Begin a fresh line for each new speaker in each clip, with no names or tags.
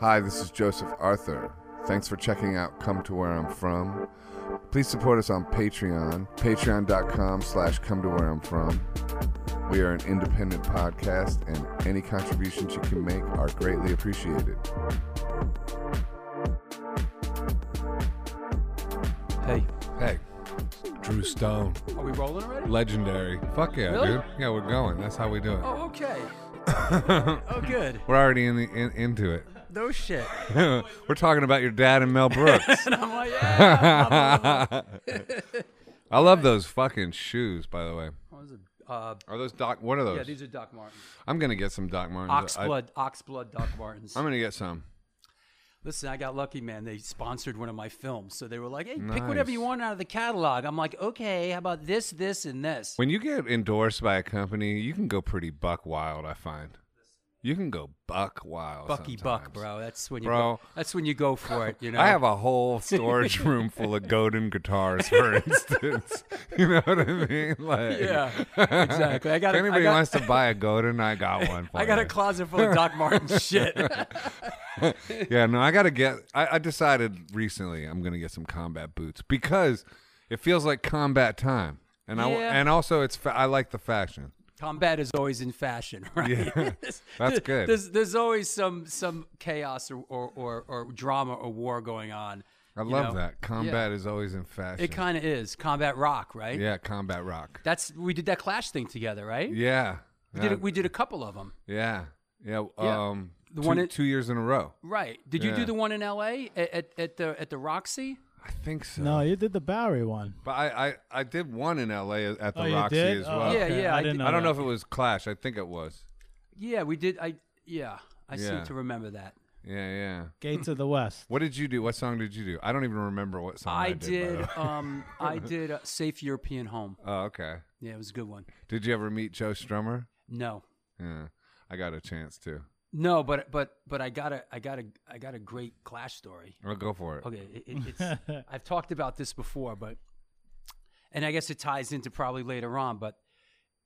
Hi, this is Joseph Arthur. Thanks for checking out Come to Where I'm From. Please support us on Patreon, patreon.com slash come to where I'm from. We are an independent podcast, and any contributions you can make are greatly appreciated.
Hey,
Hey, Drew Stone,
are we rolling already?
legendary. Fuck yeah,
Really?
dude. Yeah, we're going. That's how we do it.
Oh, okay. oh, good.
We're already in the in, into it.
No shit.
we're talking about your dad and Mel Brooks.
And I'm like, yeah.
I love those fucking shoes, by the way.
What was it? Uh,
Are those Doc? What are those?
yeah, these are Doc Martens.
I'm gonna get some Doc Martens.
Ox
I-
blood, ox blood Doc Martens.
I'm gonna get some.
Listen, I got lucky, man. They sponsored one of my films, so they were like, "Hey, pick
Nice.
whatever you want out of the catalog." I'm like, "Okay, how about this, this, and this?"
When you get endorsed by a company, you can go pretty buck wild. I find you can go buck wild.
Bucky Buck,
sometimes.
bro. That's when you
Bro.
Go, that's when you go for it. You know.
I have a whole storage room full of Godin guitars, for instance. you know what I mean? Like,
yeah, exactly. I got.
if anybody
I got,
wants to buy a Godin, I got one for
I got a
you.
closet full of Doc Martens shit.
yeah, no, I got to get. I, I decided recently I'm going to get some combat boots because it feels like combat time, and I
Yeah.
and also it's fa- I like the fashion.
combat is always in fashion, right? There's-
that's good.
There's, there's always some some chaos or, or, or, or drama or war going on.
I
you
love
know?
that combat is always in fashion.
It kind of is combat rock, right?
yeah, combat rock.
That's we did that clash thing together, right?
Yeah,
We did,
yeah,
a- we did a couple of them.
yeah, yeah.
Yeah.
Um,
The
two,
one in-
two years in a row.
Right. Did you do
Yeah.
the one in L.A. at, at, at the at the Roxy?
I think so.
No, you did the Bowery one.
But I, I, I did one in L.A. at the
oh, you
Roxy
did?
as
Oh,
well.
Yeah,
okay.
yeah, I
I didn't
did-
know.
I don't know
that.
if it was Clash. I think it was.
Yeah, we did. I yeah, I seem
Yeah.
to remember that.
Yeah, yeah.
Gates of the West.
What did you do? What song did you do? I don't even remember what song I,
I
did. by the
did.
way.
Um, I did a safe European home.
Oh, okay.
Yeah, it was a good one.
Did you ever meet Joe Strummer?
No,
Yeah, I got a chance to.
no, but but but I got a I got a I got a great clash story.
I'll go for it.
Okay, it, it, it's, I've talked about this before, but and I guess it ties into probably later on. But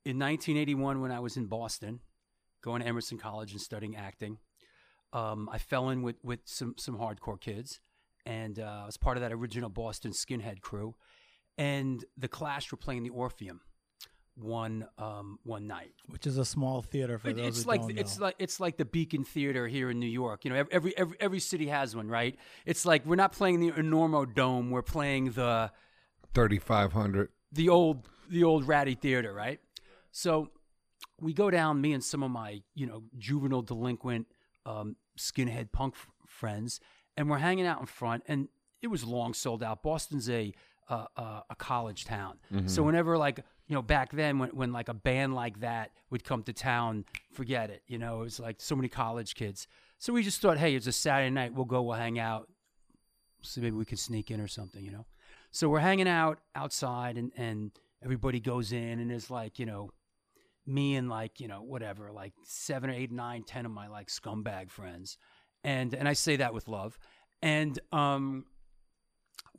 in 1981, when I was in Boston, going to Emerson College and studying acting, um, I fell in with with some some hardcore kids, and uh, I was part of that original Boston skinhead crew. And the Clash were playing the Orpheum one um, one night.
which is a small theater for
It-
those
it's
who
like
don't know.
it's like it's like the Beacon Theater here in New York. You know, ev- every every every city has one, right? It's like we're not playing the Enormo Dome. We're playing the
Thirty-five hundred.
the old the old ratty theater, right? So we go down, me and some of my you know juvenile delinquent um, skinhead punk f- friends, and we're hanging out in front, and it was long sold out. Boston's a uh, uh, a college town, so whenever like you know back then when when like a band like that would come to town, forget it. You know, it was like so many college kids. So we just thought, hey, it's a Saturday night, we'll go, we'll hang out, so maybe we could sneak in or something, you know. So we're hanging out outside, and and everybody goes in, and there's like you know, me and like you know whatever, like seven or eight, nine, ten of my like scumbag friends, and and I say that with love, and um,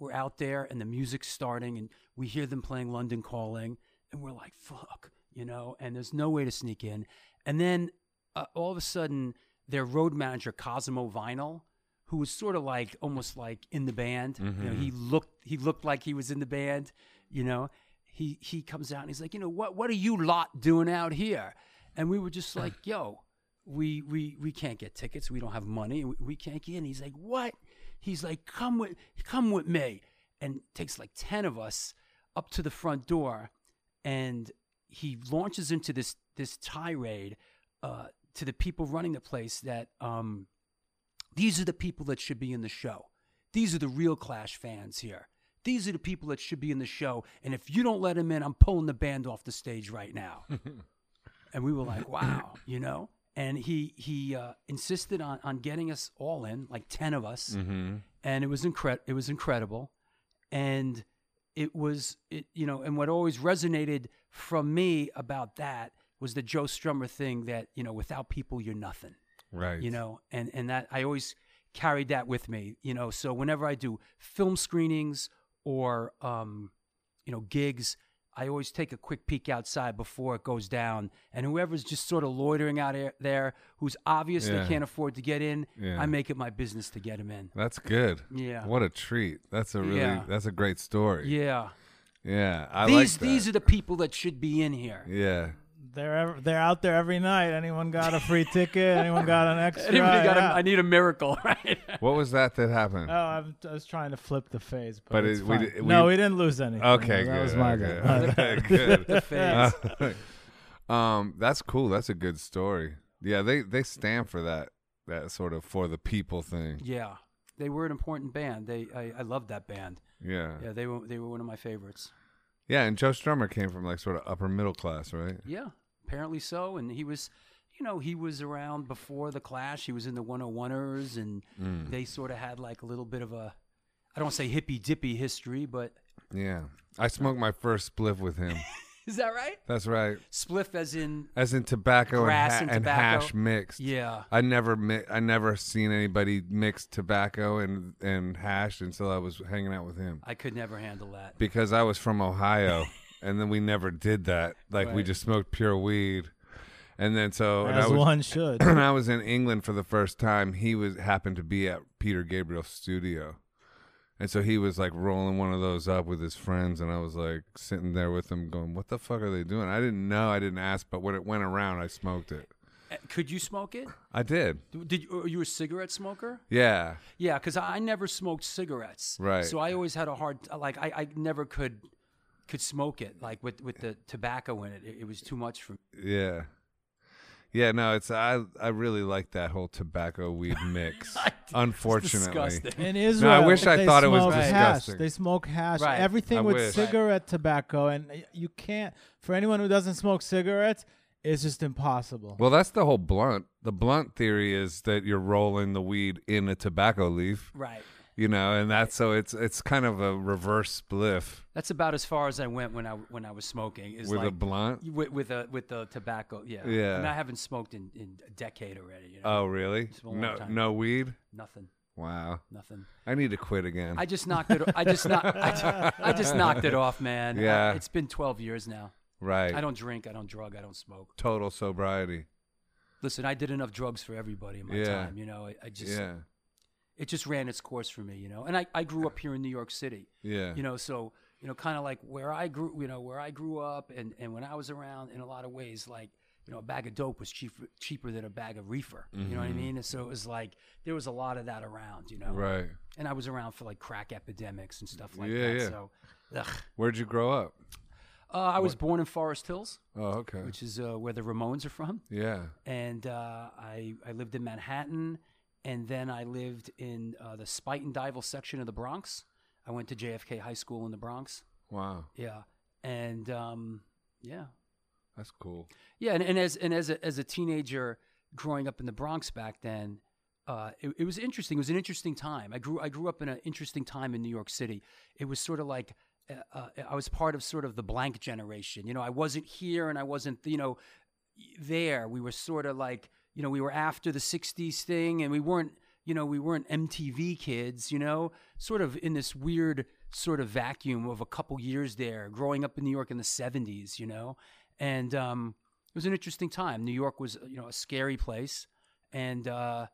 we're out there, and the music's starting, and we hear them playing London Calling, and we're like fuck, you know, and there's no way to sneak in, and then uh, all of a sudden their road manager Cosimo Vinyl who was sort of like almost like in the band. You know, he looked he looked like he was in the band. You know, he he comes out and he's like, you know, what what are you lot doing out here? And we were just like, yo, we we we can't get tickets. We don't have money. We, we can't get in. He's like, what? He's like, come with come with me, and takes like ten of us up to the front door, and he launches into this this tirade uh, to the people running the place that. Um, these are the people that should be in the show. These are the real Clash fans here. These are the people that should be in the show. And if you don't let them in, I'm pulling the band off the stage right now. and we were like, wow, you know? And he, he uh, insisted on, on getting us all in, like 10 of us
Mm-hmm.
and it was incre- it was incredible and it was it you know and what always resonated from me about that was the Joe Strummer thing that you know without people you're nothing
Right.
you know and and that I always carried that with me you know so whenever I do film screenings or um you know gigs I always take a quick peek outside before it goes down. And whoever's just sort of loitering out a- there, who's obvious
Yeah.
they can't afford to get in,
Yeah.
I make it my business to get them in.
That's good.
Yeah.
What a treat. That's a really
Yeah.
that's a great story.
Yeah.
Yeah, I
these
like that.
these are the people that should be in here.
yeah.
They're ev- they're out there every night. Anyone got a free ticket? Anyone got an extra?
Anybody got a,
Yeah.
I need a miracle, right?
What was that that happened?
Uh,
Oh, I'm, I was trying to flip the phase, but,
But
it's
it- we
fine.
di- we-
no, we didn't lose anything.
okay,
that
good.
was my
okay.
bad. My bad.
Okay, good.
the
Uh-huh.
phase.
Uh, um, that's cool. That's a good story. Yeah, they they stand for that that sort of for the people thing.
yeah. They were an important band. They I, I loved that band.
Yeah, yeah.
Yeah, they were they were one of my favorites.
and Joe Strummer came from like sort of upper middle class, right?
Yeah, apparently so. And he was, you know, he was around before the Clash. He was in the 101ers, and
Mm.
they sort of had like a little bit of a, I don't say hippy dippy history, but
Yeah. I smoked my first spliff with him.
is that right?
That's right.
Spliff, as in,
As in tobacco, and,
Grass
ha-
and
and
tobacco.
hash mixed.
yeah,
I never mi- I never seen anybody mix tobacco and and hash until I was hanging out with him
I could never handle that.
because I was from Ohio and then we never did that like we
Right.
just smoked pure weed and then so and I
As
was
one should.
when I was in England for the first time he was happened to be at Peter Gabriel's studio and so he was like rolling one of those up with his friends and I was like sitting there with him going what the fuck are they doing I didn't know I didn't ask but when it went around I smoked it
Uh, Could you smoke it?
I did
Did you, are you a cigarette smoker?
yeah
Yeah, because I I never smoked cigarettes.
Right.
So I always had a hard like I, I never could could smoke it like with with the tobacco in it. It, it was too much for me.
Yeah. Yeah, no, it's I I really like that whole tobacco weed mix. unfortunately.
Disgusting.
In Israel,
wish I
they
thought it was
smoke
disgusting.
Hash. They smoke hash.
Right.
Everything
I
with
wish.
cigarette tobacco, and y- you can't. For anyone who doesn't smoke cigarettes, it's just impossible.
Well, that's the whole blunt. The blunt theory is that you're rolling the weed in a tobacco leaf,
Right.
you know, and that's so it's it's kind of a reverse spliff
That's about as far as I went when I when I was smoking. Is
with
like,
a blunt.
with, with a with the tobacco. Yeah,
Yeah.
And I haven't smoked in, in a decade already. You know?
Oh, really?
It's been a long
No
time.
no weed?
nothing,
Wow.
nothing.
I need to quit again.
I just knocked it. I just not. I, ju- I just knocked it off, man. I-
Yeah.
it's been twelve years now.
right.
I don't drink. I don't drug. I don't smoke.
total sobriety.
Listen, I did enough drugs for everybody in my
Yeah.
time. You know, I, I just
yeah.
it just ran its course for me. You know, and I I grew up here in New York City.
Yeah.
you know so you know kind of like where i grew you know where i grew up and and when i was around in a lot of ways like you know a bag of dope was cheaper cheaper than a bag of reefer you know what i mean and so it was like there was a lot of that around you know
Mm-hmm. right.
and i was around for like crack epidemics and stuff like
Yeah,
that
yeah.
so ugh.
Where'd you grow up?
Uh, i was born in forest hills
Oh, okay.
which is uh, where the ramones are from
yeah.
and uh, I, I lived in manhattan and then i lived in uh, the spite and dival section of the bronx i went to jfk high school in the bronx
Wow.
yeah, and um, yeah,
That's cool.
yeah, and, and as and as a, as a teenager growing up in the Bronx back then, uh, it, it was interesting. It was an interesting time. I grew I grew up in an interesting time in New York City. It was sort of like. Uh, uh, I was part of sort of the blank generation. You know, I wasn't here and I wasn't, you know, there. We were sort of like, you know, we were after the 60s thing and we weren't, you know, we weren't MTV kids, you know, sort of in this weird sort of vacuum of a couple years there, growing up in New York in the 70s, you know. And um, it was an interesting time. New York was, you know, a scary place. And, uh,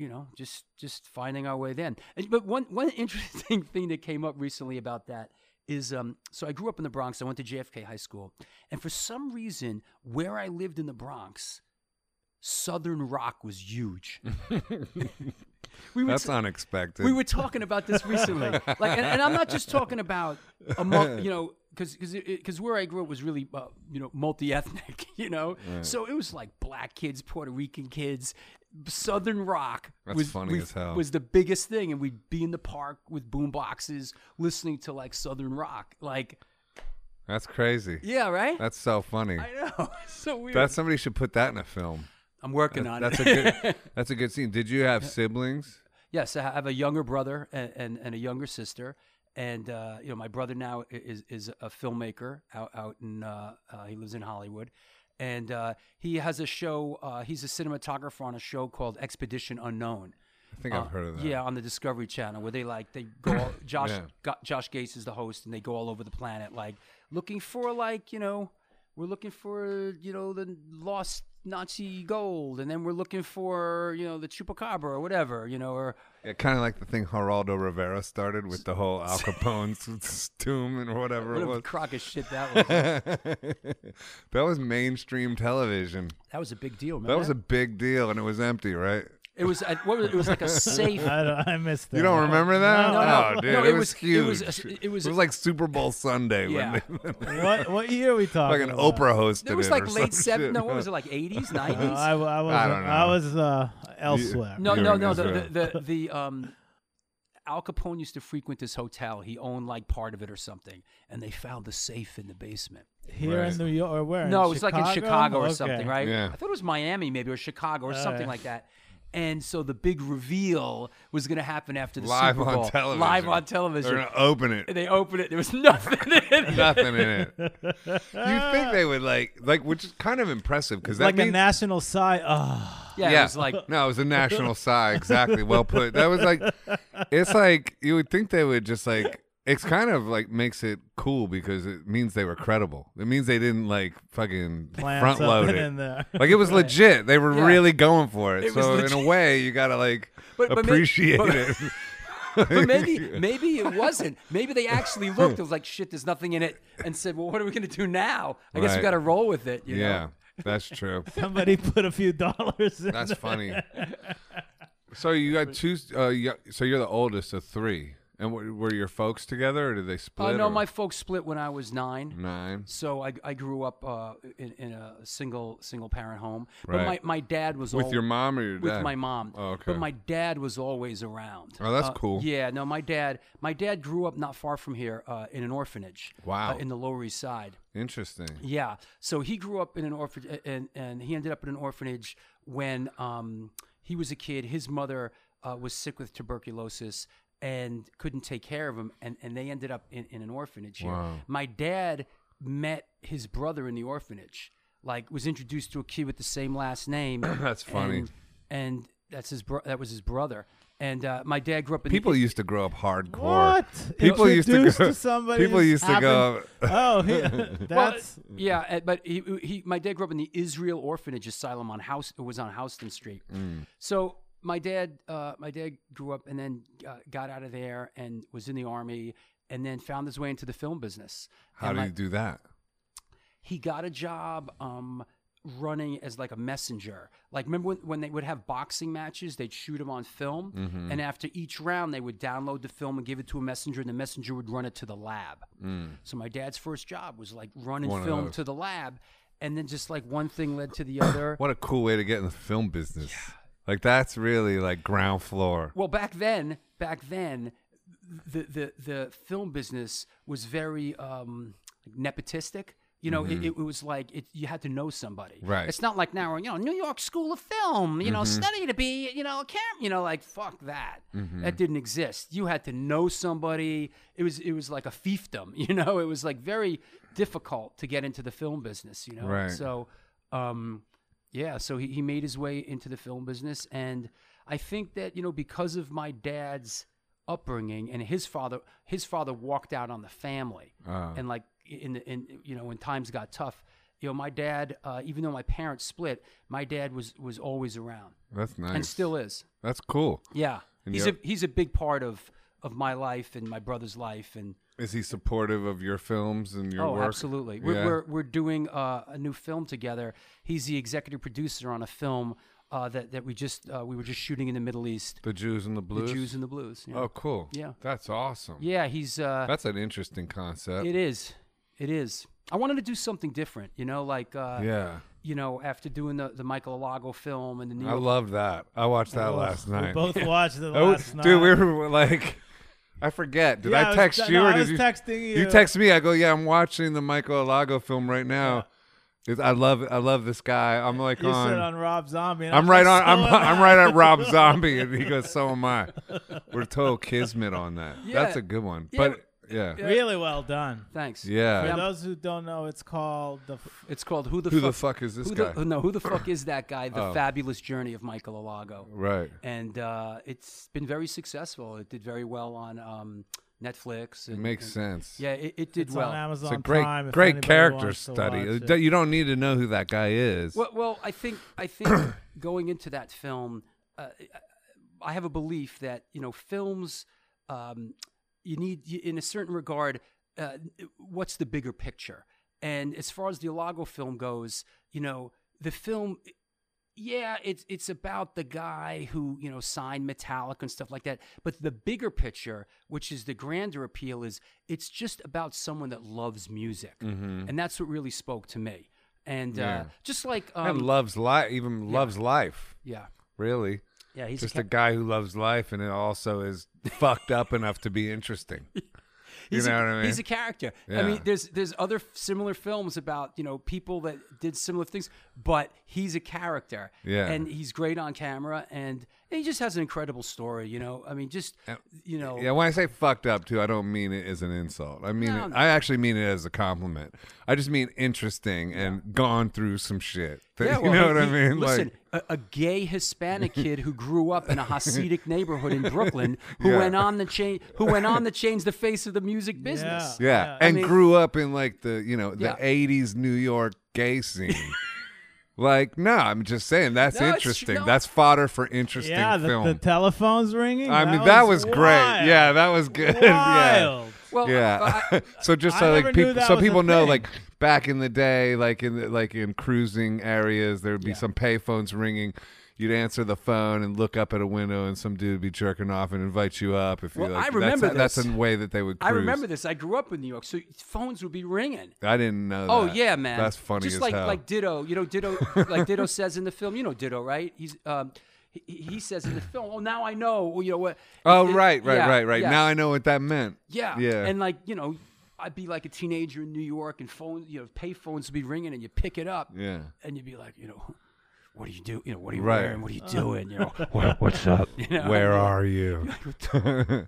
you know, just just finding our way then. And- But one one interesting thing that came up recently about that is, um, so I grew up in the Bronx. I went to JFK High School, and for some reason, where I lived in the Bronx, Southern rock was huge. we were
That's
t-
unexpected.
we were talking about this recently, like, and, and I'm not just talking about among you know, because because where I grew up was really uh, you know multi ethnic, you know, so it was like black kids, Puerto Rican kids, Southern rock.
That's
was,
funny
was-
as hell.
Was the biggest thing, and we'd be in the park with boom boxes listening to like Southern rock, like
That's crazy.
yeah, right.
That's so funny.
I know, so weird.
That somebody should put that in a film.
I'm working on
That's
it.
a good. That's a good scene. Did you have siblings?
Yes, I have a younger brother and, and, and a younger sister. And uh, you know, my brother now i- is is a filmmaker out out in uh, uh, he lives in Hollywood, and uh, he has a show. Uh, he's a cinematographer on a show called Expedition Unknown,
I think I've
uh,
heard of that.
Yeah, on the Discovery Channel, where they like they go. all- Josh
Yeah.
Go- Josh Gates is the host, and they go all over the planet, like looking for like you know, we're looking for you know the lost Nazi gold, and then we're looking for you know the chupacabra or whatever, you know, or
Yeah, kind of like the thing Geraldo Rivera started with the whole Al Capone's tomb and whatever it
whatever
was.
crock of shit that was.
that was mainstream television.
that was a big deal. Remember
That was a big deal, and it was empty, right?
It was. I- What was it? It was like a safe.
I don't. I missed that.
You don't remember that?
No, no,
oh,
no,
dude,
no,
it,
it
was,
was-
huge.
it was a- it was a-
like Super Bowl Sunday
Yeah.
when they,
What what year are we talking?
fucking
about?
Oprah hosted
It was
it or
like
some
late seven.
shit.
No, what was it like? Eighties,
Uh, I,
nineties.
w- I was.
I don't know.
I was uh, elsewhere.
No,
You're
no,
in
no. The,
Israel.
the, the, the um, Al Capone used to frequent this hotel. He owned like part of it or something, and they found the safe in the basement.
Here
Right.
in New York or where?
no, it was like in Chicago or
Okay.
something, right?
Yeah. Uh.
I thought it was Miami, maybe, or Chicago or something
right.
like that. And so the big reveal was going to happen after the
Live
Super
on
Bowl,
television.
live on
They're
television.
gonna open it.
And they opened it. There was nothing in it.
Nothing in it. You think they would like, like, which is kind of impressive because that
Like a
means
national side. Ah,
Yeah, it was like
no, it was a national sigh. Exactly, well put. That was like, it's like you would think they would just like. It's kind of like makes it cool because it means they were credible. It means they didn't like fucking
plant
front load
something
it.
in there.
Like it was legit. They were
Yeah.
really going for it.
It was
so in a
legit.
way, you gotta like
But- but may-
appreciate
but-
it.
But maybe maybe it wasn't. Maybe they actually looked. It was like shit. There's nothing in it, and said, "Well, what are we gonna do now? I guess
Right.
we got to roll with it." You
yeah,
Know? Uh,
that's true.
Somebody put a few dollars. In
That's funny. So you got two. Uh, you got- so you're the oldest of three. And were, were your folks together, or did they split?
Uh, no,
or-
my folks split when I was nine,
nine.
so I, I grew up uh, in, in a single single parent home. But
Right.
my, my dad was
With
al-
your mom or your
with
dad?
my mom.
Oh, okay.
But my dad was always around.
Oh, that's
Uh,
cool.
Yeah, no, my dad my dad grew up not far from here uh, in an orphanage. uh,
Wow.
in the Lower East Side.
Interesting.
Yeah. So he grew up in an orphanage, and and he ended up in an orphanage when um, he was a kid. His mother uh, was sick with tuberculosis and couldn't take care of him, and and they ended up in, in an orphanage here.
Wow.
My dad met his brother in the orphanage. Like was introduced to a kid with the same last name.
That's funny.
And, and that's his bro- that was his brother. And uh, my dad grew up in
People used to grow up hardcore.
What?
People used to
Introduced
go.
to somebody
people
who's
used to go.
Oh, he, that's
Well, yeah, uh, but he, he, my dad grew up in the Israel orphanage asylum on House. It was on Houston Street. So my dad, uh, my dad grew up and then uh, got out of there and was in the army and then found his way into the film business.
How
And
do
my-
you do that?
he got a job um, running as like a messenger. Like remember when, when they would have boxing matches, they'd shoot them on film,
Mm-hmm.
and after each round, they would download the film and give it to a messenger, and the messenger would run it to the lab. So my dad's first job was like running
Mm. One of
film
those.
to the lab, and then just like one thing led to the other.
What a cool way to get in the film business. Like that's really like ground floor.
Well, back then, back then, the the the film business was very um, nepotistic. You know, it, it was like it, you had to know somebody.
Right.
It's not like now, you know, New York School of Film. You know, study to be, you know, a cam. You know, like fuck that. That didn't exist. You had to know somebody. It was it was like a fiefdom. You know, it was like very difficult to get into the film business. You know,
Right.
so. Um, yeah, so he, he made his way into the film business. And I think that, you know, because of my dad's upbringing and his father, his father walked out on the family.
Ah.
And like in the, in, you know, when times got tough, you know, my dad, uh, even though my parents split, my dad was, was always around
That's nice.
and still is.
That's cool.
Yeah.
And
he's a,
you're-
he's a big part of, of my life and my brother's life. And,
Is he supportive of your films and your
oh,
work?
absolutely. We're,
Yeah.
we're, we're doing uh, a new film together. He's the executive producer on a film uh, that, that we just uh, we were just shooting in the Middle East.
The Jews and the Blues.
The Jews and the Blues. Yeah,
Oh, cool.
Yeah.
That's awesome.
yeah he's. Uh,
That's an interesting concept.
it is. It is. I wanted to do something different, you know, like, uh,
yeah.
you know, after doing the, the Michael Alago film and the New
I
York.
love that. I watched that
Oh.
last
We
night.
both watched it
Oh,
last night.
dude, we were like, I forget. Did
Yeah,
I
was-
text you
no,
or
I
did
was
you?
texting you?
You text me. I go, yeah, I'm watching the Michael Alago film right now. It's- I love, I love this guy. I'm like
You
on.
said on Rob Zombie. and I
I'm
was
right on.
like,
I'm,
so am
I'm
I.
right on Rob Zombie, and he goes, "So am I." We're total kismet on that. That's
Yeah.
a good one.
Yeah,
But Yeah.
Yeah.
Really well done.
Thanks.
Yeah.
For
Yeah.
those who don't know, it's called the. F-
It's called Who the
Who
Fuck
the fuck is this
who
guy?
The, no, who the fuck is that guy? The
Oh.
fabulous journey of Michael Olago,
right.
and uh, it's been very successful. It did very well on um, Netflix.
It
and-
makes
and-
sense.
Yeah, it, it did
it's
well.
on
It's
Amazon
a great,
Prime. if
great
anybody
character
wants to
study.
watch
It
it.
do- You don't need to know who that guy is.
Well, well, I think I think going into that film, uh, I have a belief that you know films, um, you need you- in a certain regard, uh, what's the bigger picture? And as far as the Ilago film goes, you know the film. Yeah, it's it's about the guy who you know signed Metallica and stuff like that. But the bigger picture, which is the grander appeal, is it's just about someone that loves music,
Mm-hmm.
and that's what really spoke to me. And
Yeah.
uh, just like um,
and loves life, even loves life,
yeah,
really.
yeah, he's
Just
a,
a
ca-
guy who loves life and it also is fucked up enough to be interesting. You
he's,
know
a,
what I mean?
he's a character. I
Yeah.
mean, there's there's other f- similar films about you know people that did similar things, but he's a character.
Yeah.
and he's great on camera, and he just has an incredible story. You know, I mean, just you know,
Yeah, when I say fucked up too, I don't mean it as an insult. I mean,
No,
it,
no.
I actually mean it as a compliment. I just mean interesting and gone through some shit.
Yeah,
you
well,
know what I
he-
mean?
Listen, a, a gay Hispanic kid who grew up in a Hasidic neighborhood in Brooklyn, who
Yeah.
went on the change, who went on to change the face of the music business.
yeah,
yeah, I
and
mean-
grew up in like the you know the
Yeah.
'80s New York gay scene. like, no, I'm just saying that's
No, it's tr-
interesting.
no.
That's fodder for interesting
Yeah, the,
film.
the telephone's ringing.
I mean, that was, great.
wild.
Yeah, that was good. yeah.
Wild.
Well,
yeah.
I- I-
so just
I
so
never
like
knew
people,
that
so
was a
people know,
thing.
like back in the day, like in the, like in cruising areas, there would be some payphones ringing. You'd answer the phone and look up at a window, and some dude would be jerking off and invite you up. If
Well,
you like,
I remember
that's,
this.
that's a way that they would. Cruise.
I remember this. I grew up in New York, so phones would be ringing.
I didn't know.
Oh
that.
yeah, man.
That's funny
Just
as
like
hell.
like Ditto, you know, Ditto, like Ditto says in the film. You know Ditto, right? He's um, he, he says in the film. Oh, now I know. well, You know what?
oh
it-
right, right,
yeah,
right, right.
yeah.
Now I know what that meant.
Yeah.
yeah.
And like, you know, I'd be like a teenager in New York and phone, you know, pay phones would be ringing and you pick it up
yeah.
and you'd be like, you know, what do you do? You know, what are you
Right.
wearing? What are you doing? You know, what
What, what's up?
Where are you?
the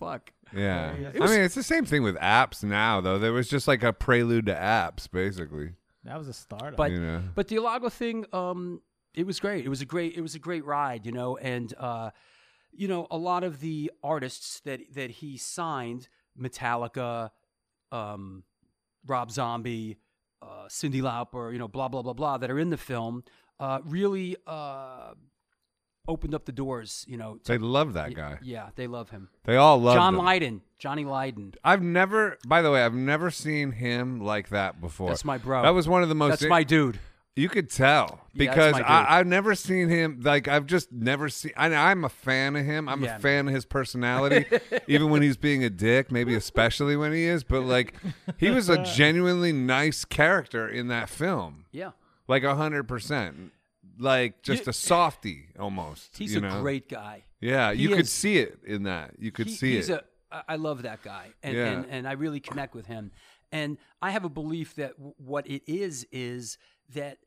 fuck?
Yeah. I mean, it's the same thing with apps now, though. There was just like a prelude to apps, basically.
That was a startup.
But
You know.
but the Ilago thing, um, it was great. It was a great it was a great ride, you know, and uh, you know, a lot of the artists that that he signed, Metallica, um, Rob Zombie, uh, Cindy Lauper, you know, blah blah blah blah, that are in the film, uh, really uh, opened up the doors, you know. To,
They love that guy.
yeah, they love him.
They all love
John
him.
Lydon, Johnny Lydon.
I've never, by the way, I've never seen him like that before.
That's my bro.
That was one of the most.
That's my dude.
You could tell
Yeah, that's
because
my dude.
I, I've never seen him like I've just never seen. I, I'm a fan of him. I'm
Yeah.
a fan of his personality, even when he's being a dick. Maybe especially when he is. But like, he was a genuinely nice character in that film.
Yeah.
like a hundred percent, like just
You-
a softy almost.
He's
you
a
know?
great guy.
Yeah,
he
you could
is-
see it in that. You could
He-
see
he's
it.
a- I I love that guy, and,
Yeah.
and and I really connect with him. And I have a belief that w- what it is is that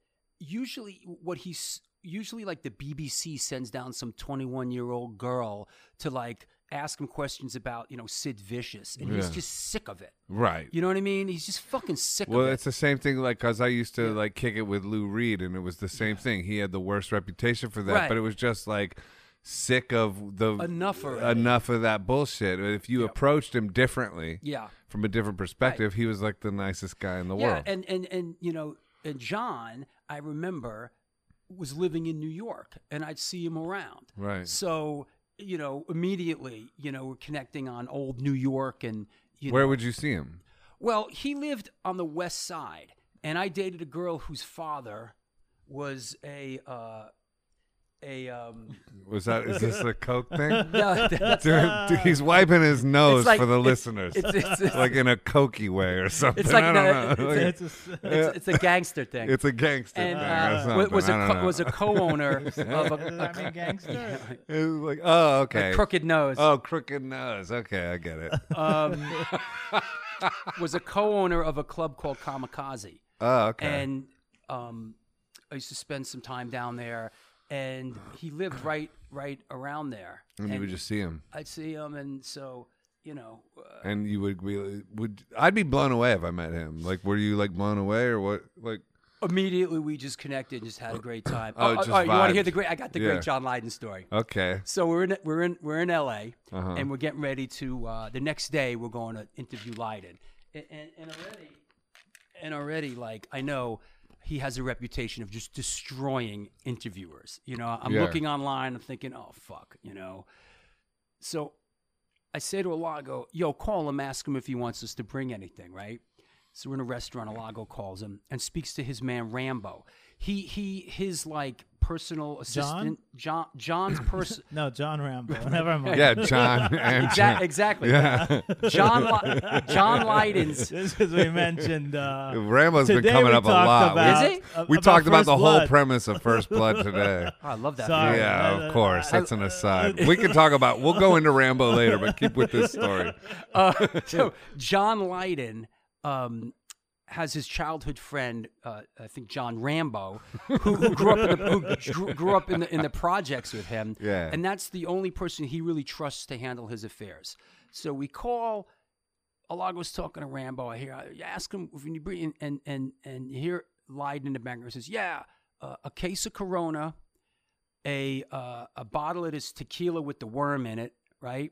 usually what he's usually like the BBC sends down some 21 year old girl to like ask him questions about you know Sid Vicious, and he's
Yeah.
just sick of it.
right.
You know what I mean? He's just fucking sick
Well,
of it.
it's the same thing. Like, cause I used to like kick it with Lou Reed, and it was the same thing. He had the worst reputation for that,
Right.
but it was just like sick of the
Enough already.
enough of that bullshit. If you approached him differently,
yeah.
from a different perspective, he was like the nicest guy in the world.
Yeah, and and and you know, and John, I remember was living in New York, and I'd see him around.
Right.
So you know, immediately, you know, we're connecting on old New York, and you
Where
know,
would you see him?
well, he lived on the West Side, and I dated a girl whose father was a uh, a um.
Was that is this a coke thing?
no, that's- uh,
Dude, dude, he's wiping his nose
It's like-
for the
it's-
listeners,
it's- it's- it's-
like in a cokey way or something.
like
I
no,
don't know. Like,
it's
It's,
a s-
it's, it's a gangster thing.
a gangster thing.
and
or
uh, wa-
something.
was
I
a
don't
co-
know.
was a co-owner of
does
a,
that mean gangster?
It was like oh
a,
okay.
a crooked nose.
Oh, crooked nose. Okay, I get it.
um, was a co-owner of a club called Kamikaze,
Oh, okay.
and um, I used to spend some time down there. And he lived right, right around there.
And, you would just see him.
I'd see him, and so you know, uh,
And you would be would I'd be blown away if I met him. Like, were you like blown away or what? Like,
immediately we just connected and just had a great time.
Oh,
oh,
just
all right, you want to hear
vibed.
the great? I got the
Yeah.
great John Lydon story.
okay,
So we're in we're in we're in L.A.
Uh-huh.
and we're getting ready to uh, the next day we're going to interview Lydon, and, and, and already and already like I know he has a reputation of just destroying interviewers. You know, I'm
Yeah.
looking online, I'm thinking, oh fuck, you know. So I say to Alago, yo, call him, ask him if he wants us to bring anything, right? So we're in a restaurant. Alago calls him and speaks to his man Rambo. He he his like personal assistant John John's person.
No, John Rambo. Never mind.
yeah, John and
Exact, exactly.
John. Yeah.
John Li- John Lydon's.
This is we mentioned. Uh,
Rambo's been
today
coming
we
up a
talked
lot. We-
About,
Is it?
ab-
we talked about
First
the whole
Blood.
premise of First Blood today.
Oh, I love that.
Sorry.
video.
Yeah,
I-
of course.
I-
That's an aside. We can talk about. We'll go into Rambo later, but keep with this story.
Uh, so John Lydon um, has his childhood friend, uh, I think John Rambo, who, who grew up in the who grew- grew up in the in the projects with him.
Yeah.
and that's the only person he really trusts to handle his affairs. So we call. Alago's talking to Rambo. I hear, I ask him if you bring, and- and and and you hear Lydon in the background says, "Yeah, uh, a case of Corona, a uh, a bottle of this tequila with the worm in it, right?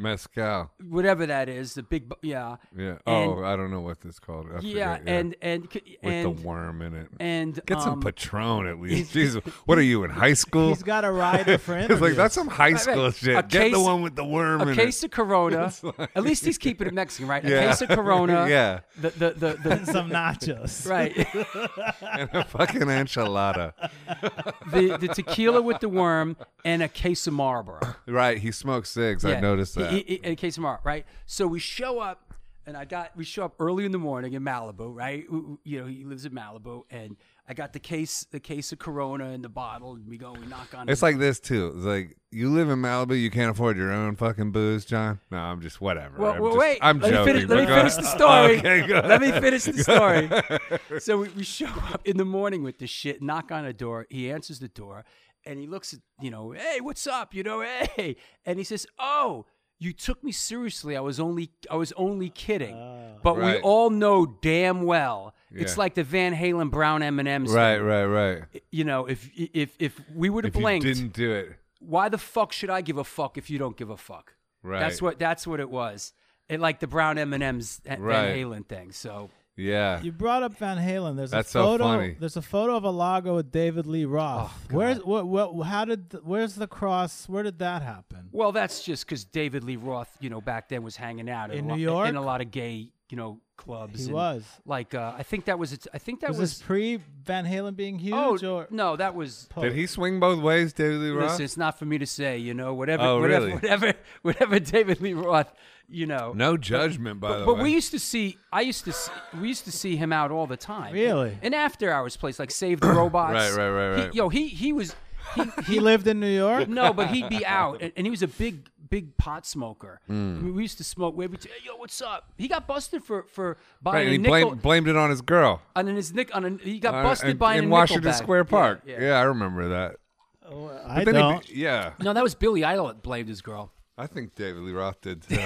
Mezcal.
Whatever that is, the big, bu- yeah,
Yeah.
And-
oh, I don't know what this called. I
yeah,
forget.
and and c-
with
and
the worm in it.
and
Get some
um,
Patron at least. Jesus, what are you in high school?
He's got a rider for
It's like
interviews.
that's some high
right.
school shit.
A
Get the
case-
one with the worm
a
in
case
it.
of Corona.
It's like-
At least he's keeping it Mexican, right?
Yeah.
A case of Corona.
Yeah.
The the the,
and
the
some nachos.
right.
and a fucking enchilada.
The the tequila with the worm and a case of Marlboro.
Right, he smokes cigs. I
Yeah.
noticed that.
He- he- in case of tomorrow, right? So we show up, and I got we show up early in the morning in Malibu, right? W- w- You know, he lives in Malibu, and I got the case the case of Corona in the bottle, and we go, we knock on.
it's
his-
like this too. It's like you live in Malibu, you can't afford your own fucking booze, John. No, I'm just whatever.
well,
I'm
well,
just-
wait,
I'm
let
joking.
me finish, let me
but go
finish the
ahead.
story.
Okay, go
let me finish the story. so we, we show up in the morning with this shit, knock on a door, he answers the door, and he looks at, you know, hey, what's up? You know, hey. And he says, Oh, you took me seriously. I was only I was only kidding. but we
Right.
all know damn well
Yeah.
it's like the Van Halen brown M&M's.
Right, right, right.
You know, if if if we would have
If you
blinked,
didn't do it,
why the fuck should I give a fuck if you don't give a fuck?
right?
That's what that's what it was. It like the brown M and M's Van
Right.
Halen thing. So
Yeah.
You brought up Van Halen. There's
That's
a
so
photo.
funny. Oh,
There's a photo of Alago with David Lee Roth. where's what, what? How did? th- Where's the cross? Where did that happen?
well, that's just because David Lee Roth, you know, back then was hanging out
In
a
New
lot,
York?
in a lot of gay, you know, clubs.
He
and,
was.
like uh, I think that was its, I think that
Was,
was,
this pre Van Halen being huge
oh
or
no, that was.
Post?
Did he swing both ways, David Lee Roth?
Listen, it's not for me to say, you know, whatever,
Oh,
whatever,
really?
whatever, whatever David Lee Roth, you know.
no judgment, by
But,
the
but
way.
we used to see, I used to, see, we used to see him out all the time.
Really?
An after hours place like Save the Robots.
Right, right, right,
He-
right.
yo, he he was, he,
He lived in New York.
No, but he'd be out, and, and he was a big, big pot smoker.
Hmm.
I mean, we used to smoke. Way between, hey, yo, what's up? He got busted for for
right,
buying
and
a
he
nickel.
blamed, blamed it on his girl.
on his nick on a, he got
Uh,
busted
in,
buying a
in
nickel
Washington
bag.
Square Park.
Yeah,
Yeah,
yeah.
I remember that.
I
Then he
don't.
be- yeah,
No, that was Billy Idol that blamed his girl.
I think David Lee Roth did too.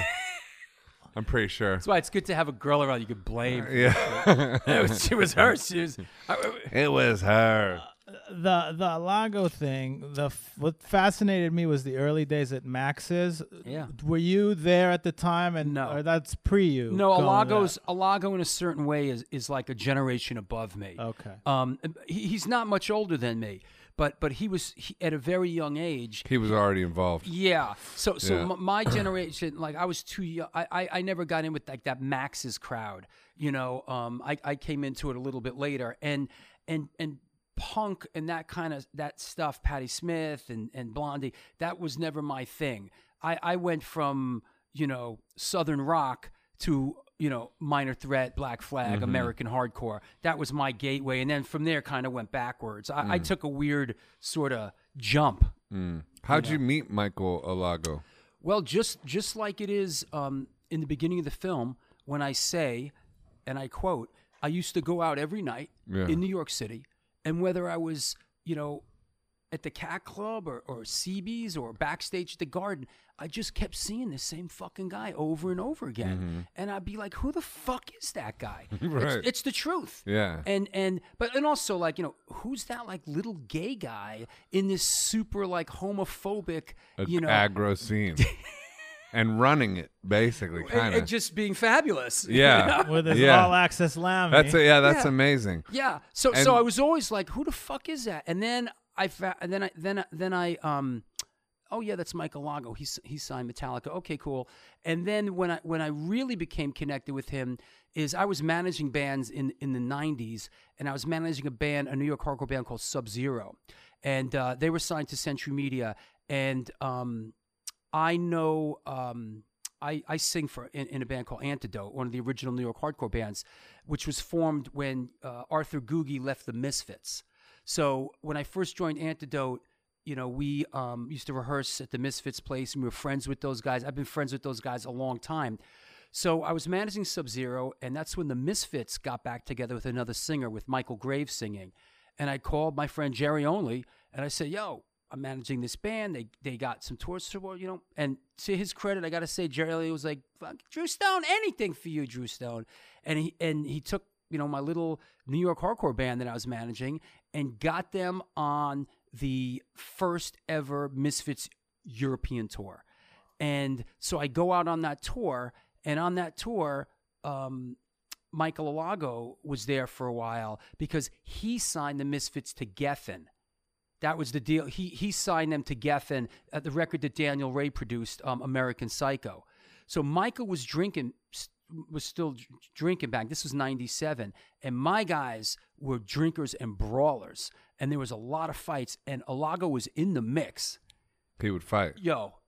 I'm pretty sure.
That's why it's good to have a girl around you can blame.
Yeah,
It was- she was her. She was. I- I-
it was her.
the the Alago thing. The f- what fascinated me was the early days at Max's.
Yeah.
Were you there at the time? And
No.
or that's pre you.
no,
going there?
Alago's Alago in a certain way is is like a generation above me.
Okay.
Um, he, he's not much older than me, but but he was he, at a very young age.
He was already involved.
Yeah. So so
Yeah.
m- my generation, like I was too young. I, I I never got in with like that Max's crowd. You know, um, I I came into it a little bit later, and and and punk and that kind of that stuff, Patti Smith and and Blondie, that was never my thing. I I went from you know southern rock to you know minor threat black flag american hardcore that was my gateway and then from there kind of went backwards I, I took a weird sort of jump
Mm. How'd you meet Michael Alago?
well, just just like it is um, in the beginning of the film, when I say, and I quote, I used to go out every night
Yeah.
in New York City, and whether I was, you know, at the Cat Club or, or CB's or backstage at the Garden, I just kept seeing the same fucking guy over and over again, and I'd be like, "Who the fuck is that guy?"
Mm-hmm. Right.
it's, it's the truth.
Yeah.
And and but and also like you know who's that like little gay guy in this super like homophobic
A
you know
aggro scene. and running it, basically,
and,
kind
and
of.
just being fabulous. you
Yeah.
know?
with his
Yeah.
all access lammy.
That's a, yeah, that's
Yeah.
amazing.
Yeah. So
And-
so I was always like, who the fuck is that? And then I fa- and then I then I- then I um oh yeah, that's Michael Lago. He s- he signed Metallica. Okay, cool. And then when I when I really became connected with him is I was managing bands in in the 90s and I was managing a band, a New York hardcore band called Sub Zero. And uh, they were signed to Century Media and um I know um, I, I sing for in, in a band called Antidote, one of the original New York hardcore bands, which was formed when uh, Arthur Googie left the Misfits. So when I first joined Antidote, you know, we um, used to rehearse at the Misfits place, and we were friends with those guys. I've been friends with those guys a long time. So I was managing Sub Zero, and that's when the Misfits got back together with another singer, with Michael Graves singing. And I called my friend Jerry Only, and I said, "Yo, I'm managing this band. They they got some tours to work, you know." And to his credit, I gotta say, Jerry Only was like, "Fuck, Drew Stone, anything for you, Drew Stone." And he and he took you know my little New York hardcore band that I was managing and got them on the first ever Misfits European tour. And so I go out on that tour, and on that tour, um, Michael Alago was there for a while because he signed the Misfits to Geffen. That was the deal. He he signed them to Geffen, uh, the record that Daniel Ray produced, um, American Psycho. So Michael was drinking, s- was still dr- drinking back. This was '97, and my guys were drinkers and brawlers, and there was a lot of fights. And Alago was in the mix.
He would fight.
Yo,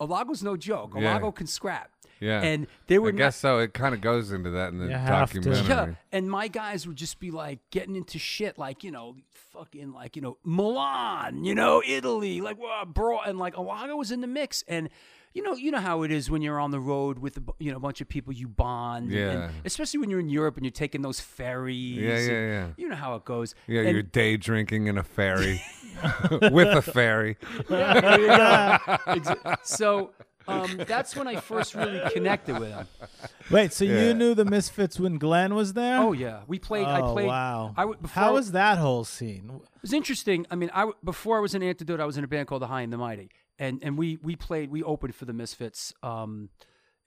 Alago's no joke.
Yeah.
Alago can scrap.
Yeah.
and they were
I
not-
guess so. It kind of goes into that in the
You have to.
documentary.
yeah, and my guys would just be like getting into shit, like you know, fucking like you know, Milan, you know, Italy, like wow, bro, and like Alago was in the mix, and you know, you know how it is when you're on the road with a bu- you know a bunch of people, you bond, and-
Yeah.
and especially when you're in Europe and you're taking those ferries,
Yeah, yeah,
and
yeah.
you know how it goes,
Yeah,
And-
you're day drinking in a ferry with a ferry.
exa- so. Um, that's when I first really connected with him.
Wait, so
Yeah.
you knew the Misfits when Glenn was there?
Oh yeah, we played. I
Oh,
played.
wow.
I w- before,
How was that whole scene?
It was interesting. I mean, I w- before I was in Antidote, I was in a band called The High and the Mighty, and and we we played we opened for the Misfits um,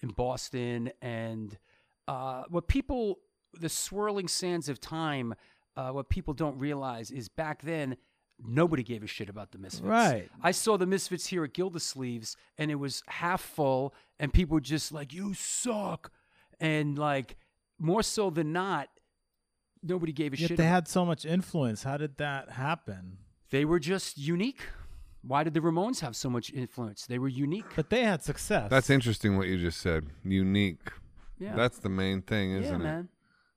in Boston, and uh, what people the swirling sands of time, uh, what people don't realize is back then nobody gave a shit about the Misfits.
Right.
I saw the Misfits here at Gildersleeves, and it was half full, and people were just like, "You suck," and like more so than not, nobody gave a
Yet
shit.
they
about
had so much influence. How did that happen?
they were just unique. Why did the Ramones have so much influence? They were unique.
But they had success.
That's interesting what you just said. Unique.
Yeah,
That's the main thing, isn't
yeah,
it?
man.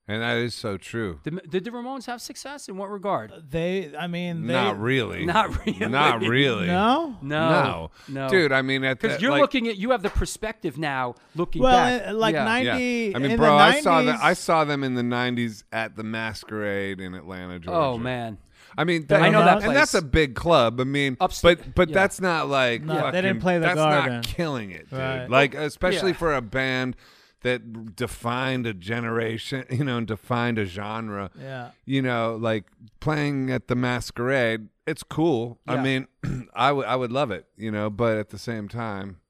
And that is so true.
Did, did the Ramones have success in what regard?
Uh, They, I mean, they,
Not really.
Not really.
Not really.
No?
No, no,
Dude, I mean, at
because
that,
you're
like,
looking at you have the perspective now looking
Well,
back.
uh, like
yeah.
nine-
Yeah.
90
I mean,
in
bro,
the
I saw that.
90s.
I saw them in the '90s at the Masquerade in Atlanta, Georgia.
Oh man,
I mean,
I know that
and that's
place.
a big club. I mean,
Upsta-
but but
yeah.
that's not like
No, they
fucking-
didn't play the
that's
Garden.
not killing it, dude.
Right.
Like especially
Yeah.
for a band that defined a generation, you know, and defined a genre.
Yeah.
You know, like playing at the Masquerade, it's cool. I
Yeah.
mean, I would I would love it, you know, but at the same time,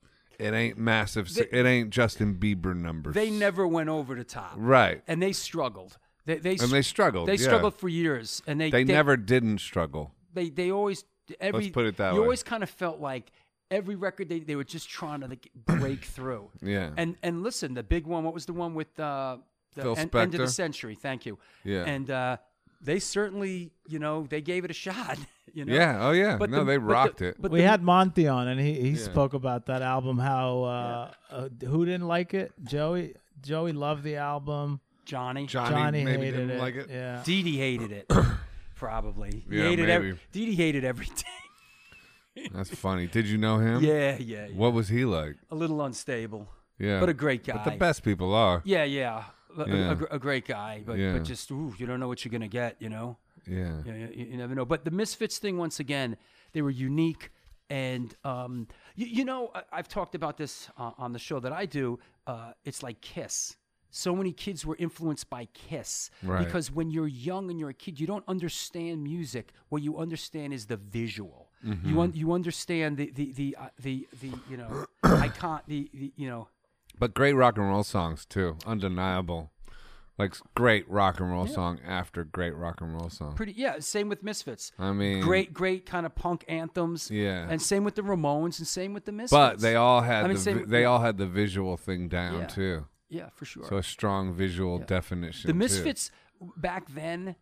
it ain't massive. su- it ain't Justin Bieber numbers.
they never went over the top,
right,
and they struggled. They they
and they struggled.
they
yeah.
struggled for years, and they
They, never didn't struggle.
they they always every
put it that
you
way.
always kind of felt like every record they, they were just trying to like, break through
Yeah.
and and listen the big one what was the one with uh, the
Phil
en- end of the
Spector?
century thank you
Yeah.
and uh, they certainly you know they gave it a shot you know
Yeah. Oh yeah. no,
the-
they
but
rocked
the-
it.
but
we
the-
had Monty on, and he, he spoke about that album. How uh, uh, who didn't like it? Joey Joey loved the album.
Johnny
Johnny,
Johnny
maybe
hated
didn't
it.
like it.
Yeah.
Dee Dee hated it probably he
Yeah,
hated
maybe.
every, Dee Dee hated everything
That's funny. Did you know him?
yeah yeah, yeah.
What was he like?
a little unstable
Yeah.
but a great guy
But the best people are.
yeah yeah a, a-
Yeah.
a gr- a great guy, but,
Yeah.
but just ooh, you don't know what you're gonna get, you know.
Yeah.
you, know, you, you never know. But the Misfits thing, once again, They were unique. And um, you, you know, I, I've talked about this uh, on the show that I do. Uh, it's like Kiss. So many kids were influenced by Kiss
Right.
because when you're young and you're a kid, you don't understand music. What you understand is the visual.
Mm-hmm.
You un- you understand the the the uh, the, the you know icon the, the you know
But great rock and roll songs too, undeniable. Like s- great rock and roll song after great rock and roll song.
pretty yeah. Same with Misfits.
I mean,
great, great kind of punk anthems.
Yeah.
And same with the Ramones and same with the Misfits.
But they all had
I mean,
the
same
vi-
with-
they all had the visual thing down
Yeah.
too.
yeah, for sure.
So a strong visual definition.
the
too.
Misfits back then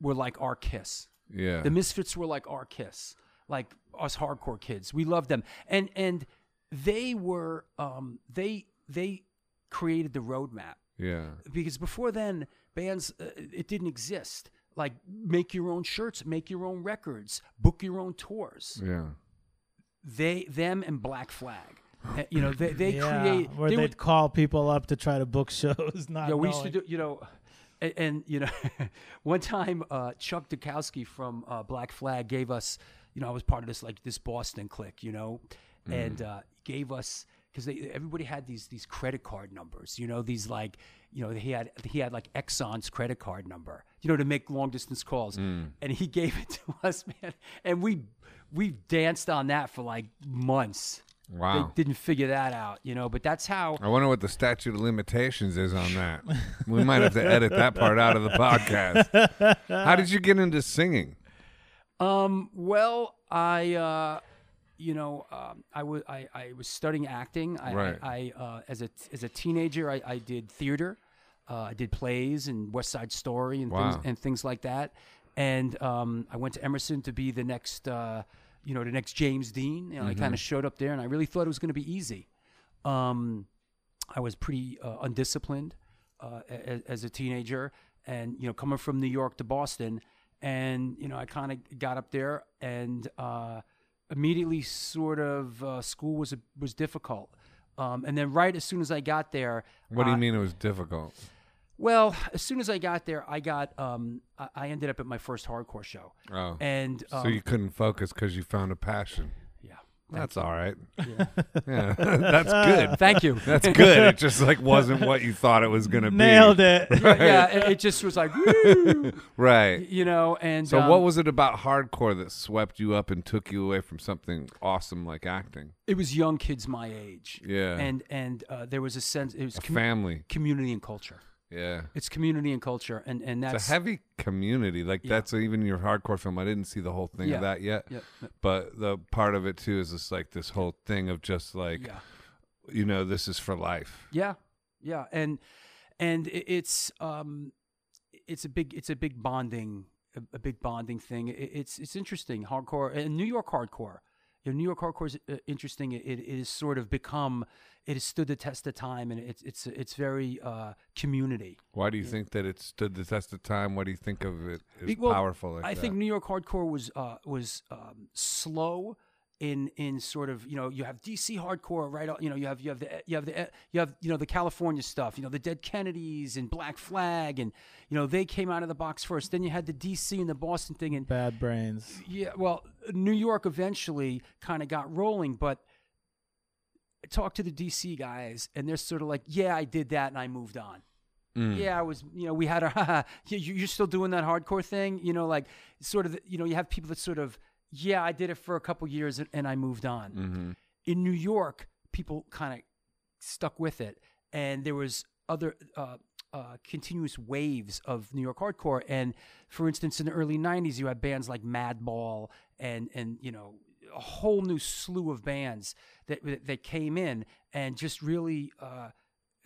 were like our Kiss.
Yeah.
The Misfits were like our Kiss, like us hardcore kids. We loved them, and and they were um, they they created the roadmap
yeah.
because before then bands uh, it didn't exist. Like make your own shirts, make your own records, book your own tours.
Yeah. Mm.
they them and black flag Uh, you know they, they
yeah,
create
where
they
they would
would
call people up to try to book shows. Not
yeah we used to
knowing.
do you know and, and you know one time uh chuck dukowski from uh black flag gave us you know i was part of this like this boston clique you know and uh gave us because they everybody had these these credit card numbers you know these like you know he had he had like exxon's credit card number you know to make long distance calls and he gave it to us man and we we danced on that for like months
Wow.
they didn't figure that out, you know. But that's how.
I wonder what the statute of limitations is on that. we might have to edit that part out of the podcast. How did you get into singing?
Um. Well, I, uh, you know, um, I was I, I was studying acting. I,
Right.
I, I uh, as a as a teenager, I, I did theater. Uh, I did plays and West Side Story and
Wow.
things and things like that. And um, I went to Emerson to be the next, uh, you know, the next James Dean. You know,
Mm-hmm.
I kind of showed up there, and I really thought it was going to be easy. Um, I was pretty uh, undisciplined uh, as, as a teenager, and you know, coming from New York to Boston, and you know, I kind of got up there and uh, immediately sort of uh, school was was difficult, um, and then right as soon as I got there,
What do
I-
you mean it was difficult?
Well, as soon as I got there, I got um, I, I ended up at my first hardcore show,
Oh.
and um,
so you couldn't focus because you found a passion.
yeah,
That's all right. Yeah. that's good.
Uh, thank you.
That's good. It just like wasn't what you thought it was gonna be.
Nailed it.
yeah, it, it just was like, woo,
Right.
you know, and
So
um,
what was it about hardcore that swept you up and took you away from something awesome like acting?
it was young kids my age.
Yeah.
and and uh, there was a sense it was
A
commu-
family.
community and culture.
Yeah.
It's community and culture, and and that's
it's a heavy community. Like
Yeah.
that's even your hardcore film. I didn't see the whole thing
Yeah.
of that yet.
Yeah.
But the part of it too is just like this whole thing of just like
yeah,
you know this is for life.
yeah, yeah, and and i- it's um it's a big it's a big bonding a, a big bonding thing. I- It's it's interesting hardcore and New York hardcore. You know, New York hardcore is uh, interesting. It, it is sort of become it has stood the test of time, and it's it's it's very uh, community.
Why do you think that it stood the test of time? What do you think of it as
Well,
powerful? Like
I
that?
think New York hardcore was uh, was um, slow in in sort of you know you have DC hardcore right out- you know you have you have the you have the you have you know the California stuff you know the Dead Kennedys and Black Flag and you know they came out of the box first then you had the DC and the Boston thing and
Bad brains.
yeah, well, New York eventually kind of got rolling, but I talked to the DC guys, and they're sort of like, "Yeah, I did that, and I moved on."
Mm.
Mm.
Hmm.
Yeah, I was, you know, we had our, "Haha, you- you- you're still doing that hardcore thing, you know, like sort of, you know, you have people that sort of, yeah, I did it for a couple years, and, and I moved on.
Hmm. Mm-hmm.
In New York, people kind of stuck with it, and there was other uh, uh, continuous waves of New York hardcore. And for instance, in the early '90s, you had bands like Madball and and you know a whole new slew of bands that that- that came in and just really uh,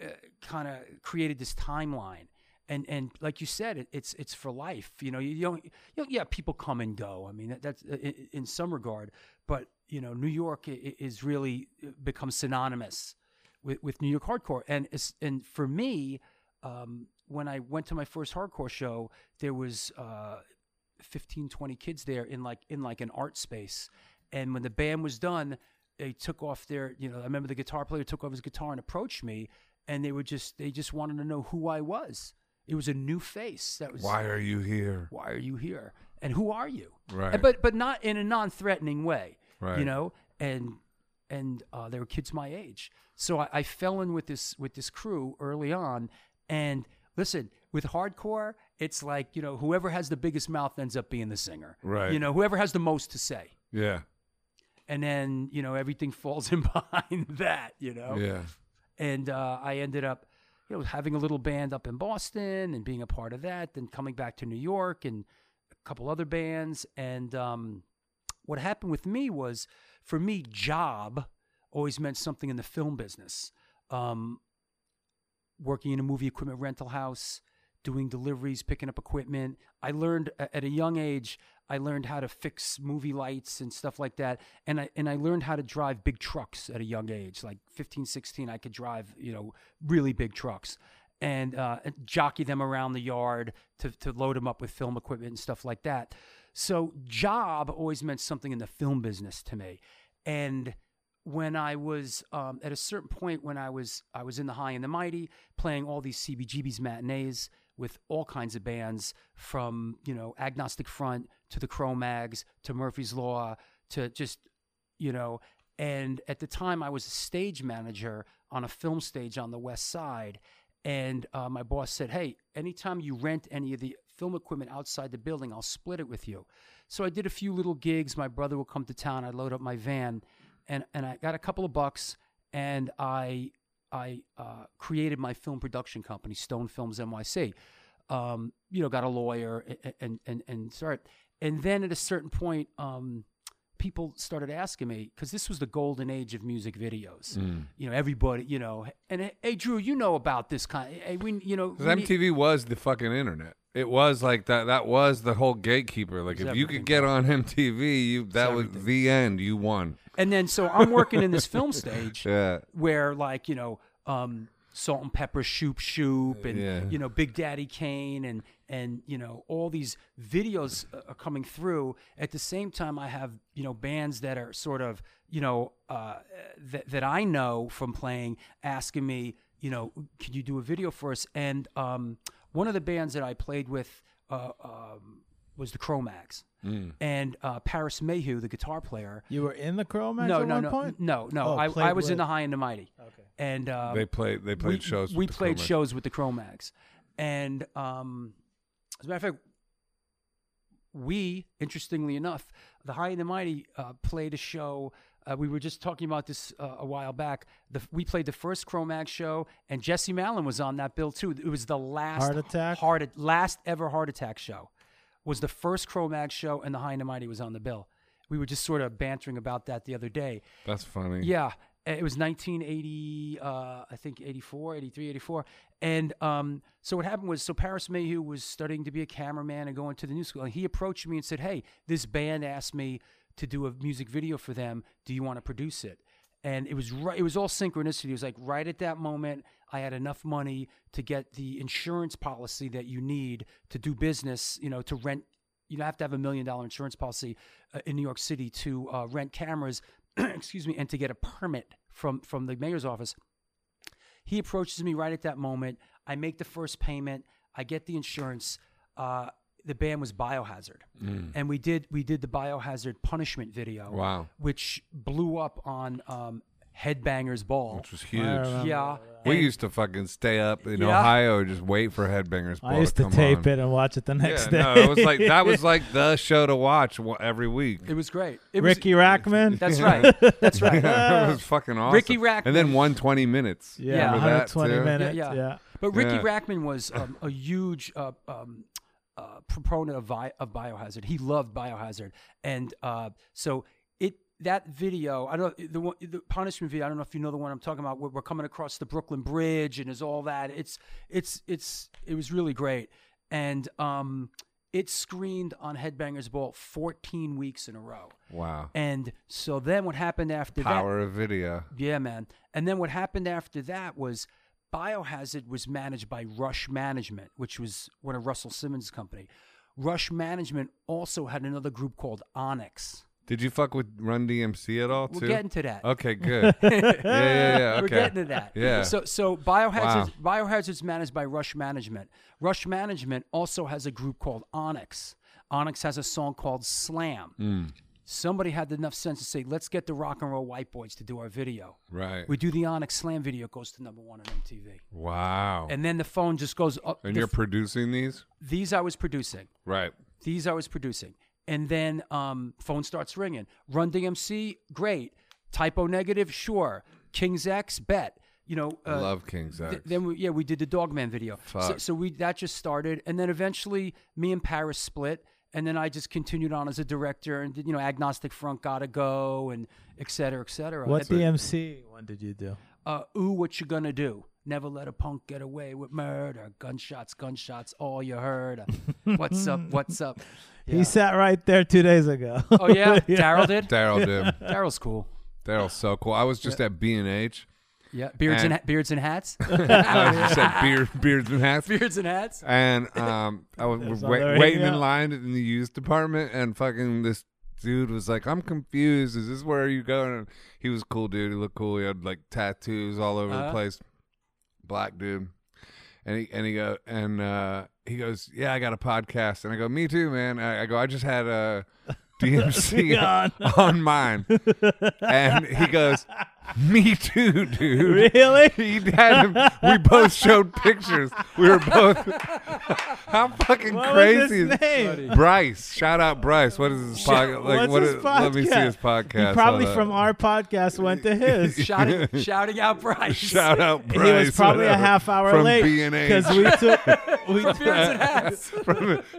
uh, kind of created this timeline. And, and like you said, it, it's it's for life. You know, you don't, you know, yeah, people come and go. I mean, that, that's uh, i- in some regard, but you know, New York i- i- is really become synonymous with, with New York hardcore. And it's, and for me, um, when I went to my first hardcore show, there was uh, 15, 20 kids there in like in like an art space. And when the band was done, they took off their you know I remember the guitar player took off his guitar and approached me, and they were just they just wanted to know who I was. It was a new face that was
Why are you here?
why are you here? and who are you?
Right.
And- eh, But but not in a non-threatening way.
Right.
You know, and and uh, there were kids my age, so I, I fell in with this with this crew early on. And listen, with hardcore, it's like you know whoever has the biggest mouth ends up being the singer.
Right.
You know whoever has the most to say,
yeah.
and then you know everything falls in behind that. You know
Yeah.
and uh, I ended up you know having a little band up in Boston and being a part of that, then coming back to New York and a couple other bands. And um, what happened with me was, for me, job always meant something in the film business. Um, working in a movie equipment rental house, doing deliveries, picking up equipment. I learned a- at a young age. I learned how to fix movie lights and stuff like that. And I and I learned how to drive big trucks at a young age, like 15, 16. I could drive, you know, really big trucks and uh, and jockey them around the yard to to load them up with film equipment and stuff like that. So job always meant something in the film business to me, and when I was um, at a certain point when I was I was in the high and the mighty playing all these CBGB's matinees with all kinds of bands from you know Agnostic Front to the Cro Mags to Murphy's Law to just you know and at the time I was a stage manager on a film stage on the West Side and uh, my boss said hey anytime you rent any of the film equipment outside the building I'll split it with you so I did a few little gigs my brother would come to town I'd load up my van and and I got a couple of bucks, and I I uh, created my film production company, Stone Films NYC. Um, you know, got a lawyer a- a- and and and start. And then at a certain point, um, people started asking me because this was the golden age of music videos. You know, everybody, you know, and hey, Drew, you know about this kind. Hey, we, you know, we
Because
need-
MTV was the fucking internet. It was like that. That was the whole gatekeeper. Like
It's
if you
everything.
could get on MTV, you that was
everything.
the end. You won.
And then so I'm working in this film stage
Yeah.
where like, you know, um, salt and pepper shoop shoop and
Yeah.
you know big daddy kane and and you know all these videos uh, are coming through at the same time i have you know bands that are sort of you know uh, that, that i know from playing asking me you know can you do a video for us and um, one of the bands that i played with uh, um, was the Cro-Mags.
Mm.
and uh, paris mayhew the guitar player
You were in the Cro Mags
no,
at
no,
one
no,
point?
no, no,
Oh,
I, I
played
was in
with-
the high and the mighty.
Okay.
And um,
They played. They played
we,
shows. with
We
the
played
Cro-Mags.
shows with the Cro-Mags, and um, as a matter of fact, we interestingly enough, the High and the Mighty uh, played a show. Uh, we were just talking about this uh, a while back. The, we played the first Cro-Mag show, and Jesse Malin was on that bill too. It was the last
Heart attack?
heart last ever heart attack show. Was the first Cro-Mag show, and the High and the Mighty was on the bill. We were just sort of bantering about that the other day.
That's funny.
Yeah. It was 1980, uh, I think 84, 83, 84. And um, so what happened was, so Paris Mayhew was studying to be a cameraman and going to the new school. And he approached me and said, Hey, this band asked me to do a music video for them. Do you want to produce it? And it was right, it was all synchronicity. It was like right at that moment, I had enough money to get the insurance policy that you need to do business, you know, to rent you don't have to have a million dollar insurance policy uh, in New York City to uh, rent cameras, excuse me, and to get a permit from from the mayor's office. He approaches me right at that moment. I make the first payment. I get the insurance. Uh, the band was Biohazard, and we did we did the Biohazard punishment video,
Wow.
which blew up on um, Headbangers Ball.
Which was huge.
yeah,
We
and-
used to fucking stay up in
Yeah.
Ohio and just wait for Headbangers. Ball
I used to
come
tape
on.
it and watch it the next
Yeah,
day.
no, it was like that was like the show to watch wa- every week.
it was great. It was-
Ricky Rackman.
that's right. That's right.
Yeah, it was fucking awesome.
Ricky Rackman.
and then one twenty minutes.
yeah,
Yeah.
Remember that,
120
too?
minutes.
Yeah,
Yeah,
yeah. But Ricky
Yeah.
Rackman was um, a huge uh, um, uh, proponent of, vi- of biohazard. He loved biohazard, and uh, so it that video. I don't the one, the punishment video. I don't know if you know the one I'm talking about. Where we're coming across the Brooklyn Bridge, and is all that. It's it's it's it was really great, and um, it screened on Headbangers Ball 14 weeks in a row.
Wow.
And so then what happened after that?
Power of video.
Yeah, man. And then what happened after that was Biohazard was managed by Rush Management, which was one of Russell Simmons' company. Rush Management also had another group called Onyx.
Did you fuck with Run DMC at all
We're
too?
getting to that.
okay, good. yeah, yeah, yeah. Oh, Okay.
We're getting to that.
Yeah.
So so Biohazard's Biohazard's managed by Rush Management. Rush Management also has a group called Onyx. Onyx has a song called Slam.
Mm,
Somebody had enough sense to say, let's get the rock and roll white boys to do our video.
right.
We do the Onyx Slam video, it goes to number one on MTV.
wow. And,
And then the phone just goes up. the
you're
f-
producing these?
these I was producing.
Right.
These I was producing. And then um, phone starts ringing. Run DMC, great. Typo negative, sure. King's X, bet. You know,
I
uh,
love King's X.
Th- then we, yeah, we did the Dogman video. So,
Fuck.
so we that just started, and then eventually me and Paris split, and then I just continued on as a director, and did, you know, Agnostic Front gotta go, and et cetera, et cetera.
What the MC one did you do?
uh, ooh, what you gonna do? Never let a punk get away with murder. Gunshots, gunshots, all you heard. Uh, What's up? What's up? Yeah.
He sat right there two days ago.
Oh yeah, Daryl did.
Daryl did.
Daryl's cool.
Daryl's so cool. I was just at B and H.
Yeah, beards and,
And-
ha- beards and hats.
I was just at Beard, Beards and Hats.
beards and hats.
And um, I was
There's
wa-
another
waiting
hangout.
in line in the used department, and fucking this dude was like, "I'm confused. Is this where you going?" And he was cool, dude. He looked cool. He had like tattoos all over
Uh-huh.
the place. Black dude. And he and he go and uh, he goes, "Yeah, I got a podcast." And I go, "Me too, man." I, I go, "I just had a DMC
On.
on mine," and he goes, "Me too, dude."
really?
He had him. We both showed pictures. We were both. How fucking
What was
crazy!
his
is-
name?
Bryce, shout out Bryce. What is his podcast? Like,
What's
what
his
is- Let me see
podcast?
his podcast.
He probably
Hold
from
up.
our podcast went to his.
Shouting, shouting out Bryce.
Shout out
He
Bryce.
was probably a
whatever,
half hour
from
late
B and
because we took we
beards and hats.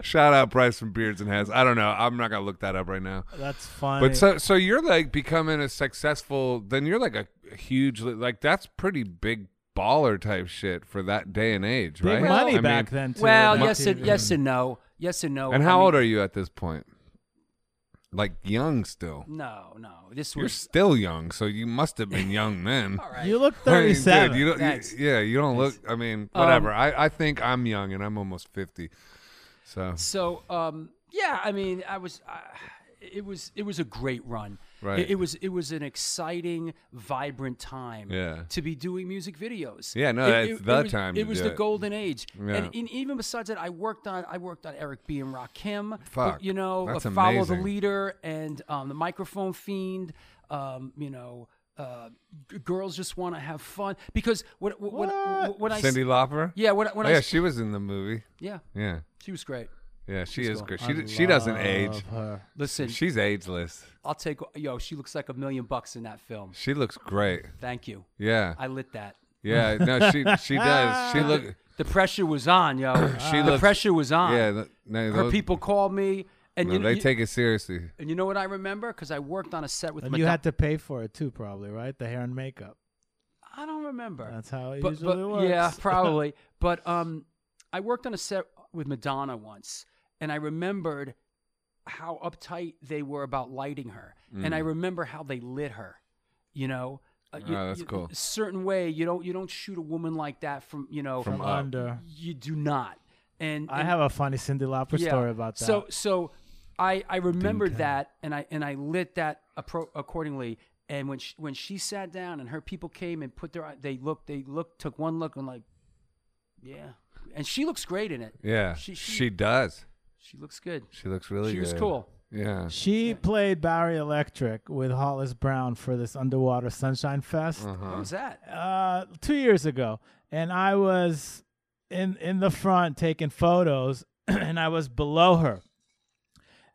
Shout out Bryce from Beards and Hats. I don't know. I'm not gonna look that up right now.
That's funny.
But so, so you're like becoming a successful. Then you're like a huge. Like that's pretty big baller type shit for that day and age, right?
big money
I mean,
back then. Too,
Well,
on
yes and
TV.
yes and no, yes and no.
And
Oh, I
how
mean-
old are you at this point? Like young still.
No, no. This
You're
was
still young, so you must have been young then.
all right.
You look
I mean, dude,
thirty-seven.
you don't, you-
Thanks.
yeah, you don't look. I mean,
Um,
whatever. I, I think I'm young, and I'm almost fifty. So
so, um, yeah. I mean, I was. Uh, it was. It was a great run.
Right.
It, it was. It was an exciting, vibrant time.
Yeah.
To be doing music videos.
Yeah, no,
It-
that's
it-
the
it was-
time
It
to
was
do
the
it.
golden age.
Yeah.
And in, even besides that, I worked on. I worked on Eric B and Rakim.
Fuck,
You know,
that's
uh, follow the
amazing.
leader and um, the microphone fiend. Um, you know. Uh, g- girls just want to have fun because what what when,
What?
when I s-
Cindy Lauper.
yeah when, I- when
oh,
I
yeah,
s-
she was in the movie.
yeah
Yeah,
she was great.
yeah, she
She's
is
cool.
great.
I
She she doesn't
love
age.
her.
Listen,
She's ageless.
I'll take yo. She looks like a million bucks in that film.
She looks great.
Thank you.
Yeah,
I lit that.
yeah. No, she she does. She look.
The pressure was on, yo.
She
the
looks-
pressure was on.
Yeah, th- no,
Her
those-
people called me, and
no,
you,
they
you-
take it seriously.
and you know what I remember because I worked on a set with
And
Madonna.
you had to pay for it too, probably, right? The hair and makeup.
I don't remember.
That's how it
but,
usually
but-
works.
Yeah, probably. but um, I worked on a set with Madonna once, and I remembered how uptight they were about lighting her, and I
Mm.
remember how they lit her. You know, Uh, you-
Oh, that's
you-
cool.
A certain way, you don't you don't shoot a woman like that from you know
From under.
You do not. And
I
and-
have a funny Cindy Lauper
yeah.
story about that.
So so I I remembered that and I and I lit that appro- accordingly. And when she, when she sat down and her people came and put their eye- they looked they looked took one look and like yeah and she looks great in it
Yeah,
She-
she,
she-
does.
she looks good
She looks really.
she
good.
was cool
Yeah.
she played Barry Electric with Hollis Brown for this Underwater Sunshine Fest.
Uh-huh.
what was that
uh, two years ago, and I was in in the front taking photos, and I was below her,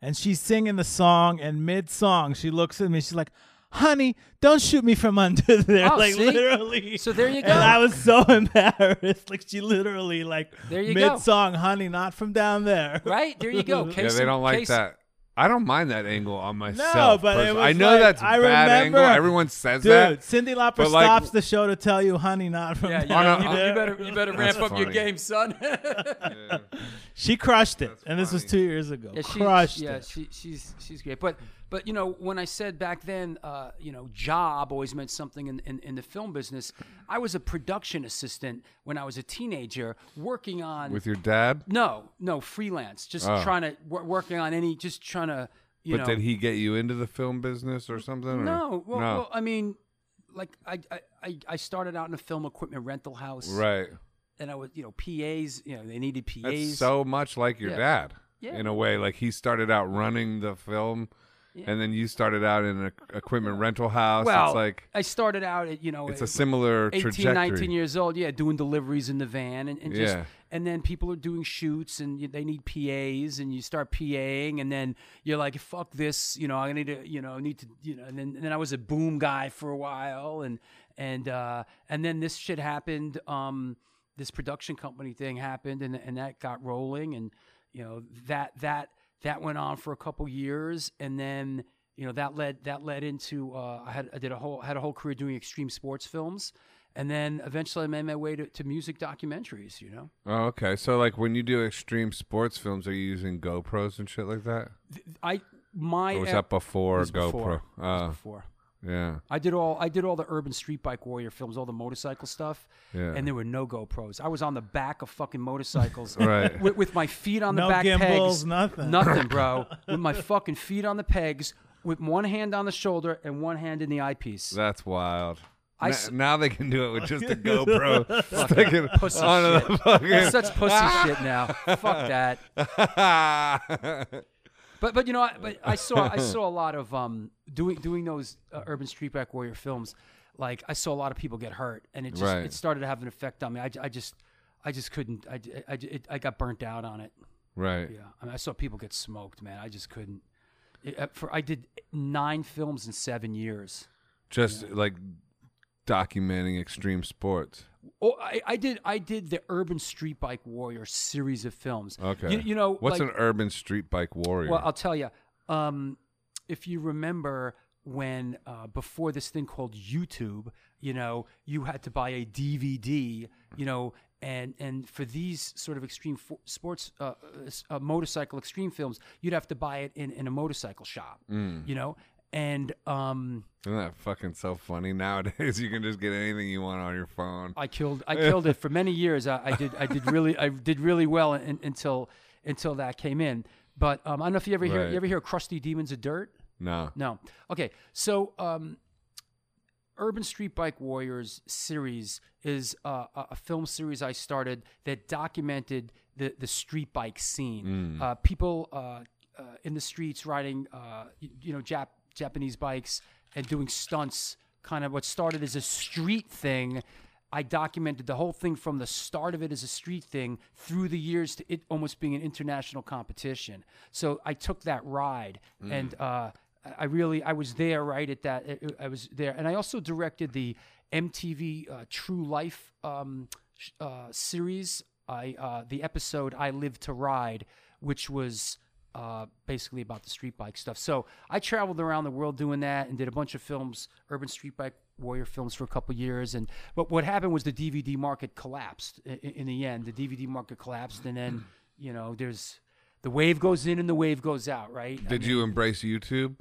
and she's singing the song, and mid song she looks at me, she's like. Honey, don't shoot me from under there.
Oh,
like
see?
literally.
So there you go.
And I was so embarrassed. Like she literally like
There you go.
mid song, honey, not from down there.
right there you go Casey,
yeah, they don't like
Casey-
that. I don't mind that angle on myself.
but it
personally.
was
I know
like-
that's a
I
bad
remember-
angle. Everyone says
Dude,
that.
Cindy Lauper
But, like-
stops the show to tell you, honey, not from
yeah you,
On
down
a-
better- you
there.
better you better
That's
ramp up your
funny.
game son
She crushed it. and this was
funny.
two years ago.
Yeah, she,
crushed
yeah,
it.
she, she's she's great. But but you know, when I said back then, uh, you know, job always meant something in, in, in the film business. I was a production assistant when I was a teenager, working on
With your dad,
no no freelance, just trying to wor- working on any, just trying to you
but
know.
did he get you into the film business or something? or-
no, well,
no,
well, I mean, like I, I- I I started out in a film equipment rental house,
right.
and I was you know PAs, you know they needed PAs.
That's so much like your
Yeah.
dad.
Yeah.
in a way. Like he started out running the film, and then you started out in an equipment rental house.
well,
it's like
I started out at you know
it's
uh,
a similar
18,
trajectory.
19 years old, yeah, doing deliveries in the van and, and just
Yeah.
and then people are doing shoots and you, they need PAs and you start PAing and then you're like fuck this, you know, I need to, you know, I need to, you know, and then and then I was a boom guy for a while and and uh and then this shit happened um this production company thing happened and and that got rolling and you know that that that went on for a couple years and then you know that led that led into uh, I had I did a whole had a whole career doing extreme sports films and then eventually I made my way to, to music documentaries you know
Oh, okay. So like when you do extreme sports films, are you using GoPros and shit like that?
I my
Or was that before
was
GoPro?
before. It was
Oh,
before
yeah.
I did all I did all the urban street bike warrior films all the motorcycle stuff
Yeah.
and there were no GoPros I was on the back of fucking motorcycles
Right.
with, with my feet on the
No
back
gimbals,
pegs
nothing.
nothing bro with my fucking feet on the pegs with one hand on the shoulder and one hand in the eyepiece
That's wild.
I
N-
s-
now they can do it with just a GoPro sticking
pussy
onto
shit.
the fucking.
That's such pussy shit now. Fuck that. But but you know, I- but I saw I saw a lot of um doing doing those uh, urban street back warrior films. Like I saw a lot of people get hurt, and it just
Right.
it started to have an effect on me. I, I just I just couldn't. I I, it, I got burnt out on it.
right.
Yeah, I, mean, I saw people get smoked, man. I just couldn't. It, uh, for I did nine films in seven years.
Just like documenting extreme sports.
Oh, I, I did I did the urban street bike warrior series of films.
Okay.
you, you know
What's
like-
an urban street bike warrior?
Well, I'll tell you. Um, if you remember when uh, before this thing called YouTube, you know, you had to buy a DVD, you know, and and for these sort of extreme fo- sports, uh, uh, s- uh, motorcycle extreme films, you'd have to buy it in in a motorcycle shop, you know, and um,
Isn't that fucking so funny? Nowadays, you can just get anything you want on your phone.
I killed I killed it for many years. I, I did I did really I did really well in, until until that came in. But um, I don't know if you ever hear
Right.
you ever hear Crusty Demons of Dirt.
No.
No. Okay. So, um, Urban Street Bike Warriors series is uh, a a film series I started that documented the, the street bike scene. Uh, people uh, uh, in the streets riding, uh, you, you know, Jap- Japanese bikes and doing stunts. Kind of what started as a street thing. I documented the whole thing from the start of it as a street thing through the years to it almost being an international competition. So I took that ride and uh, I- I really I was there right at that uh, I- I was there and I also directed the MTV uh, True Life um, sh- uh, series I uh, the episode I Live to Ride which was uh, basically about the street bike stuff so I traveled around the world doing that and did a bunch of films urban street bike warrior films for a couple years and but what happened was the DVD market collapsed in, in the end the DVD market collapsed and then you know there's the wave goes in and the wave goes out right
Did you embrace YouTube?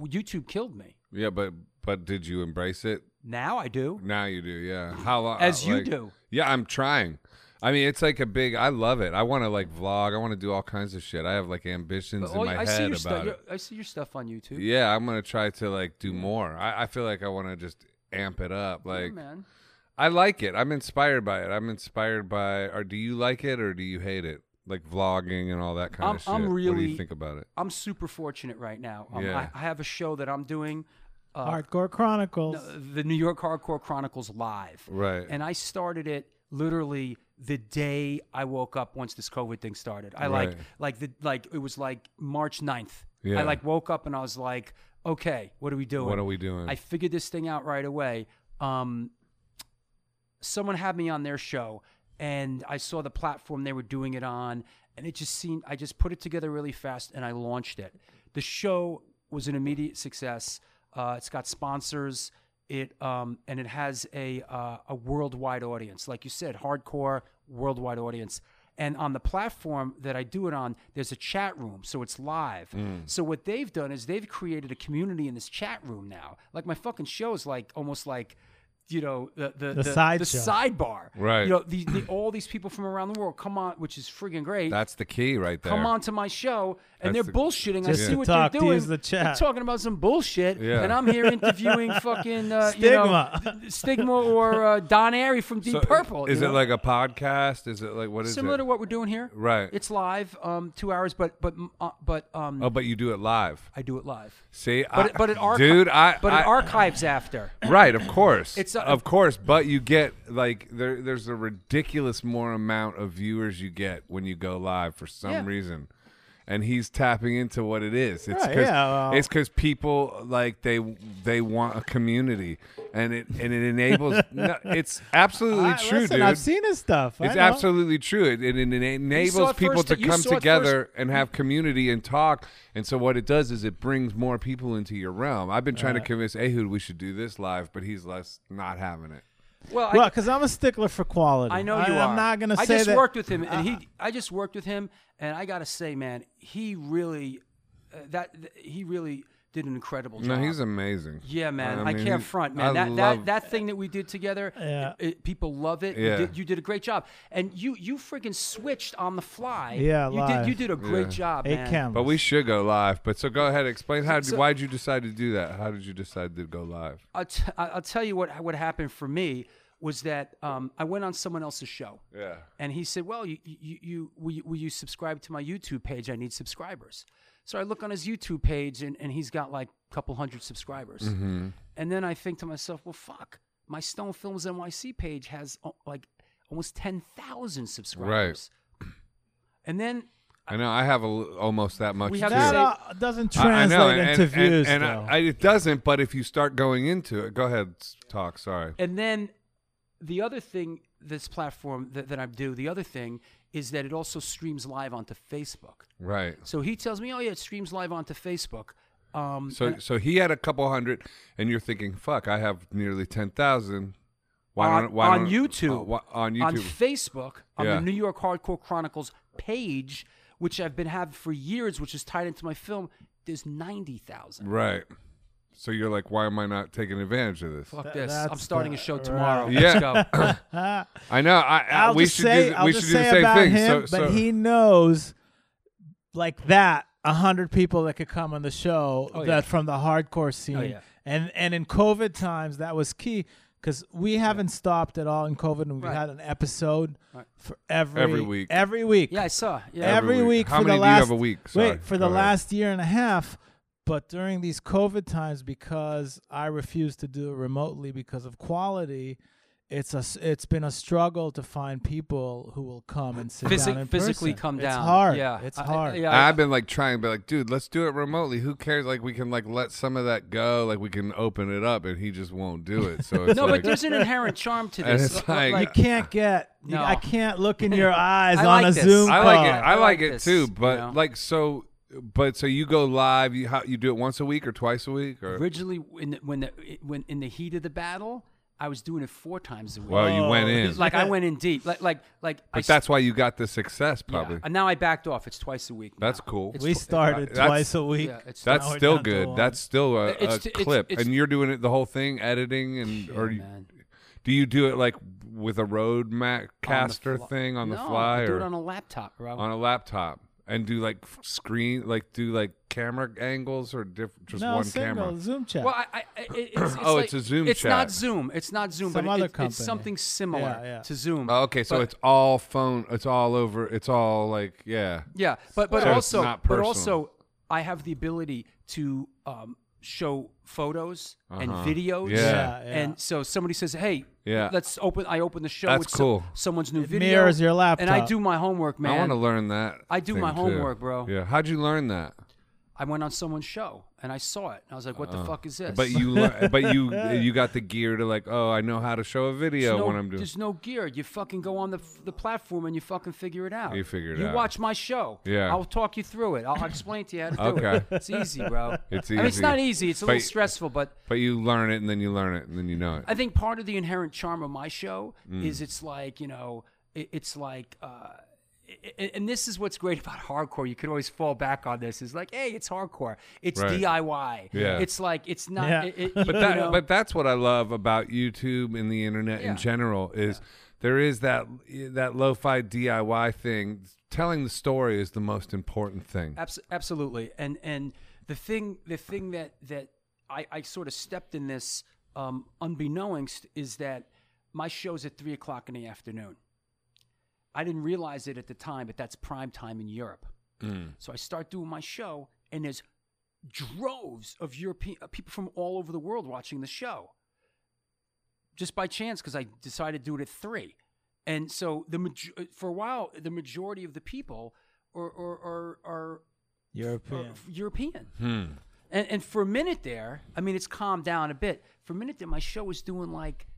YouTube killed me.
Yeah, but but did you embrace it?
Now I do.
Now you do, yeah. How uh, long?
As you do.
Yeah, I'm trying. I mean, it's like a big. I love it. I want to like vlog. I want to do all kinds of shit. I have like ambitions in
Oh,
my
I see
head
your
about
stuff.
it.
I see your stuff on YouTube.
Yeah, I'm gonna try to like do more. I, I feel like I want to just amp it up.
Yeah,
Like
man.
I like it. I'm inspired by it. I'm inspired by. Or do you like it or do you hate it? Like vlogging and all that kind
I'm-
of shit.
I'm
what do you
really-
think about it?
I'm super fortunate right now. Um,
Yeah.
I, I have a show that I'm doing, uh,
Hardcore Chronicles.
the New York Hardcore Chronicles Live.
Right.
And I started it literally the day I woke up once this COVID thing started. I like
Right.
like the like it was like March 9th.
Yeah.
I like woke up and I was like, okay, what are we doing?
what are we doing?
I figured this thing out right away. Um, someone had me on their show, and I saw the platform they were doing it on, and it just seemed I just put it together really fast, and I launched it. The show was an immediate success. Uh, it's got sponsors. It um, and it has a uh, a worldwide audience, like you said, hardcore worldwide audience. And on the platform that I do it on, there's a chat room, so it's live. So what they've done is they've created a community in this chat room now. Like my fucking show is like almost like you know the the
The side
the
show.
sidebar.
Right.
You know the, the all these people from around the world come on, which is freaking great.
That's the key right there.
come on to my show and
That's
they're
the-
bullshitting. I
Just
see
to
what
talk, to
they're doing.
use the chat.
They're talking about some bullshit,
Yeah.
and I'm here interviewing fucking uh,
Stigma.
you know, th- stigma or uh, Don Airy from Deep
So,
Purple.
Is
you
it
know?
like a podcast? Is it like what is
similar
it?
to what we're doing here?
Right.
It's live, um, two hours, but but uh, but um,
oh, but you do it live.
I do it live.
See,
But
I,
it- but it archi-
dude, I
But
I,
it archives after.
Right, of course. It's
It's a-
of course, but you get like there. There's a ridiculous more amount of viewers you get when you go live for some
Yeah.
reason, and he's tapping into what it is. It's
Right,
cause,
yeah, well-
it's 'cause people like they they want a community, and it and it enables. no, it's absolutely
I-
true,
listen,
dude.
I've seen his stuff. I
It's
know.
absolutely true. It, it, it
saw
enables
it
people
first-
to
you
come
saw it
together and have community and talk. And so what it does is it brings more people into your realm. I've been
Uh.
trying to convince Ehud we should do this live, but he's less not having it.
Well, I,
Well, because I'm a stickler for quality.
I know you
I,
are.
I'm not gonna
I
say
just
that.
worked with him, and he. I just worked with him, and I gotta say, man, he really, uh, that th- he really did an incredible job.
No, he's amazing.
Uh, yeah, man. I,
mean,
can't
he's-
front,
I
man. that,
love-
that that thing that we did together,
Yeah.
it, it- people love it.
Yeah.
You, did, you did a great job, and you you freaking switched on the fly.
Yeah,
you
live.
did you did a great
Yeah.
job,
Eight
man.
cameras.
But we should go live. But so go ahead, explain how.
So-
why'd you decide to do that? How did you decide to go live?
I'll, t- I- I'll tell you what what happened for me was that um, I went on someone else's show.
Yeah.
And he said, "Well, you, you, you will, you will you subscribe to my YouTube page? I need subscribers." So I look on his YouTube page, and, and he's got like a couple hundred subscribers. And then I think to myself, "Well, fuck, my Stone Films NYC page has uh, like almost ten thousand subscribers." And then
I know I have a l almost that much.
We
too.
have
that
say-
uh, doesn't
I- I
translate
know, and-
into
and-
views,
and,
though.
and I, it doesn't. But if you start going into it, go ahead, s- talk. Sorry.
and then the other thing, this platform that, that I do, the other thing is that it also streams live onto Facebook.
Right.
So he tells me, "Oh yeah, it streams live onto Facebook." Um,
So so he had a couple hundred, and you're thinking, "Fuck, I have nearly ten thousand. Why
on,
don't why
on
don't,
YouTube,
uh, why- on YouTube?
Facebook, on
Yeah.
the New York Hardcore Chronicles page, which I've been having for years, which is tied into my film. There's ninety thousand.
right. So you're like, why am I not taking advantage of this?
Fuck
Th-
this!
that's
I'm starting
the-
a show tomorrow.
right.
Let's
Yeah.
go.
Ah,
I know. I, I
I'll
we
just
should
say,
do, the-
I'll
we
just
should do
say
the same
about
thing.
him,
so,
but
so-
he knows like that a hundred people that could come on the show
Oh,
that
yeah.
from the
Oh,
hardcore scene,
yeah.
and and in COVID times that was key because we haven't stopped at all in COVID, and we
Right.
had an episode for every
Every week.
every week,
yeah, I saw. Yeah,
every,
Every
week,
week. How
for
many
the
do you
last
have a week? Sorry.
wait for the
Go ahead.
last year and a half. But during these COVID times, because I refuse to do it remotely because of quality, it's a s- it's been a struggle to find people who will come and sit
Physi-
down in
physically
person.
come
It's
down.
hard.
Yeah,
it's
I- I-
hard.
yeah,
I've been like trying to be like, dude, let's do it remotely. Who cares? Like we can like let some of that go. Like we can open it up, and he just won't do it. So it's
no,
like,
but there's an inherent charm to
And
this.
it's like-
You can't get. you-
No.
I can't look in your eyes
I
on
like
a
this.
Zoom
I
call.
like it. I,
Oh, I
like,
like
it
this,
too.
you
But
know?
like so, but so you go live. You how you do it once a week or twice a week or
originally in the, when the when in the heat of the battle, I was doing it four times a week.
Well, you went
Whoa.
in.
Oh, like I went in deep. Like like like. I
But that's why you got the success,
yeah.
probably.
And now I backed off. It's twice a week. now.
That's cool.
It's
we
tw-
started
that's-
twice a week.
Yeah, it's
That's
now we're
still
down to
good.
one.
That's still a,
It's
a
t- it's-
clip,
it's-
and you're doing it the whole thing, editing, and or you-
man.
do you do it like with a road Mac
on the
caster
fly-
thing on the
No,
fly,
I do
or
it on a laptop, bro.
on a laptop, and do like f- screen, like do like camera angles or diff- just
no
one
single
camera?
Zoom chat.
well, I, I, I- it- it's, it's
Oh,
like-
it's a Zoom
It's
chat.
not Zoom. It's not Zoom,
Some
but
other
it, it's
company.
something similar
Yeah, yeah.
to Zoom.
Oh, okay, so
But-
it's all phone. It's all over. It's all like yeah.
yeah, but but
So it's
also
not
but
personal.
also I have the ability to um, show photos and videos.
Uh-huh. Yeah.
Yeah, yeah.
And so somebody says, "Hey,
Yeah.
let's open." I open the show.
That's
with so-
cool.
someone's new
It
video
mirrors your
and I
laptop.
do my homework, man.
I want to learn that.
I do
thing,
my
too.
homework, bro.
Yeah, how'd you learn that?
I went on someone's show and I saw it, and I was like, "What the fuck is this?"
Uh-huh. But you, lear- but you, you got the gear to like. Oh, I know how to show a video
There's no,
when I'm doing.
There's no gear. You fucking go on the the platform and you fucking figure it out.
You figure it
you
out.
watch my show.
Yeah.
I'll talk you through it. I'll I'll explain to you how to do
Okay.
it. It's easy, bro.
It's
I mean, it's
easy.
not easy. It's a little
But-
stressful, but
But you learn it and then you learn it and then you know it.
I think part
Mm.
of the inherent charm of my show is it's like you know, it, it's like uh, i- and, and this is what's great about hardcore. You could always fall back on this. Is like, hey, it's hardcore. It's
Right.
DIY.
Yeah.
It's like it's not.
Yeah.
It, it,
But
you
but that,
know,
but that's what I love about YouTube and the internet
Yeah.
in general is there is that that lo-fi DIY thing. Telling the story is the most important thing.
Abs- absolutely. And and the thing the thing that that I, I sort of stepped in this um, unbeknownst is that my show's at three o'clock in the afternoon. I didn't realize it at the time, but that's prime time in Europe. So I start doing my show, and there's droves of European uh, people from all over the world watching the show. Just by chance, because I decided to do it at three, and so the maj- uh, for a while the majority of the people are are are, are
European.
are f- Uh, European.
Hmm.
And, and for a minute there, I mean, it's calmed down a bit. For a minute there, my show was doing like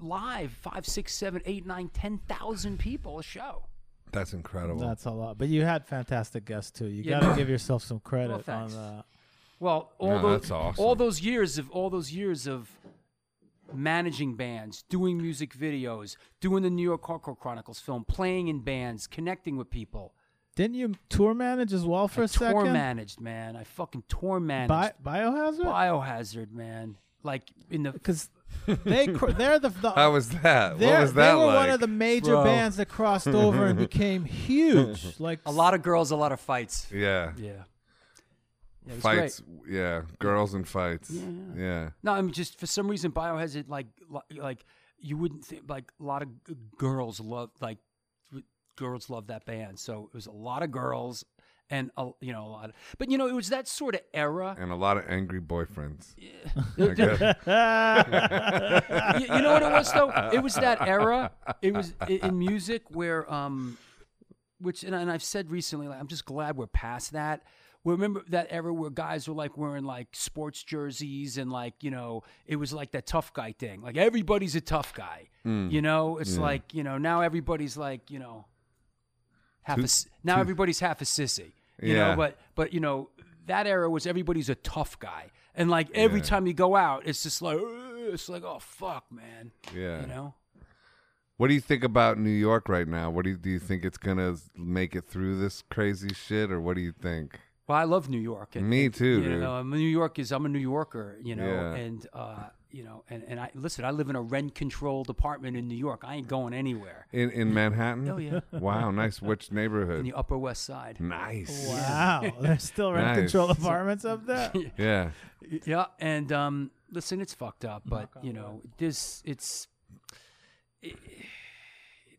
live five, six, seven, eight, nine, ten thousand people a show.
That's incredible.
That's a lot. But you had fantastic guests too. You
Yeah.
got to give yourself some credit on
thanks.
that.
Well, all
No,
those
that's awesome.
all those years of all those years of managing bands, doing music videos, doing the New York Hardcore Chronicles film, playing in bands, connecting with people.
Didn't you tour manage as well for
I
a second?
tour managed, man. I fucking tour managed.
Bi- biohazard?
Biohazard, man. Like in the
Because they cr- they're the, the
How was that?
they're-
What was that
they were
like?
one of the major
Bro.
bands that crossed over and became huge. Like
a lot of girls, a lot of fights.
yeah.
Yeah. yeah it was great.
fights. Yeah, girls and fights. Yeah.
No, I'm just for some reason Biohazard like li- like you wouldn't think like a lot of g- girls love like w- girls love that band. So it was a lot of girls and a, you know a lot of but you know it was that sort of era.
and a lot of angry boyfriends.
Th- th-
Okay.
y- you, know what it was though? It was that era. It was i- in music where um which and, I- and I've said recently like I'm just glad we're past that. We Remember that era where guys were like wearing like sports jerseys and like you know it was like that tough guy thing. Like everybody's a tough guy.
Mm.
You know, it's like you know now everybody's like you know half a s now everybody's half a sissy. You
Yeah.
know, but but you know that era was everybody's a tough guy, and like every time you go out, it's just like "Ugh," it's like oh fuck, man.
Yeah.
You know.
What do you think about New York right now? What do you, do you think it's gonna make it through this crazy shit, or what do you think?
Well, I love New York. And,
Me
and,
too,
You
dude.
know, I'm a New York is I'm a New Yorker. You know,
Yeah.
and uh, you know, and, and I listen. I live in a rent-controlled apartment in New York. I ain't going anywhere
In in Manhattan?
Oh, yeah.
Wow, nice. Which
in
neighborhood?
the Upper West Side.
Mm. Nice.
wow, there's still rent
Nice.
control apartments up there.
Yeah.
Yeah, and um, listen, it's fucked up, but you know, this it's i-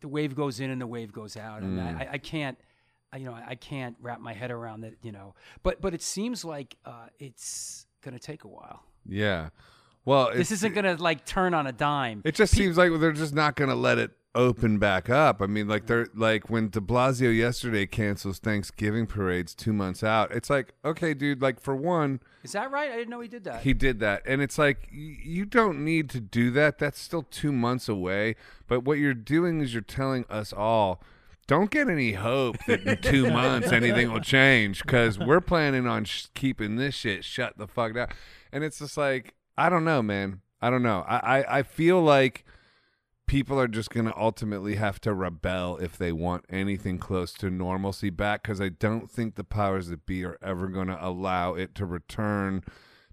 the wave goes in and the wave goes out, and
Mm.
I I, I can't, I, you know, I can't wrap my head around that, you know. But but it seems like uh, it's gonna take a while.
Yeah. Well,
This
it's-
isn't gonna like turn on a dime.
It just seems like they're just not going to let it open back up. I mean, like they're like when De Blasio yesterday cancels Thanksgiving parades two months out. It's like, okay, dude. Like for one,
Is that right? I didn't know he did that.
he did that, and it's like y- you don't need to do that. That's still two months away. But what you're doing is you're telling us all. Don't get any hope that in two months anything will change because we're planning on sh- keeping this shit shut the fuck down. And it's just like, I don't know, man. I don't know. I, I, I feel like people are just going to ultimately have to rebel if they want anything close to normalcy back because I don't think the powers that be are ever going to allow it to return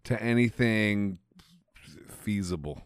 to anything feasible.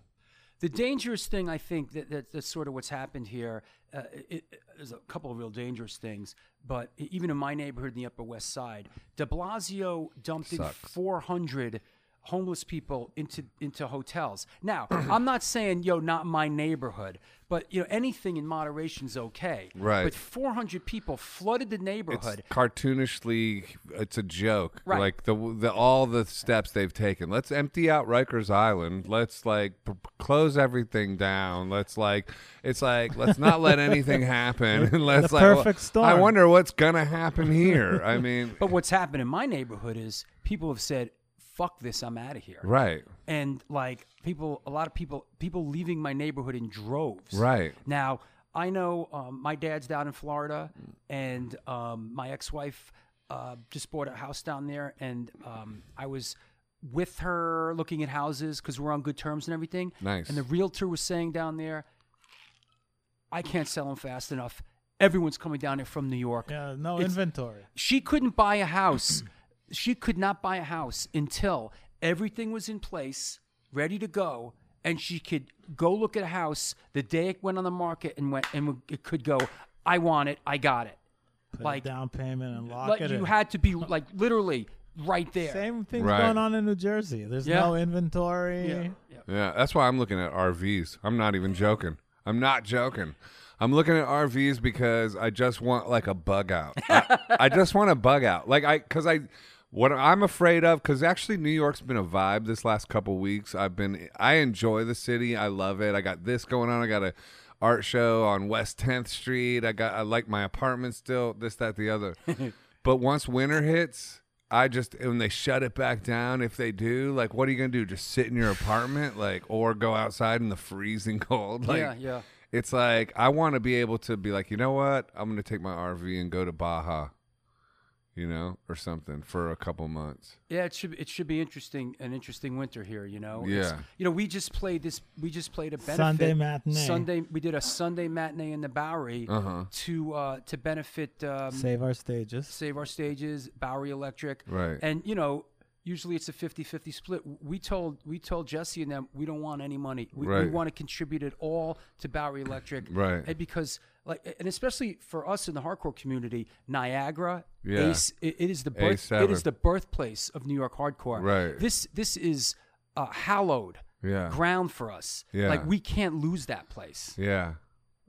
The dangerous thing, I think, that, that that's sort of what's happened here. Uh, it, it- there's a couple of real dangerous things, but e, even in my neighborhood in the Upper West Side, De Blasio dumped in 400 homeless people into into hotels. Now, I'm not saying yo, not my neighborhood, but you know anything in moderation's okay.
Right.
But 400 people flooded the neighborhood.
Cartoonishly, it's a joke.
Right.
Like the the all the steps they've taken. Let's empty out Rikers Island. Let's like p- p- close everything down. Let's like it's like let's not let anything happen. And let's
The
like well,
perfect storm.
I wonder what's gonna happen here. I mean,
but what's happened in my neighborhood is people have said, "Fuck this, I'm out of here."
right,
and like people a lot of people people leaving my neighborhood in droves
right.
now i know um, my dad's down in florida and um, my ex-wife uh, just bought a house down there and um, i was with her looking at houses because we're on good terms and everything
Nice.
and the realtor was saying down there i can't sell them fast enough Everyone's coming down there from New York.
Yeah, no
It's-
inventory.
She couldn't buy a house. she could not buy a house until everything was in place, ready to go, and she could go look at a house the day it went on the market and went and it could go. I want it. I got it.
Put
like-
a down payment and lock
Like
it
you
in.
had to be like literally right there.
Same things
Right.
going on in New Jersey. There's
Yeah.
no inventory.
Yeah, yeah.
Yeah, that's why I'm looking at RVs. I'm not even joking. I'm not joking. I'm looking at RVs because I just want like a bug out. I, I just want a bug out. Like I cuz I what I'm afraid of cuz actually New York's been a vibe this last couple weeks. I've been I enjoy the city. I love it. I got this going on. I got a art show on West 10th Street. I got I like my apartment still. This that the other. but once winter hits, I just when they shut it back down, if they do, like what are you gonna do? Just sit in your apartment, like, or go outside in the freezing cold? Like,
yeah, yeah.
It's like I want to be able to be like, you know what? I'm gonna take my RV and go to Baja, you know, or something for a couple months.
Yeah, it should it should be interesting an interesting winter here, you know. It's-
Yeah.
you know, we just played this we just played a benefit
Sunday matinee.
Sunday we did a Sunday matinee in the Bowery
Uh huh.
to uh to benefit um,
Save our stages.
Save Our Stages, Bowery Electric.
Right.
And you know, usually it's a 50-50 split. We told we told Jesse and them we don't want any money. We, we
Right.
want to contribute it all to Bowery Electric.
Right.
And because like and especially for us in the hardcore community, Niagara
Yeah.
Ace, it- it is the birth, it
A7.
is the birthplace of New York hardcore.
Right.
This this is uh, hallowed
Yeah.
ground for us.
Yeah.
Like we can't lose that place.
Yeah.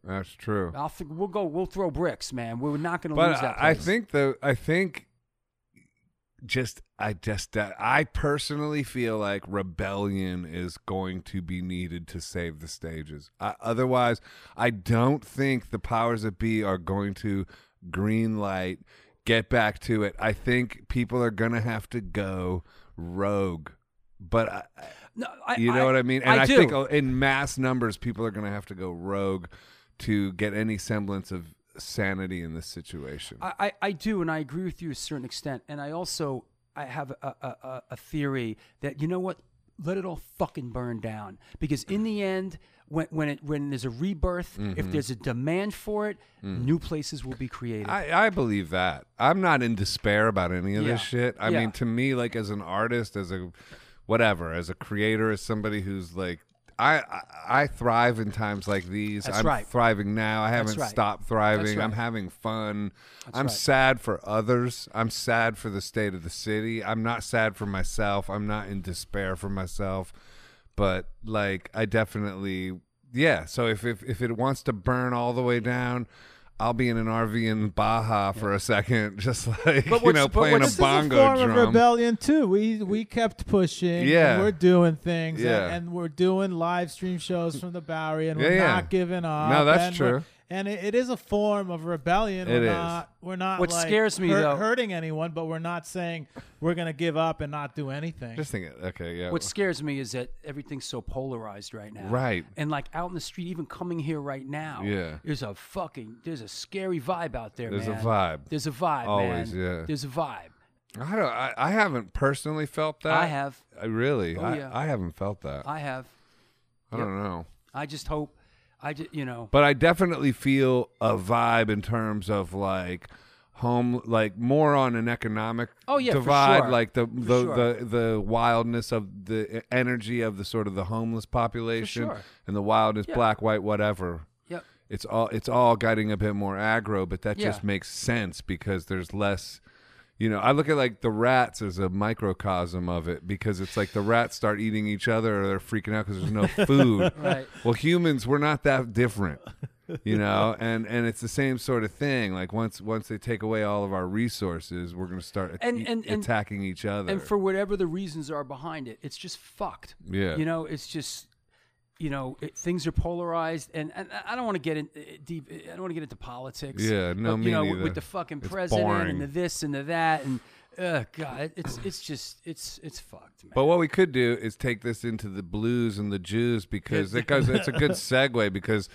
That's true.
I'll think we'll go. We'll throw bricks, man. We're not going to
but
lose that.
I I
place.
think though I think just I just uh, I personally feel like rebellion is going to be needed to save the stages. I, otherwise, I don't think the powers that be are going to green light get back to it. I think people are going to have to go rogue. But I,
No, I,
you know what I mean? And
I,
I,
do.
think uh, in mass numbers, people are going to have to go rogue to get any semblance of sanity in this situation.
I, I, I do, and I agree with you to a certain extent. And I also I have a, a, a, a theory that you know what, let it all fucking burn down because in the end, when when it when there's a rebirth,
Mm-hmm.
if there's a demand for it, new places will be created.
Mm. I, I believe that. I'm not in despair about any of this
Yeah.
shit. I
Yeah.
mean, to me, like as an artist, as a whatever, as a creator, as somebody who's like, I I, I thrive in times like these.
That's
I'm
right.
thriving now. I haven't
right.
stopped thriving.
right.
I'm having fun. I'm
right.
sad for others. I'm sad for the state of the city. I'm not sad for myself. I'm not in despair for myself. But like, I definitely. Yeah, so if, if if it wants to burn all the way down, I'll be in an RV in Baja for a second, just like
But
you
what's-
know,
but
playing a
what's-
This is a
bongo
form of
drum.
rebellion too. We we kept pushing. and
Yeah.
we're doing things. and-
Yeah.
And, we're doing live stream shows from the Bowery, and we're
Yeah, yeah.
not giving up.
No, that's
and we're-
true.
And it, it is a form of rebellion.
It
we're
is.
Not, we're not.
What
like,
scares me,
hurt-
though-
hurting anyone, but we're not saying we're gonna give up and not do anything.
Just think, it- okay, yeah,
what scares me is that everything's so polarized right now.
Right.
And like out in the street, even coming here right now,
Yeah.
there's a fucking there's a scary vibe out there.
There's a
man.
vibe.
There's a vibe.
Always,
man.
yeah.
There's a vibe.
I don't. I, I haven't personally felt that.
I have.
I really.
Oh,
I,
yeah.
I haven't felt that. I,
I have.
don't know.
I just hope. I just you know.
But I definitely feel a vibe in terms of like home, like more on an economic
Oh, yeah, for
divide,
sure.
like the
For
the,
sure.
the the wildness of the e, energy of the sort of the homeless population
sure.
and the wildness,
Yeah.
black, white, whatever.
Yep.
it's all it's all getting a bit more aggro, but that
Yeah.
just makes sense because there's less. You know, I look at like the rats as a microcosm of it because it's like the rats start eating each other or they're freaking out because there's no food.
Right.
Well, humans, we're not that different, you know, and and it's the same sort of thing. Like once once they take away all of our resources, we're going to start at-
And- and- and-
attacking each other.
And for whatever the reasons are behind it, it's just fucked.
Yeah.
You know, it's just, you know, it, things are polarized, and, and I- I don't want to get in uh, deep. I don't want to get into politics.
Yeah, no,
but,
me
you know,
neither.
with the fucking
It's
president
boring.
and the this and the that and. Uh, God, it- it's it's just it's it's fucked, man.
But what we could do is take this into the blues and the Jews because it goes, it's a good segue because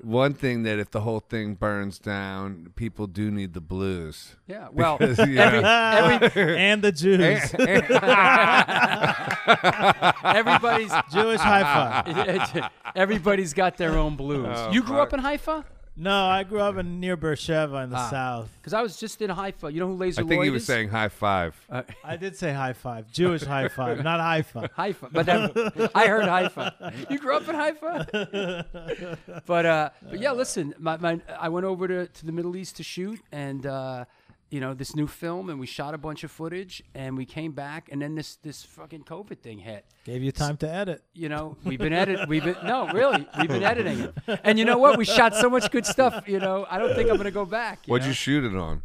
one thing that if the whole thing burns down, people do need the blues.
yeah, well,
Because, you know,
every, every,
and the Jews,
Eh.
everybody's
Jewish Haifa.
Oh,
everybody's got their own blues. you grew up in Haifa?
No, I grew up in near Beersheba in the
Ah.
south.
Because I was just in Haifa. You know who
I
Laser
think
Lloyd
he was
is?
saying high five.
Uh,
I did say high five, Jewish high five, not high five.
Haifa, but that, I heard Haifa. You grew up in Haifa, but uh, but yeah. Listen, my, my I went over to, to the Middle East to shoot, and uh, you know this new film, and we shot a bunch of footage, and we came back, and then this this fucking COVID thing hit.
Gave you time to edit.
You know, we've been edit, we've been no, really, we've been editing it, and you know what? We shot so much good stuff. You know, I don't think I'm gonna go back. You
What'd
know?
you shoot it on?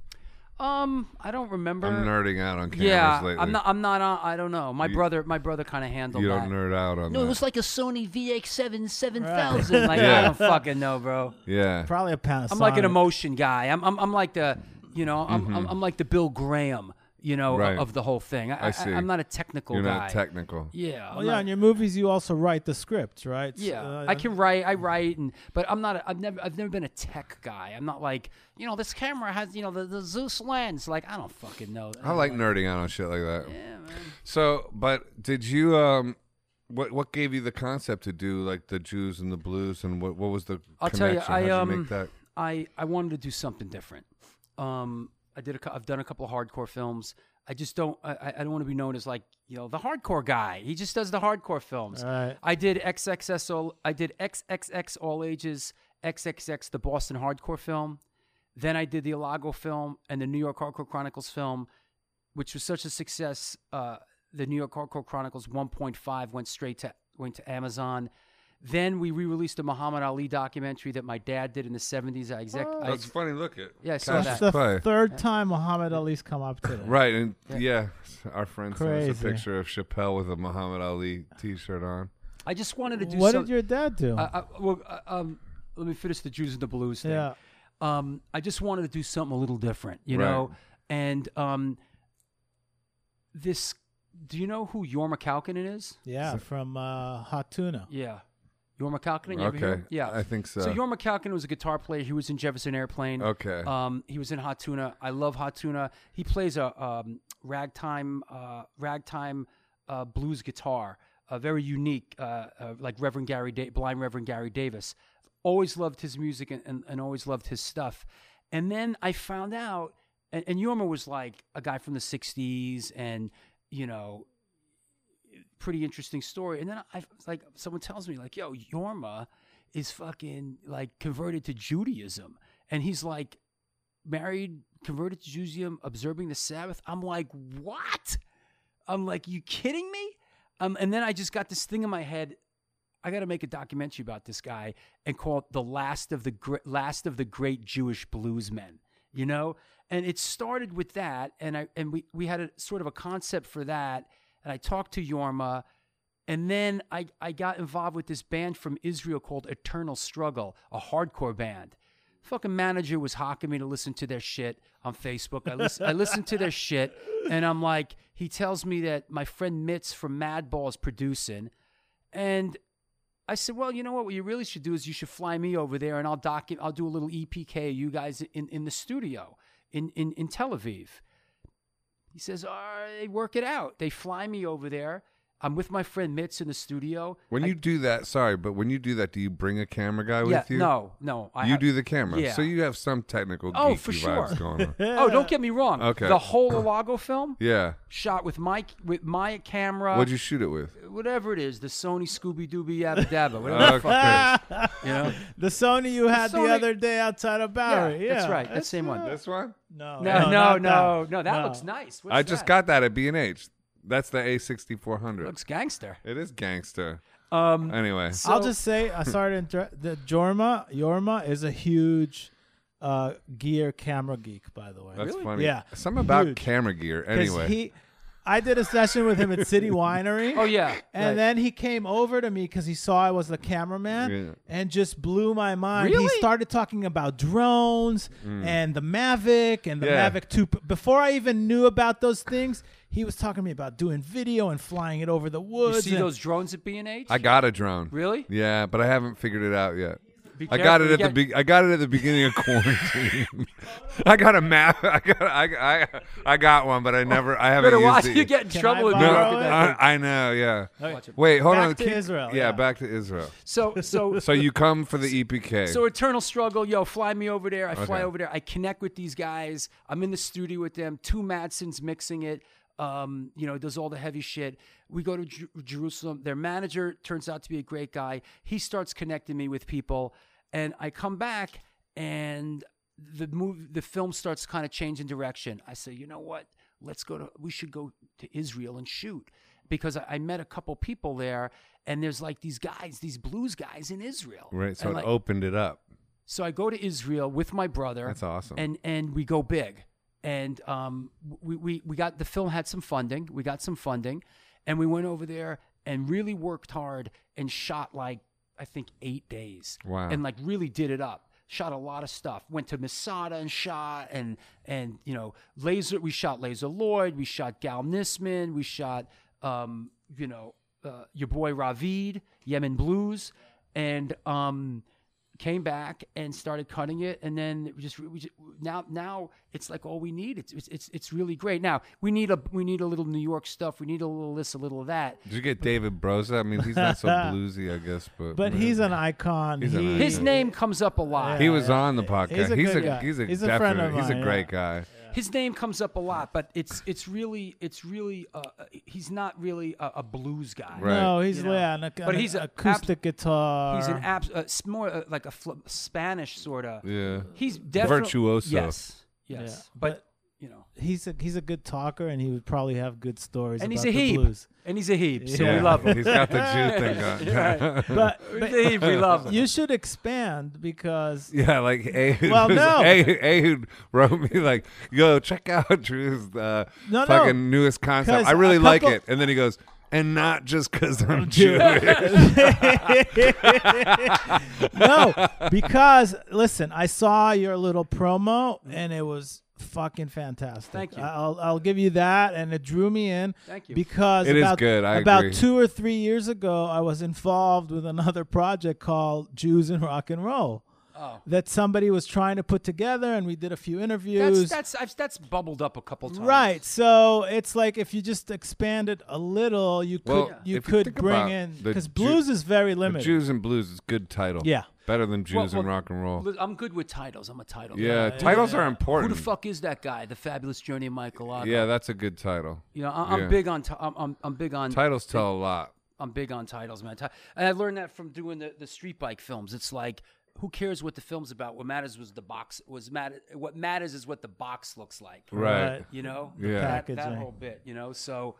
Um, I don't remember.
I'm nerding out on cameras
yeah,
lately.
I'm not. I'm not. On, I don't know. My brother, my brother, kind of handled
you
that.
don't nerd out on
No,
that.
it was like a Sony VX7 7000. Like I
Yeah.
don't fucking know, bro.
yeah.
Probably a pound.
I'm like an emotion guy. I'm I'm, I'm like the you know I'm, I'm I'm like the Bill Graham you know
Right.
of the whole thing. I,
I see.
am not a technical
You're
guy.
not technical.
yeah. I'm
Well, Oh, yeah,
not-
in your movies you also write the scripts, right?
yeah,
Uh,
I can write. I write, and but I'm not. A, I've never. I've never been a tech guy. I'm not like you know. This camera has you know the, the Zeus lens. Like I don't fucking know.
I like nerding out on shit like that. Yeah, man. So, but did you um what what gave you the concept to do like the Jews and the blues and what what was the
I'll tell you,
connection?
I
How'd
um,
you make that?
I I wanted to do something different. Um, I did a, cou- I've done a couple of hardcore films. I just don't, I, I- I don't want to be known as like, you know, the hardcore guy. He just does the hardcore films.
Right.
I did XXS all, I did XXX all ages, XXX the Boston hardcore film. Then I did the Ilago film and the New York Hardcore Chronicles film, which was such a success. Uh, the New York Hardcore Chronicles 1.5 went straight to went to Amazon. Then we re-released a Muhammad Ali documentary that my dad did in the 70s. I exec- I
That's
ex-
funny. Look at
Yeah, I saw
Cash
that.
That's
is
the
Clay.
third time Muhammad Ali's come up today.
Right, and yeah, our friend sent us a
Crazy.
picture of Chappelle with a Muhammad Ali T-shirt on.
I just wanted to do
What
some-
did your dad do?
I, I, well, uh, um, let me finish the Jews and the Blues thing.
yeah.
um, I just wanted to do something a little different, you
Right.
know. And um, this, do you know who Yorma Kalkinen is?
Yeah, from uh, Hot Tuna.
Yeah, Yorma Kalkinen. You ever hear
Okay,
him? Yeah,
I uh, think so.
So Yorma Kalkinen was a guitar player. He was in Jefferson Airplane.
Okay.
Um, he was in Hot Tuna. I love Hot Tuna. He plays a um, ragtime, uh, ragtime uh, blues guitar. A very unique, uh, uh, like Reverend Gary, da- blind Reverend Gary Davis. Always loved his music and, and, and always loved his stuff. And then I found out, and, and Yorma was like a guy from the '60s, and you know, pretty interesting story. And then I like someone tells me like, "Yo, Yorma is fucking like converted to Judaism," and he's like married, converted to Judaism, observing the Sabbath. I'm like, what? I'm like, you kidding me? Um, and then I just got this thing in my head. I got to make a documentary about this guy and call it the last of the Gre- last of the great Jewish blues men. You know, and it started with that, and I and we we had a sort of a concept for that, and I talked to Yorma. And then I, I got involved with this band from Israel called Eternal Struggle, a hardcore band. Fucking manager was hocking me to listen to their shit on Facebook. I listen, I listened to their shit, and I'm like, he tells me that my friend Mitz from Madball is producing, and I said, well, you know what? What you really should do is you should fly me over there, and I'll docu- I'll do a little EPK of you guys in, in the studio in, in in Tel Aviv. He says, all right, they work it out. They fly me over there. I'm with my friend Mitz in the studio.
when
I-
you do that, sorry, but when you do that, do you bring a camera guy
yeah,
with you?
no, no, I
you
have-
do the camera,
Yeah.
so you have some technical
Oh,
geeky
for
vibes
sure.
going on.
Oh, don't get me wrong.
Okay.
The whole Ilago film
yeah,
shot with my with my camera.
what'd you shoot it with?
whatever it is, the Sony Scooby Dooby Yabba Dabba, whatever the fuck,
Okay,
you know?
The Sony you had the,
Sony-
other day outside of
Yeah,
Bowery. Yeah,
that's right. That's the same one.
this one.
No,
no, no,
not
no, no. That
No.
looks nice. What's
I just
that?
got that at B and H. That's the A6400.
looks gangster.
it is gangster.
Um,
Anyway,
so-
I'll just say, uh, sorry to interrupt. The Jorma, Yorma is a huge uh, gear camera geek, by the way.
that's
Really?
funny.
Yeah.
something about
Huge.
camera gear.
'Cause
Anyway,
he, I did a session with him at City Winery.
oh yeah,
And
right.
then he came over to me because he saw I was the cameraman
Yeah.
and just blew my mind. He
Really? Mm.
started talking about drones and the Mavic and the
Yeah.
Mavic 2. Before I even knew about those things, he was talking to me about doing video and flying it over the
you
woods.
see
and-
those drones at B and H?
I got a drone.
Really?
Yeah, but I haven't figured it out yet.
Be
I got
careful,
it
you
at the
get-
be- I got it at the beginning of quarantine. I got a map. I got I, I I got one, but I never I haven't
Oh, Better
used
watch.
it.
You get in
Can I
trouble with
no,
borrow
Europe.
it?
I, I know. Yeah.
Okay.
Wait, hold
Back
on.
to Israel,
Yeah,
yeah.
back to Israel.
So so
So you come for the E EPK.
So eternal struggle, yo, fly me over there. I fly
Okay.
over there. I connect with these guys. I'm in the studio with them. Two Madsons mixing it. Um, you know, does all the heavy shit. We go to Ju- Jerusalem. Their manager turns out to be a great guy. He starts connecting me with people, and I come back, and the movie, the film starts kind of changing direction. I say, you know what? Let's go to. We should go to Israel and shoot because I, I met a couple people there, and there's like these guys, these blues guys in Israel.
right. So
And,
it
like,
opened it up.
so I go to Israel with my brother.
That's awesome.
And and we go big. And um, we, we we got the film had some funding. We got some funding, and we went over there and really worked hard and shot like I think eight days.
Wow.
And like really did it up. Shot a lot of stuff. Went to Masada and shot and and you know laser. We shot Laser Lloyd. We shot Gal Nisman. We shot um, you know uh, your boy Ravid Yemen Blues and um, came back and started cutting it and then it was just, we just now now it's like all we need it's it's it's- it's really great now we need a we need a little new york stuff we need a little this a little of that
Did you get David Broza? I mean, he's not so bluesy, I guess, but
But he's an icon.
He's an
He-
icon.
his name comes up a lot
He was on the podcast.
He's a
he's
good
a
guy.
he's a
He's a friend
definite-
of
he's a
mine,
great
yeah.
guy.
his name comes up a lot but it's it's really it's really uh, he's not really a, a blues guy
Right.
No, he's
You know.
yeah, an, ac-
But
an
he's a
acoustic guitar.
he's an abs- uh, s- more uh, like a fl- spanish sort of
Yeah.
he's definitely
Virtuoso.
yes yes
Yeah.
but you know
he's a he's a good talker, and he would probably have good stories.
and
about
he's a
the
heap
blues.
and he's a heap so
Yeah.
we love him
He's got the Jew thing going.
Right.
But,
He's a heap, we love him
but you should expand because
Yeah, like Ehud.
Well, no.
Ehud, Ehud wrote me like, "Yo, check out Drew's uh,
No, no.
fucking newest concept.
'Cause
I really
a
like
couple-
it." And then he goes, "And not just because I'm
Jew."
Jewish."
no, because listen, I saw your little promo and it was fucking fantastic.
Thank you.
I- I'll I'll give you that, and it drew me in.
Thank you.
Because
It is
about,
good, I
about
agree.
two or three years ago, I was involved with another project called Jews in Rock and Roll.
Oh.
That somebody was trying to put together, and we did a few
That's
interviews.
that's I've, that's bubbled up a couple times.
right, so it's like if you just expand it a little, you could
Well, if
you
you
could
think
bring
about
in
the
because
Jew-
blues is very
The
limited.
Jews and blues is a good title.
Yeah.
better than Jews
Well, well,
and rock and roll.
look, I'm good with titles. I'm a title. guy.
yeah, titles are
Who
important.
the fuck is that guy? The Fabulous Journey of Michael.
Yeah, that's a good title.
You know, I, am
Yeah.
big on. T- I'm, I'm I'm big on.
Titles tell a lot.
I'm big on titles, man. Ti- And I learned that from doing the, the street bike films. It's like, who cares what the film's about? What matters was the box. Was matter. What matters is what the box looks like.
Right.
Right.
You know.
Yeah.
That, that
Packaging.
whole bit. You know. So,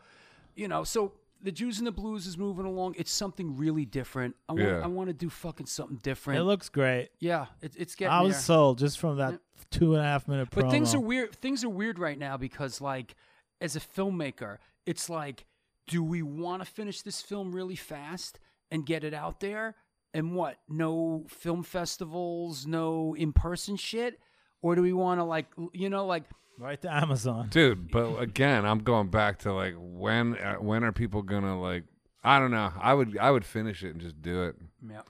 you know. So the Jews and the Blues is moving along. It's something really different. I want.
Yeah.
I want to do fucking something
It
different.
looks great.
yeah. It, it's getting.
I was
there.
sold just from that two and a half minute promo.
But things are weird. Things are weird right now because, like, as a filmmaker, it's like, do we want to finish this film really fast and get it out there? And what? No film festivals, no in-person shit, or do we want to like, l- you know, like,
right to Amazon.
dude but again i'm going back to like when uh, when are people gonna like i don't know i would i would finish it and just do it
yeah,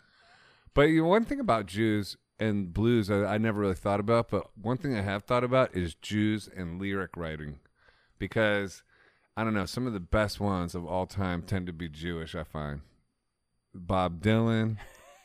but you know, one thing about jews and blues I, I never really thought about but one thing i have thought about is jews and lyric writing because i don't know some of the best ones of all time tend to be jewish i find bob dylan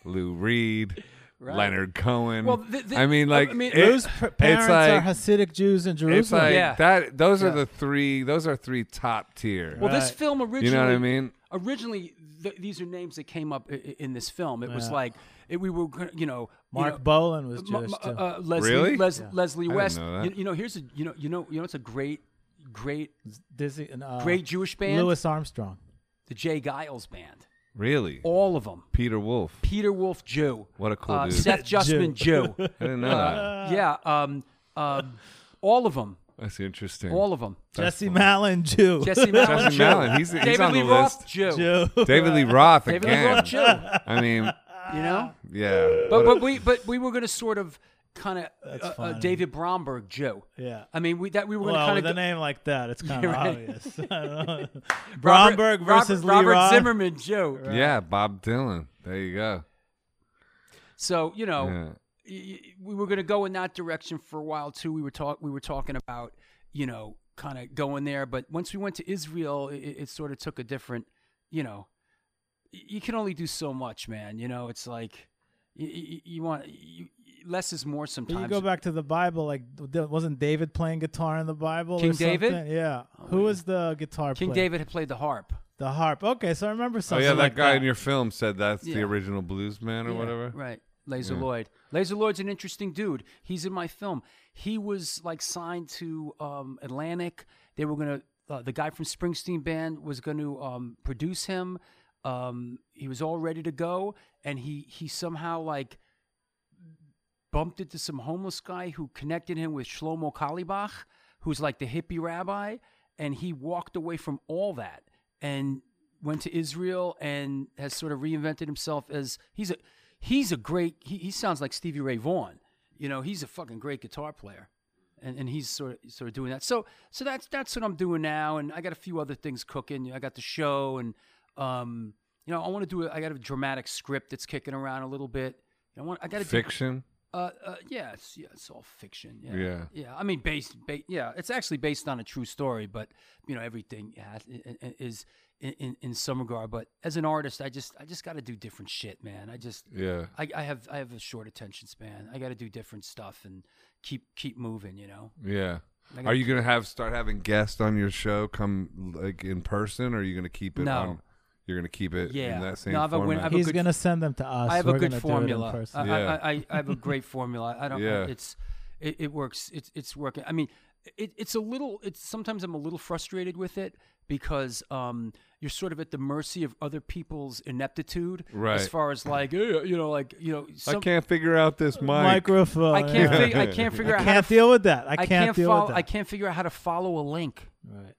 lou reed
Right.
leonard cohen
Well, th- th-
i mean like
I mean,
it-
Those p- parents
it's like,
are Hasidic Jews in
it's
Jerusalem.
like
Yeah.
that. Those
Yeah.
are the three. Those are three top tier.
Well, this
Right.
film originally,
you know what I mean?
Originally, th- these are names that came up i- i- in this film. It was
Yeah.
like, it, we were, gonna- you know, you
Mark
know,
Bolan was
Ma-
Jewish
ma-
too.
uh, Leslie,
Really?
Les-
Yeah.
Leslie
I didn't
West.
know that.
You, you know, here's a you know you know you know it's a great, great,
Dizzy, and, uh,
great Jewish band,
Louis Armstrong.
the Jay Giles band.
Really?
All of them.
Peter Wolf.
Peter Wolf, Jew.
What a cool
uh,
dude.
Seth Justman, Jew.
I didn't know that.
yeah. Um, um, all of them.
That's interesting.
All of them.
Jesse Malin, Jew.
Jesse Malin,
Jesse
Jew.
Malin, he's- he's
David
on
Lee
the
Roth,
list.
Jew.
Jew.
David Lee Roth
David Lee
again.
Roth, Jew.
I mean,
You know.
yeah.
But
What
but we but we were gonna sort of kind of uh, uh,
funny.
David Bromberg, Jew.
Yeah.
I mean, we that we were
Well,
gonna
with a
kind of.
name like that, it's kind of
You're right.
obvious. Bromberg versus
Robert,
Lee Roth.
Zimmerman, Jew.
a- yeah, Bob Dylan. There you go.
So you know,
Yeah.
y- y- we were going to go in that direction for a while too. We were talk we were talking about you know kind of going there, but once we went to Israel, it, it sort of took a different you know. y- You can only do so much, man. You know, it's like you, you, you want you, less is more
But
sometimes.
you go back to the Bible, like th- wasn't David playing guitar in the Bible?
King
or something?
David?
Yeah.
Oh,
Who
yeah.
was the guitar
King
player?
David had played the harp.
The harp. Okay, so I remember
Oh
something.
yeah, that
like
guy in your film said that's the
Yeah.
original blues man or
Yeah,
whatever.
Right. Laser
Yeah.
Lloyd. Laser Lloyd's an interesting dude. He's in my film. He was like signed to um, Atlantic. They were gonna. Uh, the guy from Springsteen band was going to um, produce him. Um, he was all ready to go, and he he somehow like bumped into some homeless guy who connected him with Shlomo Kalibach, who's like the hippie rabbi, and he walked away from all that and went to Israel and has sort of reinvented himself as he's a he's a great he, he sounds like Stevie Ray Vaughan. You know, he's a fucking great guitar player. And, and he's sort of sort of doing that. So so that's that's what I'm doing now and I got a few other things cooking. I got the show and um you know, I want to do a, I got a dramatic script that's kicking around a little bit. I want I got to do
Fiction.
uh, uh, yeah, it's, yeah, it's all fiction. Yeah.
Yeah.
I mean, based, ba- yeah, it's actually based on a true story, but you know, everything has, i- i- is in, in, in some regard. But as an artist, I just, I just got to do different shit, man. I just,
Yeah.
I, I have, I have a short attention span. I got to do different stuff and keep, keep moving. You know.
Yeah.
I got-
Are you gonna have start having guests on your show come like in person, or are you gonna keep it?
No.
on You're gonna keep it
Yeah.
in that same
No, I've a win-
format.
I've a
He's
good-
gonna send them to us.
I have a
We're
good
gonna do it in
formula. I,
person.
I,
Yeah.
I, I- I have a great formula. I don't.
Yeah.
I, it's it, it works. It's it's working. I mean, it, it's a little. It's sometimes I'm a little frustrated with it because um, you're sort of at the mercy of other people's ineptitude
Right.
as far as like eh, you know like you know some,
I can't figure out this mic.
Microphone.
I can't
yeah.
fig- I can't figure
I
out how
can't
to,
deal with that. I
I
can't,
can't
deal
follow
with that.
I can't figure out how to follow a link.
Right.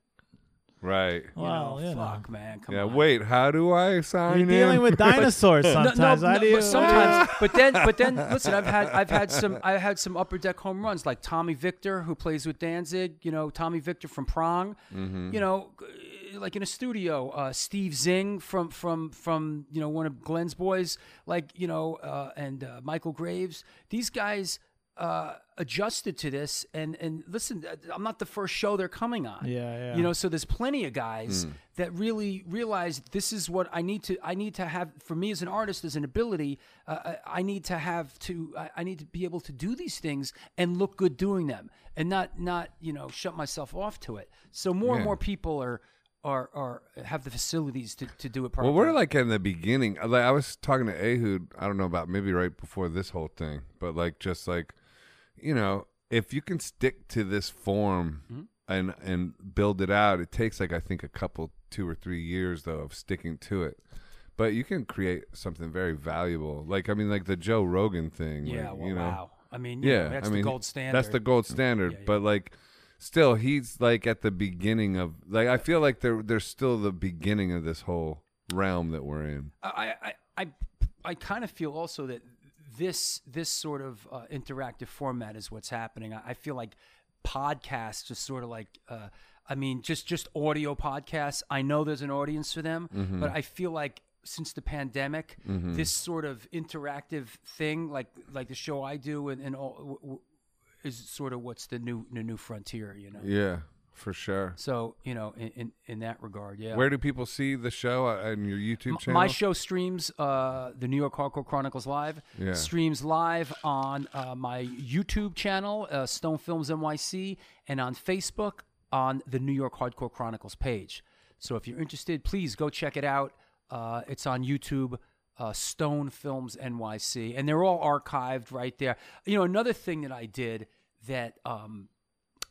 Right.
You
Well,
know,
you know.
fuck man, come
yeah.
on.
Wait. How do I sign
You're
in?
dealing with dinosaurs
No,
sometimes. Ah.
No,
I
no,
do-
but sometimes, but then, but then, listen, I've had, I've had some, I had some upper deck home runs like Tommy Victor, who plays with Danzig. You know, Tommy Victor from Prong.
Mm-hmm.
You know, g- like in a studio, uh, Steve Zing from from from you know one of Glenn's boys, like you know, uh, and uh, Michael Graves. These guys uh, adjusted to this, and and listen, I'm not the first show they're coming on.
Yeah, yeah.
You know, Oh, so there's plenty of guys
Hmm.
that really realize this is what I need to. I need to have for me as an artist, as an ability, uh, I, I need to have to. I, I need to be able to do these things and look good doing them, and not not you know shut myself off to it. So more and
Yeah.
more people are are are have the facilities to, to do it properly.
Well, we're like in the beginning. Uh, Like I was talking to Ehud, I don't know about maybe right before this whole thing, but like just like, you know, if you can stick to this form and and build it out, it takes like I think a couple two or three years though of sticking to it. But you can create something very valuable. Like I mean, like the Joe Rogan thing.
yeah,
like,
well,
you know,
wow. I mean, yeah,
yeah,
that's
I mean,
the gold standard.
That's the gold standard.
Yeah, yeah.
But like, still, he's like at the beginning of like. I feel like there there's still the beginning of this whole realm that we're in.
I, I, I, I kind of feel also that this this sort of uh, interactive format is what's happening. I, I feel like podcasts just sort of like. Uh, I mean, just just audio podcasts. I know there's an audience for them, but I feel like since the pandemic, this sort of interactive thing, like like the show I do, and, and all, w- w- is sort of what's the new the new frontier, you know.
Yeah, for sure.
So you know, in, in in that regard, yeah.
Where do people see the show uh, on your YouTube
M-
channel?
My show streams uh, the New York Hardcore Chronicles live.
Yeah.
Streams live on uh, my YouTube channel, uh, Stone Films NYC, and on Facebook on the New York Hardcore Chronicles page. So if you're interested, please go check it out. Uh, it's on YouTube. Uh, Stone Films NYC, and they're all archived right there. You know, another thing that I did that um,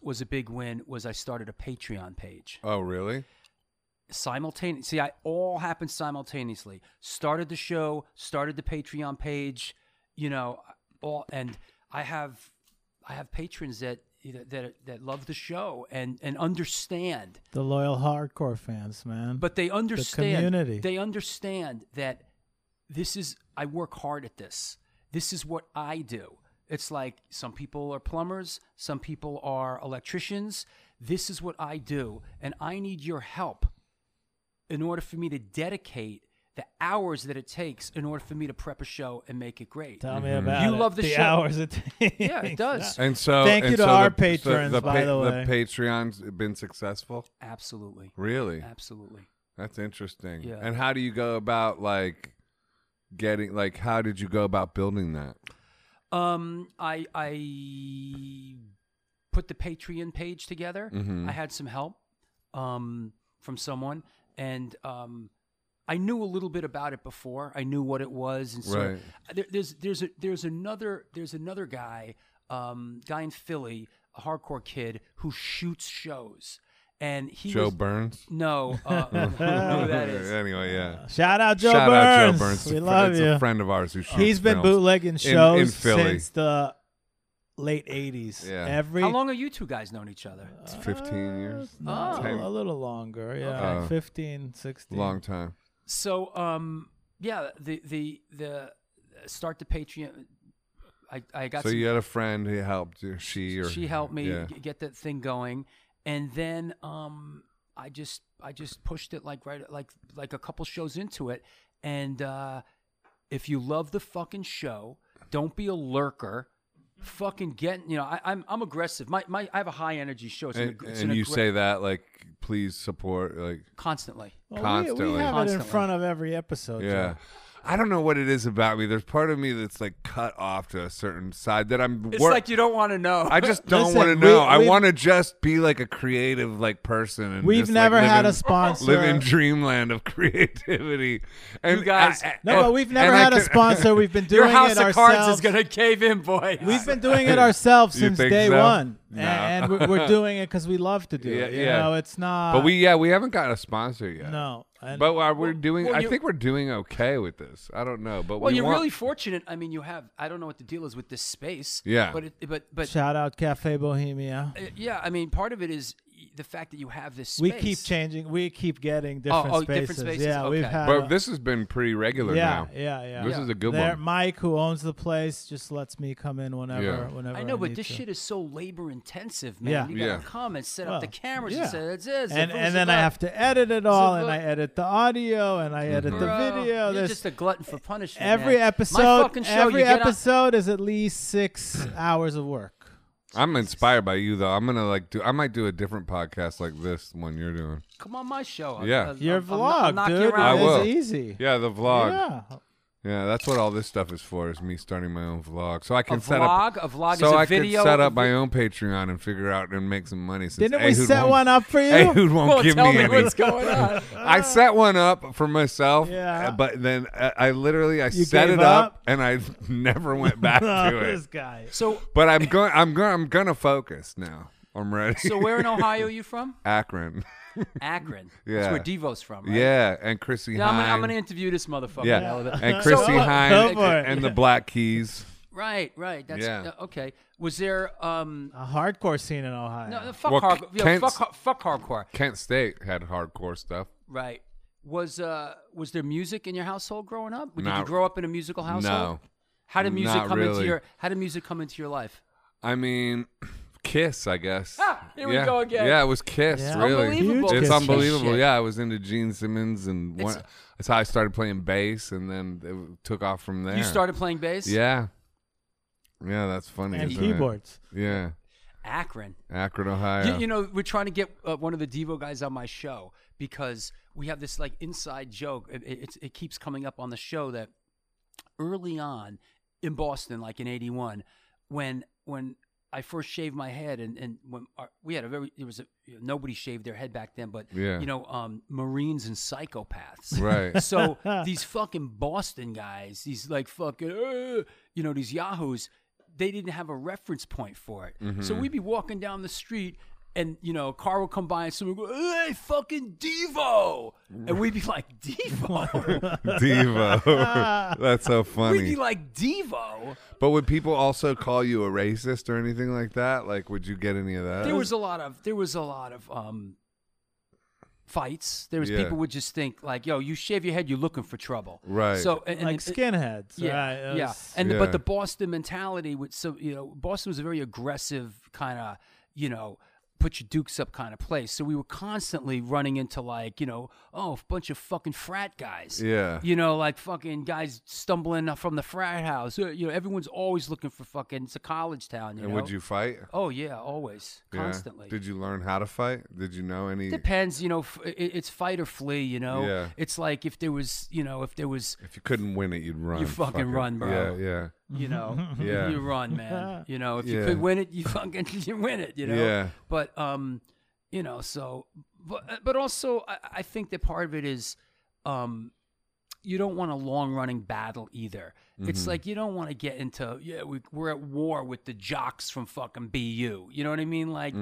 was a big win was I started a Patreon page
Oh, really?
simultaneously. See, I all happened simultaneously. Started the show, started the Patreon page, you know, all and I have I have patrons that that that love the show and and understand
the loyal hardcore fans, man.
but they understand.
community.
They understand that this is. I work hard at this. This is what I do. It's like some people are plumbers, some people are electricians. This is what I do, and I need your help in order for me to dedicate the hours that it takes in order for me to prep a show and make it great.
Tell me about
You
it.
love the show.
hours it takes.
Yeah, it does.
And so,
Thank you
and
to
so
our
the,
patrons,
the,
by the way.
the Patreon's been successful.
Absolutely.
Really,
Absolutely.
that's interesting.
Uh, Yeah.
And how do you go about like getting? Like, how did you go about building that?
Um, I I put the Patreon page together.
Mm-hmm.
I had some help um, from someone, and um, I knew a little bit about it before. I knew what it was, and so
Right.
there, there's there's a, there's another there's another guy um, guy in Philly, a hardcore kid who shoots shows, and he
Joe
was,
Burns.
no uh, I don't know who that is.
Anyway, yeah.
Shout out Joe
Shout
Burns.
out Joe Burns.
We
It's a fr-
love
it's
you.
a friend of ours who shoots
He's been
Oh, films.
bootlegging
in
shows
Philly.
since the late '80s.
Yeah.
Every
How long have you two guys known each other?
It's 15 years.
No,
Oh.
Ten-
a little longer. Yeah,
Okay. Uh,
15, 16.
Long time.
So um yeah, the the the uh, start the Patreon. I I got
so
some,
you had a friend who helped you. She or
she helped me
Yeah.
g- get that thing going, and then um I just I just pushed it like right like like a couple shows into it, and uh if you love the fucking show, don't be a lurker. Fucking get you know I, I'm I'm aggressive. My my I have a high energy show. It's an
And,
ag- it's
and
an
you
aggra-
say that like, please support. Like,
constantly.
Well, we- We,
Constantly.
have it
Constantly.
in front of every episode.
yeah.
Joe.
I don't know what it is about me. There's part of me that's like cut off to a certain side that I'm.
It's
wor-
like you don't want to know.
I just don't
Listen,
want to
we-
know. I
we've-
want to just be like a creative like person. And
We've
just, like,
never
live
had
in-
a sponsor.
Live in dreamland of creativity. And
You guys-
I- I-
no, but we've never
Oh, and I
had a
can-
sponsor. We've been doing
Your house
it
of
ourselves.
cards is gonna cave in, boy.
We've been doing it ourselves
You
since
think
day
so?
one,
No.
and we're, we're doing it because we love to do
Yeah,
it. You
yeah.
know, it's not.
But we yeah we haven't got a sponsor yet.
no. And
But uh, we're doing.
well,
I
you-
think we're doing okay with this. I don't know, but
Well,
we
you're
want-
really fortunate. I mean, you have. I don't know what the deal is with this space.
Yeah.
But it, but but
shout out Cafe Bohemia.
uh, yeah. I mean, part of it is the fact that you have this. Space.
We keep changing. We keep getting different,
oh,
spaces.
different spaces,
Yeah, we've
okay.
had.
But
a-
this has been pretty regular
yeah,
now.
yeah, yeah.
This is a good
There-
one.
Mike, who owns the place, just lets me come in whenever,
Yeah.
whenever.
I
I
know, but
need
this
to.
shit is so labor intensive, man.
Yeah.
You gotta
Yeah.
come and set
Well,
up the cameras
yeah.
and say that's it.
and and then I have to edit it all, and I edit the audio, and I edit
Mm-hmm.
the video.
You're
There's
just a glutton for punishment.
every
man. My
episode.
fucking show,
every
you get on-
episode is at least six hours of work.
I'm inspired by you though. I'm gonna like do. I might do a different podcast like this one you're doing.
come on my show. I'll-
Yeah.
I'll-
Your
I'll- I'll
vlog,
knock- I'll knock you
dude,
around.
I will.
is easy.
Yeah, the vlog. Yeah.
yeah.
that's what all this stuff is for. Is me starting my own vlog, so I can
A
set up
vlog. A vlog
so
is a
I
video.
can set
of
up my
the-
own Patreon and figure out and make some money. Since
Didn't we
Ehud
set
won't-
one up for you?
Ehud won't
Well,
give
tell
me
me
any.
what's going on.
I set one up for myself,
Uh, Yeah.
uh, but then I, I literally I
You
set
gave
it up,
up?
and I never went back to it.
this guy.
So
But I'm going. I'm going. I'm gonna focus now. I'm ready.
so where in Ohio are you from?
Akron.
Akron.
Yeah.
That's where Devo's from, right?
Yeah, and Chrissy
Yeah, I'm gonna, I'm
Hine.
gonna interview this motherfucker.
yeah,
now.
and Chrissy
uh,
Hine
go for it.
and the Black Keys.
Right, right. That's
Yeah.
uh, okay. Was there um
A hardcore scene in Ohio.
no, no fuck
Well,
hardcore. Yeah,
Kent's-
fuck, har- fuck hardcore.
Kent State had hardcore stuff.
Right. Was uh was there music in your household growing up? Did you
Not-
grow up in a musical
No,
household? How did music
not
come into
really.
your How did music come into your life?
I mean, Kiss, I guess.
Ah, here we
Yeah.
go again.
Yeah, it was Kiss.
Yeah.
Really,
Unbelievable.
Huge
It's
Kiss
unbelievable.
shit.
Yeah, I was into Gene Simmons, and
It's-
one, that's how I started playing bass, and then it took off from there.
You started playing bass.
Yeah. Yeah, that's funny.
and
isn't it?
keyboards.
Yeah,
Akron.
Akron, Ohio.
You- You, know, we're trying to get uh, one of the Devo guys on my show because we have this like inside joke. It, it, it's- it keeps coming up on the show that early on in Boston, like in '81, when when I first shaved my head, and and when our, we had a very it was a, you know, nobody shaved their head back then, but
Yeah.
you know, um, Marines and psychopaths,
right.
so these fucking Boston guys, these like fucking, uh, you know, these yahoos, they didn't have a reference point for it. So
Mm-hmm.
we'd be walking down the street. And you know, a car would come by and someone would go, "Hey, fucking Devo," and we'd be like, "Devo."
Devo. That's so funny.
we'd be like, "Devo."
But would people also call you a racist or anything like that? Like, would you get any of that?
There was a lot of there was a lot of um, fights. There was
Yeah.
people would just think like, "Yo, you shave your head, you're looking for trouble."
Right.
So and, and
like
it-
skinheads. right? It
yeah.
was-
And
Yeah.
but the Boston mentality, with so you know, Boston was a very aggressive kind of, you know, put your dukes up kind of place. So we were constantly running into like, you know, oh, a bunch of fucking frat guys.
Yeah.
You know, like fucking guys stumbling from the frat house. Uh, You know, everyone's always looking for fucking. It's a college town. You
and
know?
would you fight?
Oh yeah, always,
Yeah.
constantly.
Did you learn how to fight? Did you know any?
Depends, you know. F- i- it's fight or flee, you know.
Yeah.
It's like if there was, you know, if there was,
If you couldn't win it, you'd run.
fucking
Fuck it.
run, bro.
Yeah, yeah.
you know,
Yeah.
you run, man. You know, if you
Yeah.
could win it, you fucking you win it, you know.
Yeah.
But um, you know, so but uh, but also I, I think that part of it is um you don't want a long running battle either.
Mm-hmm.
It's like you don't want to get into yeah we, we're at war with the jocks from fucking BU. You know what I mean? Like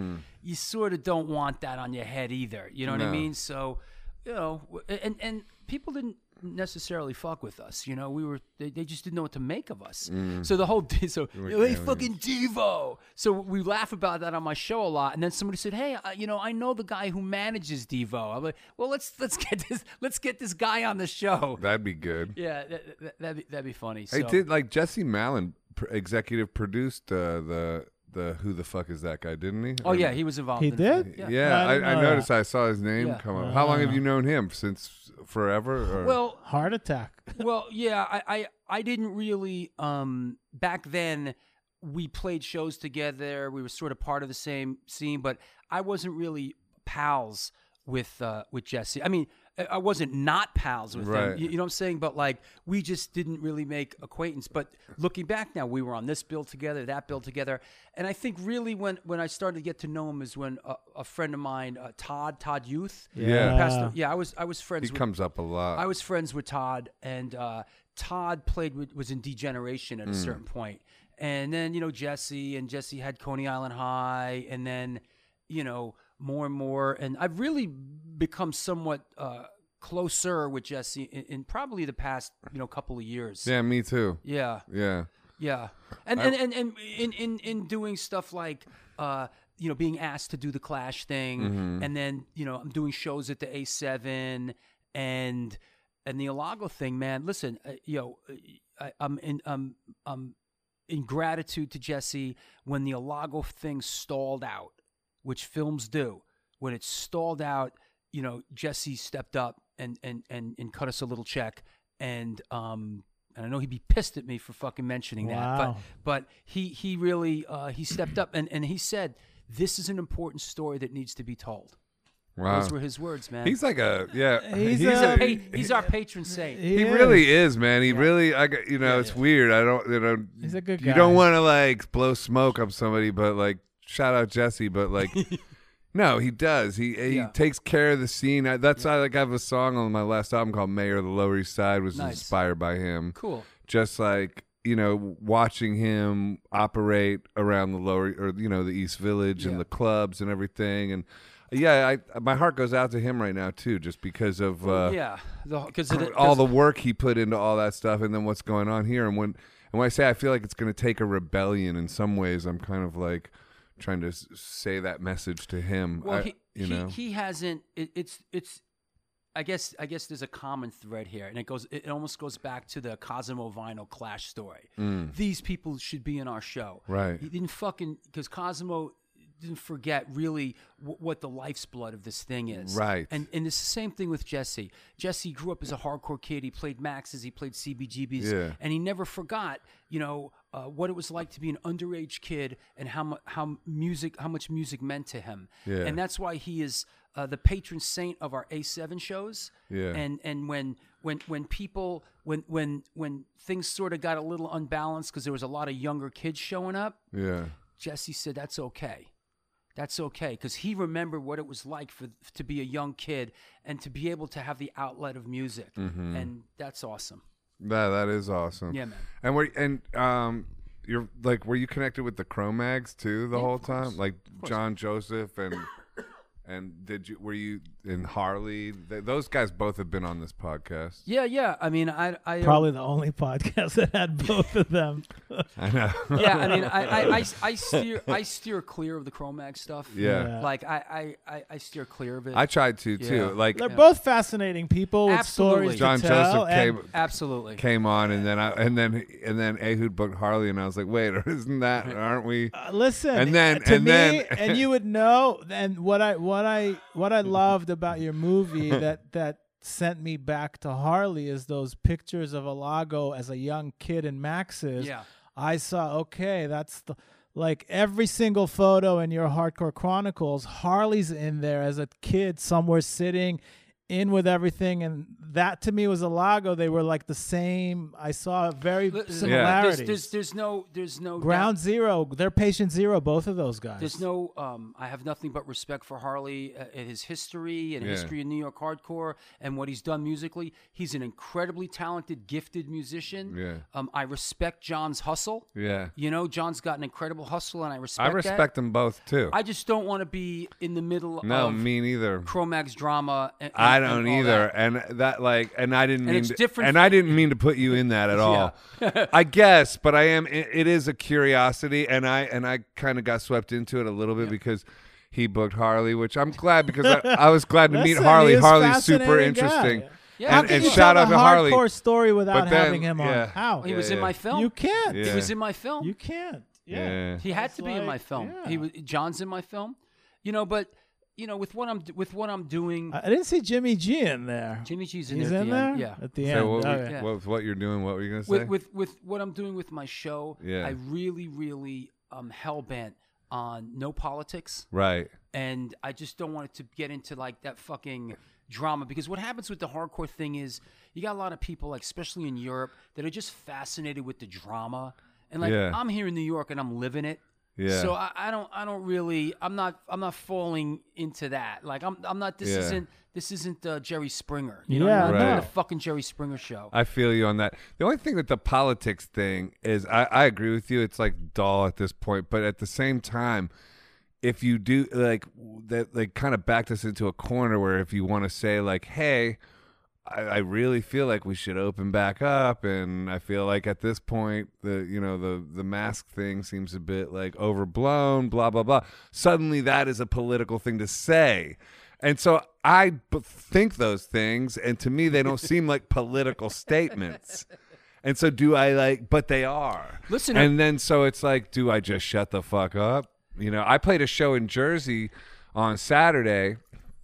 you sort of don't want that on your head either. You know what I
Mm. No.
mean? So you know w- and and people didn't necessarily fuck with us. You know we were they, they just didn't know what to make of us.
Mm.
So the whole so hey fucking Devo. So we laugh about that on my show a lot. And then somebody said hey I, you know I know the guy who manages Devo. I'm like well let's let's get this let's get this guy on the show.
That'd be good.
Yeah, that, that, that'd, be, that'd be funny. So,
Hey, did like Jesse Mallon pr- executive produced uh, the the who the fuck is that guy? Didn't he?
Oh
Or-
yeah, he was involved.
He
in
did?
Yeah,
Yeah.
No, I
I,
didn't
I
know that. Uh-huh.
noticed. I saw his name
Yeah.
come up. How long have you known him? Since forever? Or?
Well,
Heart attack.
well, yeah. I, I, I didn't really. Um, back then, we played shows together. We were sort of part of the same scene, but I wasn't really pals with uh, with Jesse. I mean, I- I wasn't not pals with
Right.
him. You, you know what I'm saying? But like, we just didn't really make acquaintance. But looking back now, we were on this bill together, that bill together, and I think really when when I started to get to know him is when a, a friend of mine, uh, Todd Todd Youth,
Yeah.
Pastor, yeah, I was I was friends.
he
with,
comes up a lot.
I was friends with Todd, and uh, Todd played with, was in Degeneration at a certain point, and then you know Jesse, and Jesse had Coney Island High, and then you know more and more, and I've really become somewhat uh, closer with Jesse in, in probably the past you know couple of years.
yeah, me too.
Yeah.
Yeah.
Yeah, and and, and and in in in doing stuff like uh you know being asked to do the Clash thing, and then you know I'm doing shows at the A Seven and and the Ilago thing, man. Listen, uh, you know I, I'm in I'm I'm in gratitude to Jesse when the Ilago thing stalled out, which films do. When it stalled out, you know Jesse stepped up and and and and cut us a little check and um. And I know he'd be pissed at me for fucking mentioning that,
Wow.
but but he he really uh, he stepped up and, and he said this is an important story that needs to be told.
Wow.
Those were his words, man.
He's like a yeah.
He's
he's,
a-
our, pa- he's our patron saint.
He really is, man. He really, I, got- you know, it's weird. I don't, you know,
He's a good
You
guy.
don't want to like blow smoke up somebody, but like shout out Jesse, but like, no, he does. He he
Yeah.
takes care of the scene. I, that's why like I have a song on my last album called "Mayor of the Lower East Side" was
Nice.
inspired by him.
Cool.
Just like you know, watching him operate around the lower or you know the East Village and
Yeah.
the clubs and everything, and yeah, I my heart goes out to him right now too, just because of uh,
yeah, because
all the work he put into all that stuff and then what's going on here and when and when I say I feel like it's going to take a rebellion in some ways I'm kind of like trying to s- say that message to him
Well,
I-
he,
you
he,
know
he hasn't. It, it's it's. I guess I guess there's a common thread here, and it goes. It almost goes back to the Cosimo Vinyl Clash story. These people should be in our show,
Mm. Right.
He didn't fucking because Cosimo didn't forget really w- what the life's blood of this thing is,
Right.
And and it's the same thing with Jesse. Jesse grew up as a hardcore kid. He played Max's, he played CBGBs,
Yeah.
and he never forgot, you know, uh, what it was like to be an underage kid and how mu- how music how much music meant to him.
Yeah.
And that's why he is uh, the patron saint of our A7 shows.
Yeah.
And and when when when people when when when things sort of got a little unbalanced because there was a lot of younger kids showing up,
yeah
Jesse said, "That's okay. That's okay," because he remembered what it was like for to be a young kid and to be able to have the outlet of music,
Mm-hmm.
and that's awesome.
that that is awesome
Yeah, man.
and were and um you're like were you connected with the Cro-Mags too the whole time like John Joseph and And did you were you in Harley? Th those guys both have been on this podcast.
Yeah, yeah. I mean, I, I uh,
Probably the only podcast that had both of them.
I know.
yeah. I mean, I, I, I, I steer, I steer clear of the Chromax stuff.
Yeah.
Yeah.
Like I, I, I, I steer clear of it.
I tried to too.
Yeah.
Like
They're both fascinating people with
Absolutely.
stories
John
to tell.
Joseph
and-
came
Absolutely.
came on, and then I and then and then Ehud booked Harley, and I was like, wait, isn't that aren't we?
Uh, listen,
And then-
to
and
me,
then-
and you would know. And what I what I what I loved about your movie that that sent me back to Harley is those pictures of Alago as a young kid in Max's.
Yeah.
I saw. Okay, that's the like every single photo in your Hardcore Chronicles. Harley's in there as a kid somewhere sitting. In with everything, and that to me was Alago. They were like the same. I saw very
Li- li-
similarities.
There's, there's, there's no, there's no doubt-
Ground zero. They're patient zero. Both of those guys.
There's no. Um, I have nothing but respect for Harley uh, and his history and
Yeah.
history in New York hardcore and what he's done musically. He's an incredibly talented, gifted musician.
Yeah.
Um, I respect John's hustle.
Yeah,
You know, John's got an incredible hustle, and I respect.
I
that.
respect them both too.
I just don't want to be in the middle
no,
of
me neither.
Chromax drama. And,
I don't
and- and all
either,
that.
and that like, and I didn't
And
mean
it's
to,
different-
and I didn't mean to put you in that at all. I guess, but I am. It, it is a curiosity, and I and I kind of got swept into it a little bit because he booked Harley, which I'm glad because I, I was glad to meet
Listen,
Harley.
he is
Harley's super
fascinating
interesting.
guy.
Yeah.
How
And,
can
and
you
shout
tell
out
the
to Harley.
hardcore story without
But then-
having him
yeah.
on? How?
He was
Yeah,
in
yeah.
my film.
You can't.
He
Yeah.
was in my film.
You can't. Yeah.
Yeah.
He had
It's
to be in my
like,
film.
yeah.
He was John's in my film. You know, but you know, with what I'm with what I'm doing,
I I didn't see Jimmy G in there.
Jimmy G's in
He's
there. at
in
the
there.
End. Yeah.
At the
So
end.
what,
All right.
yeah.
what, what you're doing? What were you gonna say?
With, with with what I'm doing with my show,
Yeah.
I really, really am hell bent on no politics,
right.
and I just don't want it to get into like that fucking drama because what happens with the hardcore thing is you got a lot of people, like especially in Europe, that are just fascinated with the drama, and like
Yeah.
I'm here in New York and I'm living it.
Yeah.
So I, I don't I don't really I'm not I'm not falling into that. Like I'm I'm not this
Yeah.
isn't this isn't uh, Jerry Springer. You know
Yeah,
I'm not doing
Right.
the fucking Jerry Springer show.
I feel you on that. The only thing with the politics thing is, I, I agree with you. It's like dull at this point, but at the same time, if you do like that, like kind of backed us into a corner where if you want to say like, hey. I, I really feel like we should open back up, and I feel like at this point the you know the the mask thing seems a bit like overblown, blah blah blah. Suddenly, that is a political thing to say, and so I b- think those things, and to me they don't seem like political statements. And so do I like, but they are.
Listen,
and then so it's like, do I just shut the fuck up? You know, I played a show in Jersey on Saturday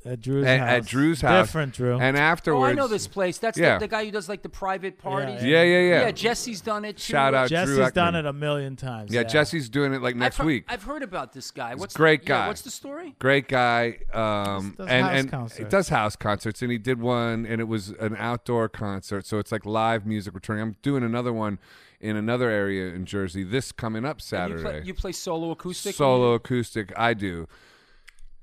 At Drew's
at,
house.
at Drew's house.
Different Drew.
And
Oh,
afterwards,
I know this place. That's
Yeah.
the, the guy who does like the private parties.
Yeah, yeah, yeah.
Yeah, Jesse's done it. Too.
Shout out uh, Drew
Jesse's done
Eckman.
it a million times.
Yeah, Jesse's doing it like
I've
next
heard-
week.
I've heard about this guy. What's
great
the, yeah,
guy.
what's the story?
Great guy. Um,
Does
and
house
and
concerts.
it does house concerts, and he did one, and it was an outdoor concert, so it's like live music returning. I'm doing another one in another area in Jersey this coming up
You
Saturday.
play, you play solo acoustic.
solo acoustic. I do.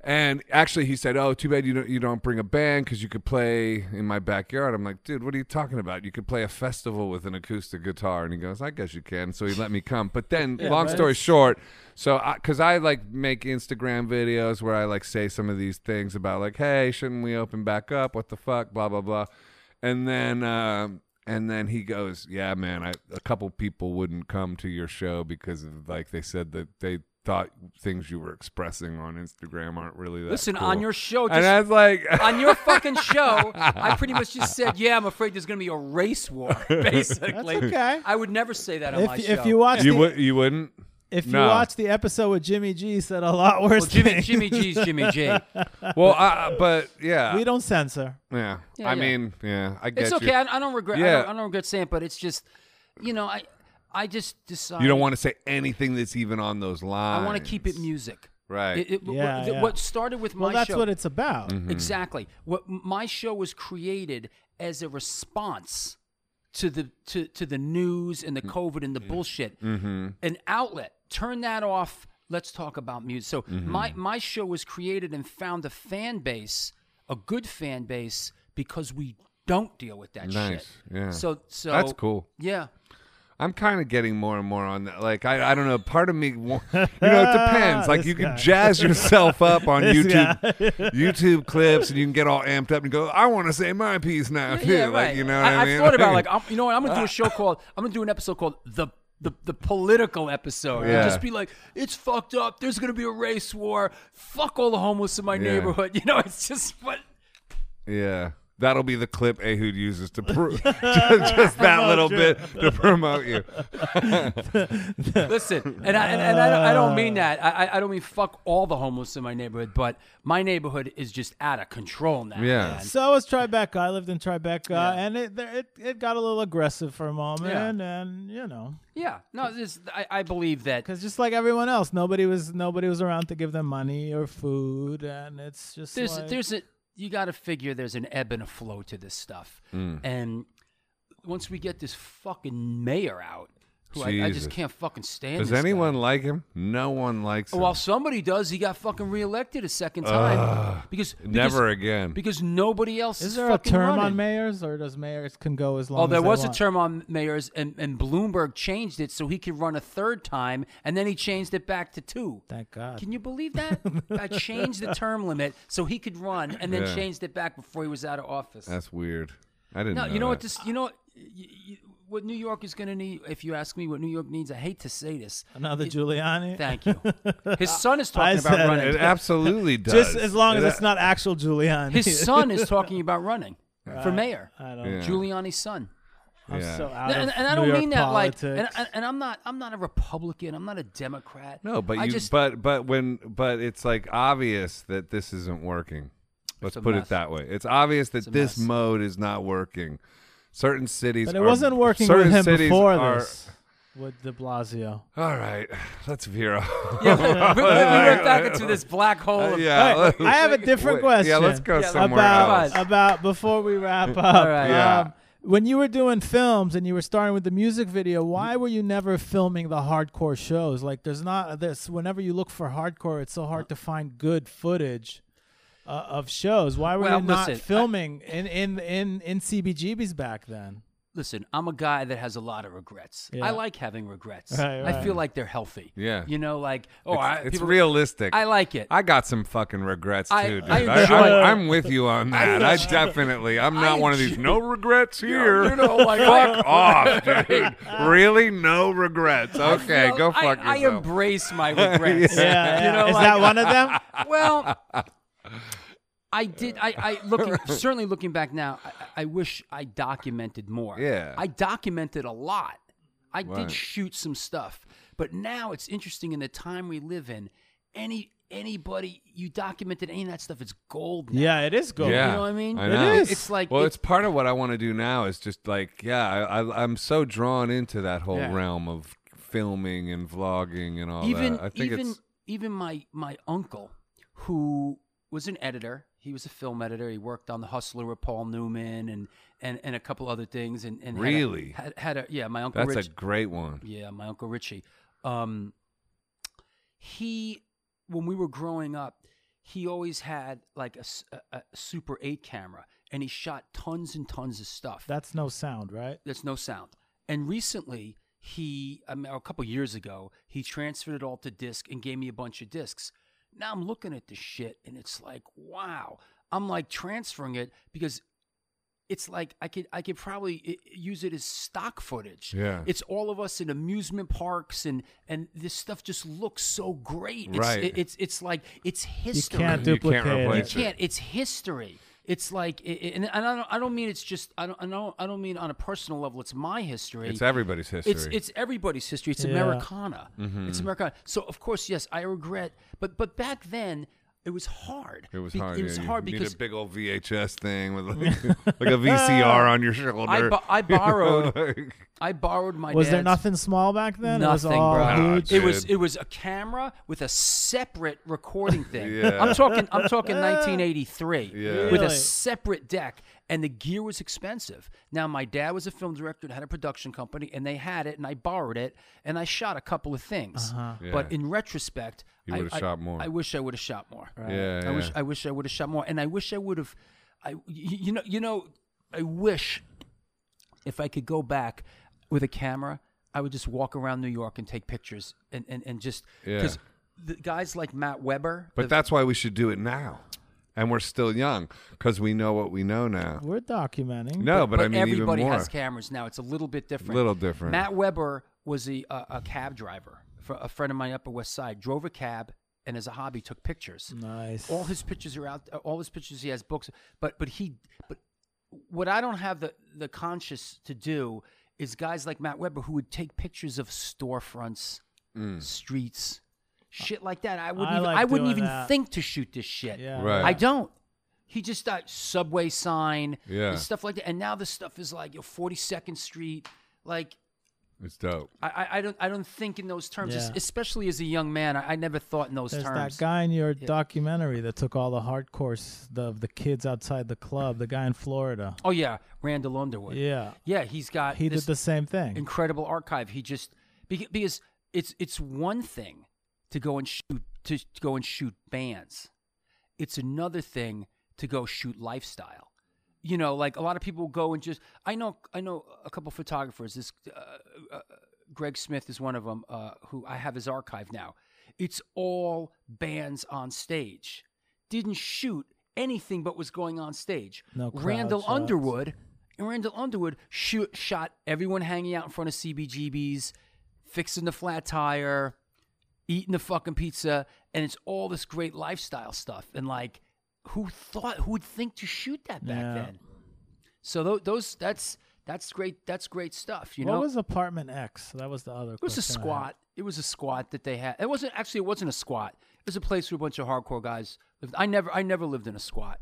And actually, he said, "Oh, too bad you don't you don't bring a band because you could play in my backyard." I'm like, "Dude, what are you talking about? You could play a festival with an acoustic guitar." And he goes, "I guess you can." So he let me come. But then, long
but
story
it's-
short, so because I, like make Instagram videos where I like say some of these things about like, "Hey, shouldn't we open back up? What the fuck?" Blah blah blah. And then um, and then he goes, "Yeah, man, I, a couple people wouldn't come to your show because of, like they said that they." Thought things you were expressing on Instagram aren't really that.
Listen,
cool."
on your show,
and
just-
I was like,
on your fucking show, I pretty much just said, "Yeah, I'm afraid there's going to be a race war." Basically,
okay.
I would never say that on my
If,
show.
if you watch
you
the,
would you wouldn't.
if you
no.
watch the episode with Jimmy G, he said a lot worse.
well, Jimmy,
things.
Jimmy G's Jimmy G.
Well, I, but yeah,
we don't censor.
yeah.
Yeah,
I
yeah.
mean, yeah, I get
It's okay.
you.
I, I don't regret. I,
Yeah.
don't, I don't regret saying, it, but it's just, you know, I, I just decided
You don't want to say anything that's even on those lines.
I want to keep it music.
Right. Hmm.
It- it- what-
Yeah,
the-
yeah.
What started with
Well,
my
that's
show
what it's about.
Mm-hmm.
exactly. What my show was created as a response to the to to the news and the
Hmm.
COVID and the bullshit.
Mm-hmm.
An outlet. Turn that off. Let's talk about music. So
Mm-hmm.
my my show was created and found a fan base, a good fan base, because we don't deal with that
Nice.
shit.
Yeah.
So so
That's cool.
Yeah.
I'm kind of getting more and more on that. Like I, I don't know. Part of me, wa- you know, it depends. Like
This
you can
guy.
jazz yourself up on
This
YouTube,
guy.
YouTube clips, and you can get all amped up and go, "I want to say my piece now." too.
Yeah,
like
right.
you know, what
I,
I,
I've
mean?
thought about like, I'm, you know what? I'm gonna do a show called. I'm gonna do an episode called the the, the political episode. And
Yeah.
just be like, it's fucked up. There's gonna be a race war. Fuck all the homeless in my neighborhood. You know, it's just but
yeah. That'll be the clip Ehud uses to pro- just, just that little
you.
bit to promote you.
listen, and I and, and I, don't- I don't mean that. I I- I don't mean fuck all the homeless in my neighborhood, but my neighborhood is just out of control now.
Yeah.
man.
So was Tribeca. I lived in Tribeca, and it, there- it it got a little aggressive for a moment,
Yeah.
and, and you know,
yeah. No, this I, I believe that.
because just like everyone else, nobody was nobody was around to give them money or food, and it's just
there's
like,
there's a you got to figure there's an ebb and a flow to this stuff,
Mm.
and once we get this fucking mayor out, who I, I
Jesus.
just can't fucking stand.
Does
this guy.
anyone like him? No one likes him.
While somebody does, he got fucking reelected a second time because, because-
Never again.
because nobody else
Is
is
there a
fucking
term
running.
on mayors, or does mayors can go as long?
Oh,
as
there
they
was a
want?
term on mayors, and, and Bloomberg changed it so he could run a third time, and then he changed it back to two.
Thank God.
Can you believe that? I changed the term limit so he could run, and then
Yeah.
changed it back before he was out of office.
That's weird. I didn't.
No,
know
you know
that.
what? This,
Uh,
you know what? You, you, what New York is going to need, if you ask me, what New York needs. I hate to say this.
Another Giuliani.
Thank you. His son is
I
talking
said
about running.
It absolutely does.
Just as long as
It-
it's not actual Giuliani.
His son is talking about running for mayor.
I don't.
Yeah.
Giuliani's son.
I'm
Yeah.
so out
And, and,
of
and I
New
don't
York
mean that
politics.
like, and, and, and I'm not, I'm not a Republican. I'm not a Democrat.
No, but
I
you,
just,
but but when but it's like obvious that this isn't working. Let's
a
put
mess.
it that way. It's obvious that
a
this
mess.
mode is not working. Certain cities,
but it
are-
wasn't working
certain
with him
cities
before
are-
this. With De Blasio.
All right, let's veer off.
yeah, we, we, we went back into this black hole.
Uh,
of-
yeah,
All right,
let-
I have a different
wait,
question.
Yeah, let's go
Yeah,
somewhere
about
else.
Come on.
about before we wrap up.
right.
Yeah.
um, when you were doing films and you were starting with the music video, why were you never filming the hardcore shows? Like, there's not this. Whenever you look for hardcore, it's so hard to find good footage uh, of shows. Why were
Well,
you not
listen, I-
filming in in in in CBGBs back then?
listen, I'm a guy that has a lot of regrets.
Yeah.
I like having regrets.
Right,
I
right.
feel like they're healthy.
Yeah.
You know, like, oh,
It's,
I,
it's
people-
realistic.
I like it.
I got some fucking regrets too,
I-
dude.
I
I,
enjoy-
am with you on that. I,
enjoy-
definitely. I'm not
I
one of these
enjoy-
no regrets here.
you know, like,
fuck off, dude. really, no regrets. Okay,
feel-
go fuck
I, I
yourself.
embrace my regrets.
Yeah, yeah.
You know,
is
like-
that one of them?
Well, I did. I, I looking certainly looking back now. I, I wish I documented more.
Yeah.
I documented a lot. I
Right.
did shoot some stuff, but now it's interesting in the time we live in. Any anybody you documented any of that stuff, it's gold. Now.
Yeah, it is gold.
yeah,
You know what I mean?
I
It
know.
is.
It's like-
well,
it-
it's part of what I want to do now. Is just like, yeah, I, I, I'm so drawn into that whole
Yeah.
realm of filming and vlogging and all
even
that. I think
even
it's
even my my uncle who was an editor he was a film editor he worked on the hustler with paul newman and and, and a couple other things and, and had a-
Really?
had, had a yeah my uncle
that's
Rich,
a great one.
yeah my uncle richie um he when we were growing up he always had like a, s- a- a super 8 camera and he shot tons and tons of stuff
That's no sound, right?
there's no sound. And recently, he I mean, a couple years ago, he transferred it all to disc and gave me a bunch of discs. Now I'm looking at this shit and it's like, wow. I'm like transferring it because it's like I could I could probably i- use it as stock footage.
Yeah.
it's all of us in amusement parks and and this stuff just looks so great. It's,
Right.
it- it's it's like it's history.
You can't
You
duplicate.
can't
it.
You
replace it.
can't. It's history. It's like, i- i- and and I don't, I don't mean it's just, I don't, I don't, I don't mean on a personal level. It's my history.
It's everybody's history. Mm-hmm.
It's it's everybody's history. It's
Yeah.
Americana. It's Americana. So of course, yes, I regret, but but back then it was hard.
It was
Be-
hard.
It
yeah.
was
You
hard
need
because
a big old VHS thing with like, like a VCR on your shoulder.
I, bo- I borrowed,
Like,
I borrowed my.
Was there
dad's-
nothing small back then? it was
Nothing,
all
bro.
Nah,
huge.
It was
Dude.
it was a camera with a separate recording thing.
Yeah.
I'm talking I'm talking 1983
Yeah.
with a
Really?
separate deck, and the gear was expensive. Now my dad was a film director and had a production company, and they had it, and I borrowed it, and I shot a couple of things.
Uh-huh.
But
Yeah.
in retrospect,
You
I,
would've
I-
shot more.
I wish I would have shot more.
Yeah,
I wish
yeah.
I wish I would have shot more, and I wish I would have. I y- you know you know I wish if I could go back with a camera, I would just walk around New York and take pictures and and, and just
Yeah.
because the guys like Matt Weber,
But that's why we should do it now. And we're still young because we know what we know now.
We're documenting.
No, but, I mean, even
everybody
more.
has cameras now. It's a little bit different.
Little different.
Matt Weber was a, a, a cab driver, for a friend of mine Upper West Side. Drove a cab and as a hobby took pictures.
Mm. Nice.
All his pictures are out. All his pictures. He has books. But but he but what I don't have the the conscious to do is guys like Matt Weber who would take pictures of storefronts,
Mm.
streets, shit like that. I wouldn't.
I
even,
like
I wouldn't
doing
even
that.
think to shoot this shit.
Yeah.
Right.
I don't. He just got subway sign,
Yeah.
and stuff like that. And now this stuff is like you know, 42nd Street. Like
It's dope.
I, I, I don't, I don't think in those terms. es-
Yeah.
Especially as a young man, I, I never thought in those
There's
terms.
that guy in your documentary that took all the hardcore s- the, of the kids outside the club. The guy in Florida.
Oh yeah, Randall Underwood.
Yeah,
Yeah, he's got
he
Uh, this
did the same thing.
incredible archive. He just beca- because it's it's one thing to go and shoot to go and shoot bands. It's another thing to go shoot lifestyle. You know, like a lot of people go and just I know I know a couple photographers. This uh, uh, Greg Smith is one of them uh, who I have his archive now. It's all bands on stage. Didn't shoot anything but was going on stage.
No crowd
Randall
shots.
Underwood. Underwood, and Randall Underwood shoot, shot everyone hanging out in front of CBGB's, fixing the flat tire, eating the fucking pizza, and it's all this great lifestyle stuff. And like, who thought, who would think to shoot that back
Yeah.
then? So tho- those, that's that's great. That's great stuff. You
what
know,
was Apartment X? That was the other.
it was a squat. It was a squat that they had. It wasn't actually. It wasn't a squat. It was a place where a bunch of hardcore guys lived. I never, I never lived in a squat.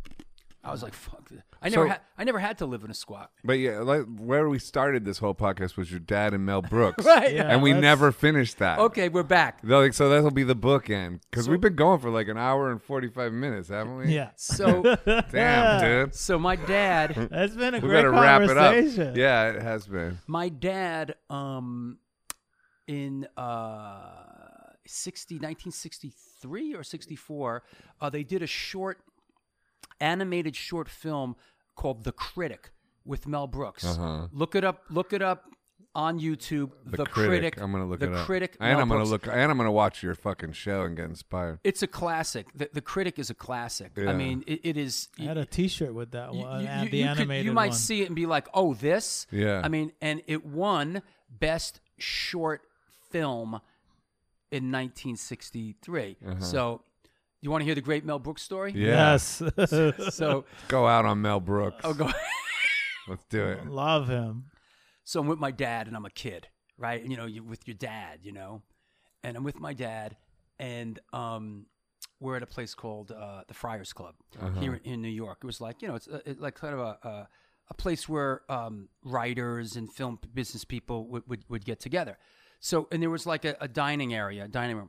I was like, fuck. This. I never,
So-
had, I never had to live in a squat.
But yeah, like where we started this whole podcast was your dad and Mel Brooks.
Right.
Yeah,
and we
let's-
never finished that.
Okay, we're back.
Though, Like, so that'll be the bookend because we've been going for like an hour and 45 minutes, haven't we?
Yeah,
So,
Damn, dude.
so my dad,
that's been a
We
great
better wrap it
conversation.
up. Yeah, it has been.
my dad, um, in uh, 60, 1963 or 64, uh, they did a short, animated short film called The Critic with Mel Brooks.
Uh-huh.
Look it up. Look it up on YouTube. The,
I'm gonna look
the
it up.
Critic.
and
Mel
I'm gonna
Brooks.
look. And I'm gonna watch your fucking show and get inspired.
It's a classic. The, the Critic is a classic.
Yeah.
I mean, it, it is.
I had a T-shirt with that
you-
one,
you-
and
you-
uh, the
you could-
animated
you might
one.
see it and be like, "Oh, this."
Yeah.
I mean, and it won best short film in 1963. So, you want to hear the great Mel Brooks story?
Uh-huh. Yeah.
Yes,
So,
Go out on Mel Brooks.
oh, go.
Let's do it.
love him.
so I'm with my dad and I'm a kid, right? And, you know, you're with your dad, you know, and I'm with my dad, and um, we're at a place called uh, the Friars Club
Uh-huh.
here in New York. It was like you know, it's, uh, it, like kind of a a, a place where um, writers and film business people would, would would get together. So, and there was like a, a dining area, a dining room,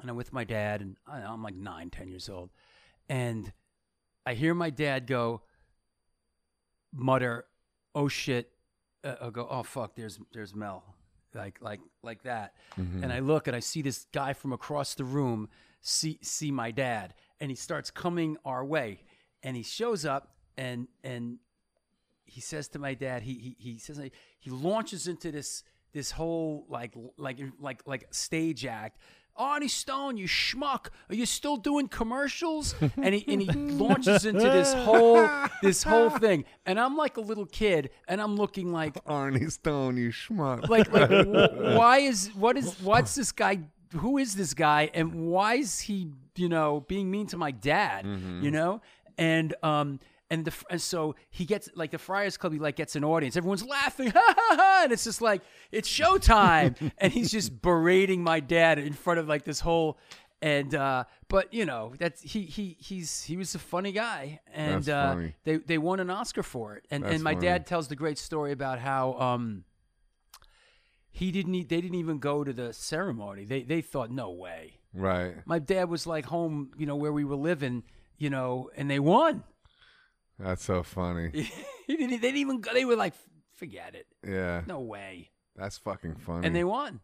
and I'm with my dad, and I, I'm like nine, ten years old, and I hear my dad go, mutter, "Oh shit," uh, I'll go, "Oh fuck," there's there's Mel, like like like that, and I look and I see this guy from across the room see see my dad, and he starts coming our way, and he shows up and and he says to my dad, he he he says he launches into this this whole like like like like stage act. "Oh, Arnie Stone, you schmuck, are you still doing commercials? And he and he launches into this whole this whole thing, and I'm like a little kid, and I'm looking like
Arnie Stone, you schmuck.
like like wh- why is what is what's this guy? Who is this guy? And why is he you know being mean to my dad?
Mm-hmm.
You know, and um and the fr- and so he gets like the Friars Club. He like gets an audience. Everyone's laughing, ha ha ha, and it's just like it's showtime, and he's just berating my dad in front of like this whole. And uh, but you know that's he he he's he was a funny guy, and
That's
uh,
funny.
they they won an Oscar for it. And
That's
and my
funny.
dad tells the great story about how um, he didn't. e- They didn't even go to the ceremony. They they thought no way.
right.
My dad was like home, you know, where we were living, you know, and they won.
That's so funny.
he didn't. They didn't even. go. They were like, forget it.
Yeah.
No way.
That's fucking funny.
And they won.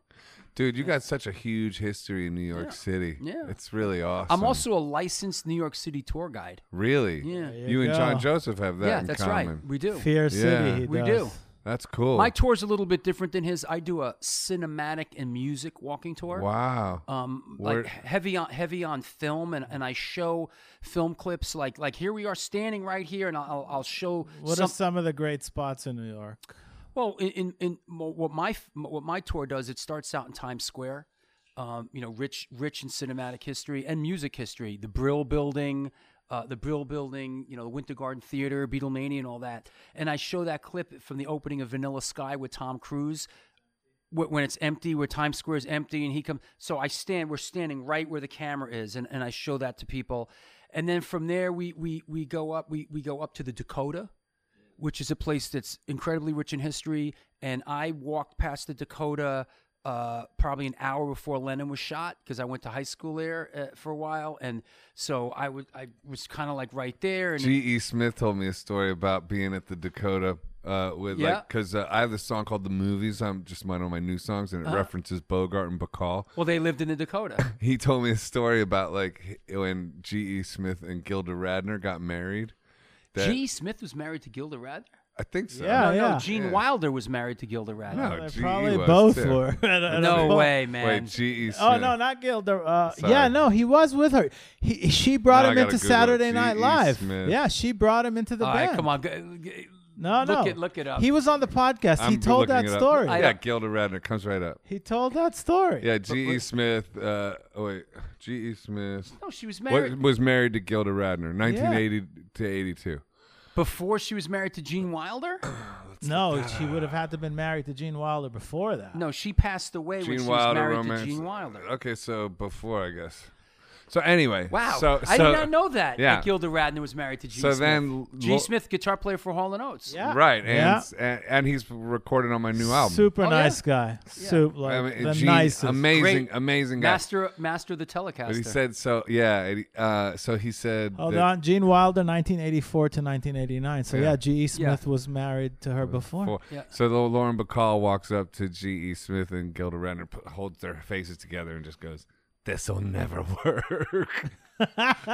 Dude, you got such a huge history in New York City.
Yeah.
It's really awesome.
I'm also a licensed New York City tour guide.
really.
Yeah.
You and John Joseph have that
yeah,
in
that's
common.
right. We do.
Fear City.
Yeah.
he
we
does.
do.
That's cool.
My tour's a little bit different than his. I do a cinematic and music walking tour.
wow.
Um,
Where-
like heavy on heavy on film, and, and I show film clips. Like like here we are standing right here, and I'll I'll show
What
some,
are some of the great spots in New York?
Well, in, in, in mo- what my f- what my tour does, it starts out in Times Square. Um, you know, rich rich in cinematic history and music history. The Brill Building, uh, the Brill Building. You know, the Winter Garden Theater, Beatlemania, and all that. And I show that clip from the opening of Vanilla Sky with Tom Cruise. wh- When it's empty, where Times Square is empty, and he comes, so I stand. We're standing right where the camera is, and, and I show that to people, and then from there we we we go up. We we go up to the Dakota, which is a place that's incredibly rich in history. And I walked past the Dakota uh, probably an hour before Lennon was shot because I went to high school there uh, for a while, and so I was I was kind of like right there. And
G.E. E Smith told me a story about being at the Dakota uh, with like 'cause
Yeah.
like because uh, I have this song called "The Movies." I'm just one of my new songs,
Uh-huh.
and it references Bogart and Bacall.
well, they lived in the Dakota.
He told me a story about like h- when G.E. Smith and Gilda Radner got married. That,
G. Smith was married to Gilda Radner.
I think so.
Yeah.
no, no, Gene
Yeah.
Wilder was married to Gilda Radner.
No,
They
GE
probably
Oh, was,
both
too.
were. At a- at a
No,
point.
way, man.
Wait, E G.E. Smith.
Oh no, not Gilda. Uh,
Sorry.
yeah, no, he was with her. He she brought
Now I
him
gotta
into
Google
Saturday
it.
Night
G.E.
Live.
Smith.
Yeah, she brought him into the
All right,
band.
come on, g- g-
No, no.
look it look it up.
He was on the podcast.
I'm
he told
looking
that
it up.
story.
I-
yeah, Gilda Radner comes right up.
He told that story.
Yeah, G.E. Smith. Uh, oh, wait, G.E. Smith
no, she was
wa-
married
was married to Gilda Radner, 1980 to 82.
before she was married to Gene Wilder.
No, she would have had to been married to Gene Wilder before that.
No, she passed away when
Gene
she
Wilder
was married
romance. Uh,
to Gene Wilder.
Okay, so before I guess. So anyway,
Wow,
So,
I
so-
did not know that.
yeah.
that Gilda Radner was married to Gene
So
Smith.
then
Gene
Lo-
Smith, guitar player for Hall and Oats.
Yeah.
Right, and,
Yeah.
s- and and he's recorded on my new album.
Super
Oh, yeah.
nice guy. Super, like,
I mean,
the
Gene,
nicest.
amazing,
Great.
amazing guy.
master, master of the Telecaster.
But he said so. Yeah. and he- Uh, so he said.
Hold
that
on, Oh, Gene Wilder, 1984 to 1989. So
Yeah.
yeah, G.E. Smith was married to her before.
for-
Yeah.
So the Lauren Bacall walks up to G.E. Smith and Gilda Radner, p- holds their faces together, and just goes, "This'll never work."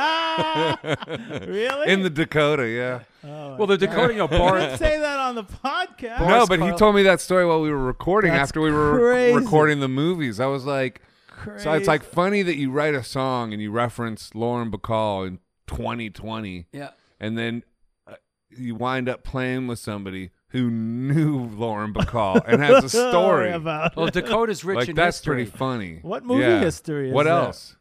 Ah! really?
In the Dakota, yeah.
Oh,
"Well, the Dakota, you know,
I
bar."
didn't say that on the podcast.
No, but he told me that story while we were recording.
That's
after we were rec-
crazy.
recording the movies, I was like, "So it's
Crazy.
like funny that you write a song and you reference Lauren Bacall in 2020,
yeah,
and then uh, you wind up playing with somebody who knew Lauren Bacall and has a story." Oh,
about
well, Dakota's rich
like
in
that's
history.
pretty funny.
What movie history is
What
that?
else?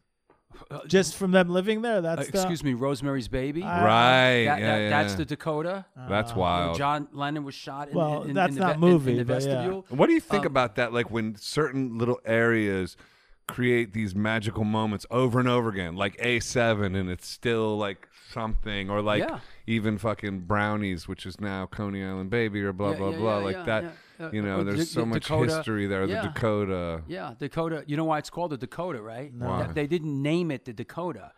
just from them living there. That's
Uh, excuse me, Rosemary's Baby.
Uh,
right. yeah,
That- that-
yeah,
That's
yeah.
the uh, Dakota.
that's
where
wild.
John Lennon was shot. In,
Well,
in- in,
that's
in
not
the, ve-
movie,
In, in the
but yeah.
vestibule.
What do you think
Um,
about that? Like when certain little areas create these magical moments over and over again, like A7, and it's still like something, or like
Yeah.
even fucking brownies, which is now Coney Island Baby, or blah
Yeah,
blah
yeah,
blah,
yeah,
like
yeah,
that.
yeah. Uh,
You know,
uh,
there's
the-
so
the
much
Dakota-
history there.
yeah.
The Dakota.
Yeah, Dakota. You know why it's called the Dakota, right?
Why?
That- They didn't name it the Dakota.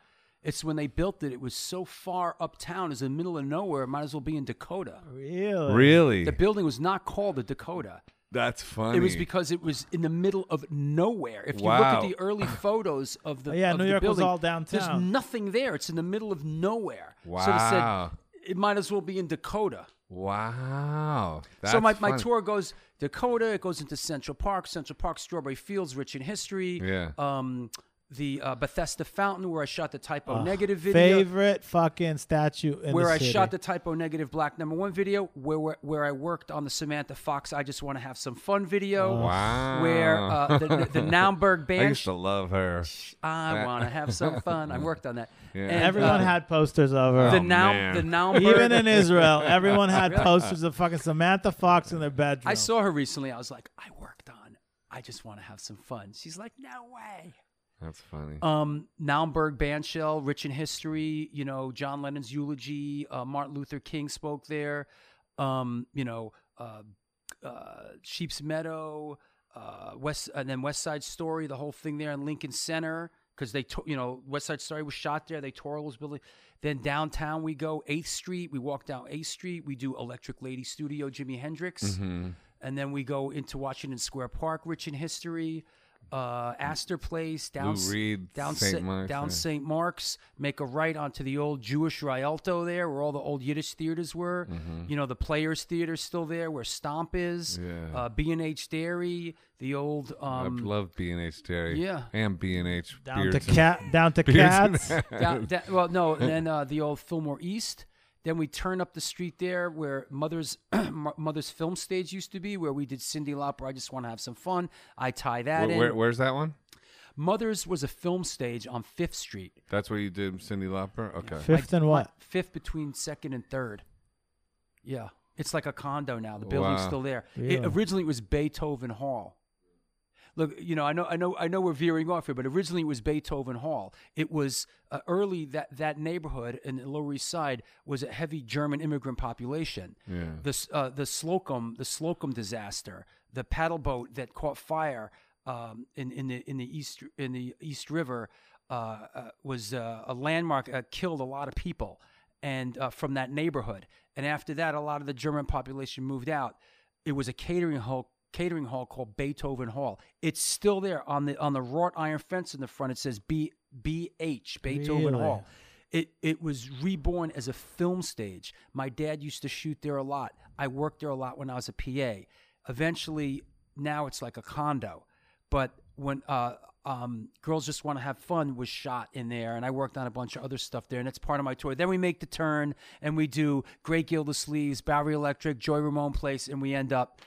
It's when they built it. It was so far uptown, it's in the middle of nowhere. It might as well be in Dakota.
Really?
Really?
The building was not called the Dakota.
that's funny.
It was because it was in the middle of nowhere. If you look
Wow.
at the early photos of the
Yeah,
of
New
the
York was
building,
all
There's
downtown.
nothing there. It's in the middle of nowhere.
Wow.
So they said it might as well be in Dakota.
wow.
so
That's
my, my
funny.
tour goes Dakota. It goes into Central Park. Central Park, Strawberry Fields, rich in history.
Yeah.
Um, the uh, Bethesda Fountain, where I shot the typo negative video.
Ah, Favorite fucking statue in
where
the
I
city.
shot the typo negative black number one video, where, where where I worked on the Samantha Fox I just want to have some fun video,
Oh.
Wow.
where uh, the, the, the
I
Naumburg band
used to love her.
I want to have some fun. I worked on that.
Yeah.
And,
Everyone
uh,
had posters of her.
the
Oh,
now
man.
the now
Even in Israel, everyone had posters of fucking Samantha Fox in their bedroom.
I saw her recently. I was like, I worked on. I just want to have some fun. She's like, no way.
That's funny.
Um, Naumburg Bandshell, rich in history. You know, John Lennon's eulogy. Uh, Martin Luther King spoke there. Um, you know, uh, uh, Sheep's Meadow, uh, West, and then West Side Story. The whole thing there in Lincoln Center because they, to- you know, West Side Story was shot there. They tore all those buildings. Then downtown we go Eighth Street. We walk down Eighth Street. We do Electric Lady
Mm-hmm.
Studio, Jimi Hendrix, and then we go into Washington Square Park, rich in history. uh, Astor Place, down
Lou Reed,
down
St.
Sa-
Mark's,
down
yeah.
St. Mark's, make a right onto the old Jewish Rialto there, where all the old Yiddish theaters were.
Mm-hmm.
You know, the Players Theater's still there, where Stomp is.
Yeah.
Uh, B and H Dairy, the old
I
um,
love B and H Dairy.
yeah.
and B and H
Down to cat. Down to cats.
down, da- well, no, and then uh, the old Fillmore East. Then we turn up the street there where Mother's Mo- Mother's Film Stage used to be, where we did Cindy Lauper. I just want to have some fun. I tie that in.
Where, where's that one?
Mother's was a film stage on Fifth Street.
That's where you did Cindy Lauper. Okay.
Fifth and what?
Fifth between second and third. Yeah. It's like a condo now. The building's
Wow.
still there. It,
Yeah.
originally it was Beethoven Hall. Look, you know, I know, I know, I know, we're veering off here, but originally it was Beethoven Hall. It was uh, early that that neighborhood in the Lower East Side was a heavy German immigrant population.
Yeah.
The s- uh, the Slocum the Slocum disaster, the paddle boat that caught fire um, in in the in the east in the East River uh, uh, was uh, a landmark. Uh, killed a lot of people, and uh, from that neighborhood. And after that, a lot of the German population moved out. It was a catering hall catering hall called Beethoven Hall. It's still there on the on the wrought iron fence in the front. It says B B H Beethoven
Really?
Hall. It it was reborn as a film stage. My dad used to shoot there a lot. I worked there a lot when I was a PA. Eventually, now it's like a condo. But when uh, um, girls just want to have fun was shot in there, and I worked on a bunch of other stuff there, and that's part of my tour. Then we make the turn and we do Great Gildersleeves, Bowery Electric, Joy Ramone Place, and we end up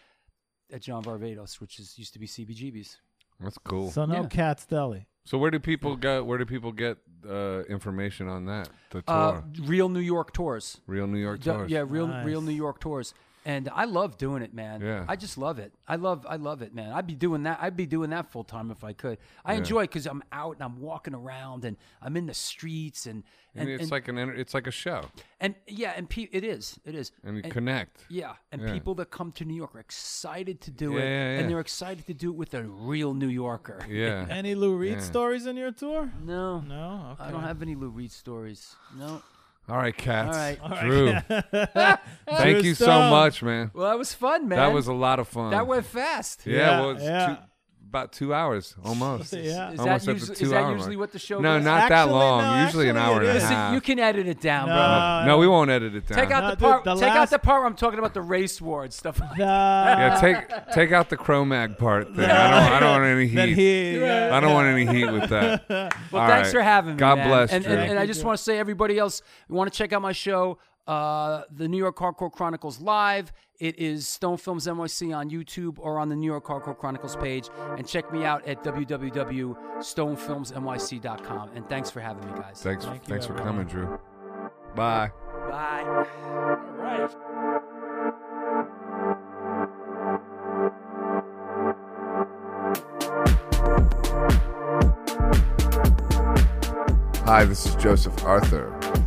at John Varvatos, which is used to be CBGB's.
That's cool. So,
So no
Yeah.
cats deli.
where do people go? Where do people get uh, information on that? The tour,
Uh, Real New York tours.
Real New York
Yeah,
tours.
Yeah, real
Nice.
real New York tours. And I love doing it, man.
Yeah.
I just love it. I love I love it, man. I'd be doing that. I'd be doing that full time if I could. I enjoy it because I'm out and I'm walking around and I'm in the streets and
and,
and,
it's
and-
like an enter- it's like a show,
and yeah and pe- it is it is
and you connect.
yeah and
Yeah.
people that come to New York are excited to do it
Yeah, yeah, yeah.
and they're excited to do it with a real New Yorker.
Yeah.
Any Lou Reed
Yeah.
stories in your tour?
No,
No. Okay.
I don't have any Lou Reed stories. No.
All right, cats.
All right. All
Drew, thank
Drew
you so
Stone.
much, man.
Well, that was fun, man.
That was a lot of fun.
that went fast.
Yeah,
Yeah,
well, it's
yeah.
Two, about two hours almost.
Yeah.
Is
Almost up
that
to
usually,
two
is that
hour
usually
mark.
what the show?
No,
is?
not that
Actually,
long.
no,
usually an
actually
hour and a
it is.
Listen,
half.
you can edit it down,
No.
bro.
Uh,
no, we won't edit it down.
Take out
No,
the
dude,
part.
the
take out
last-
the part where I'm talking about the race war and stuff.
The,
uh,
yeah, take take out the Cro-Mag part thing. I don't I don't want any
that
heat.
he,
I don't want any heat with that.
Well,
All
thanks
right.
for having me.
God
man.
bless,
And,
Drew.
and, and I just want to say, everybody else, you want to check out my show, uh, the New York Hardcore Chronicles Live. It is Stone Films NYC on YouTube or on the New York Hardcore Chronicles page. And check me out at www.stonefilmsnyc.com. And thanks for having me, guys.
Thanks
Thank you,
thanks for coming,
everyone.
Drew. Bye.
Bye.
Hi, this is Joseph Arthur.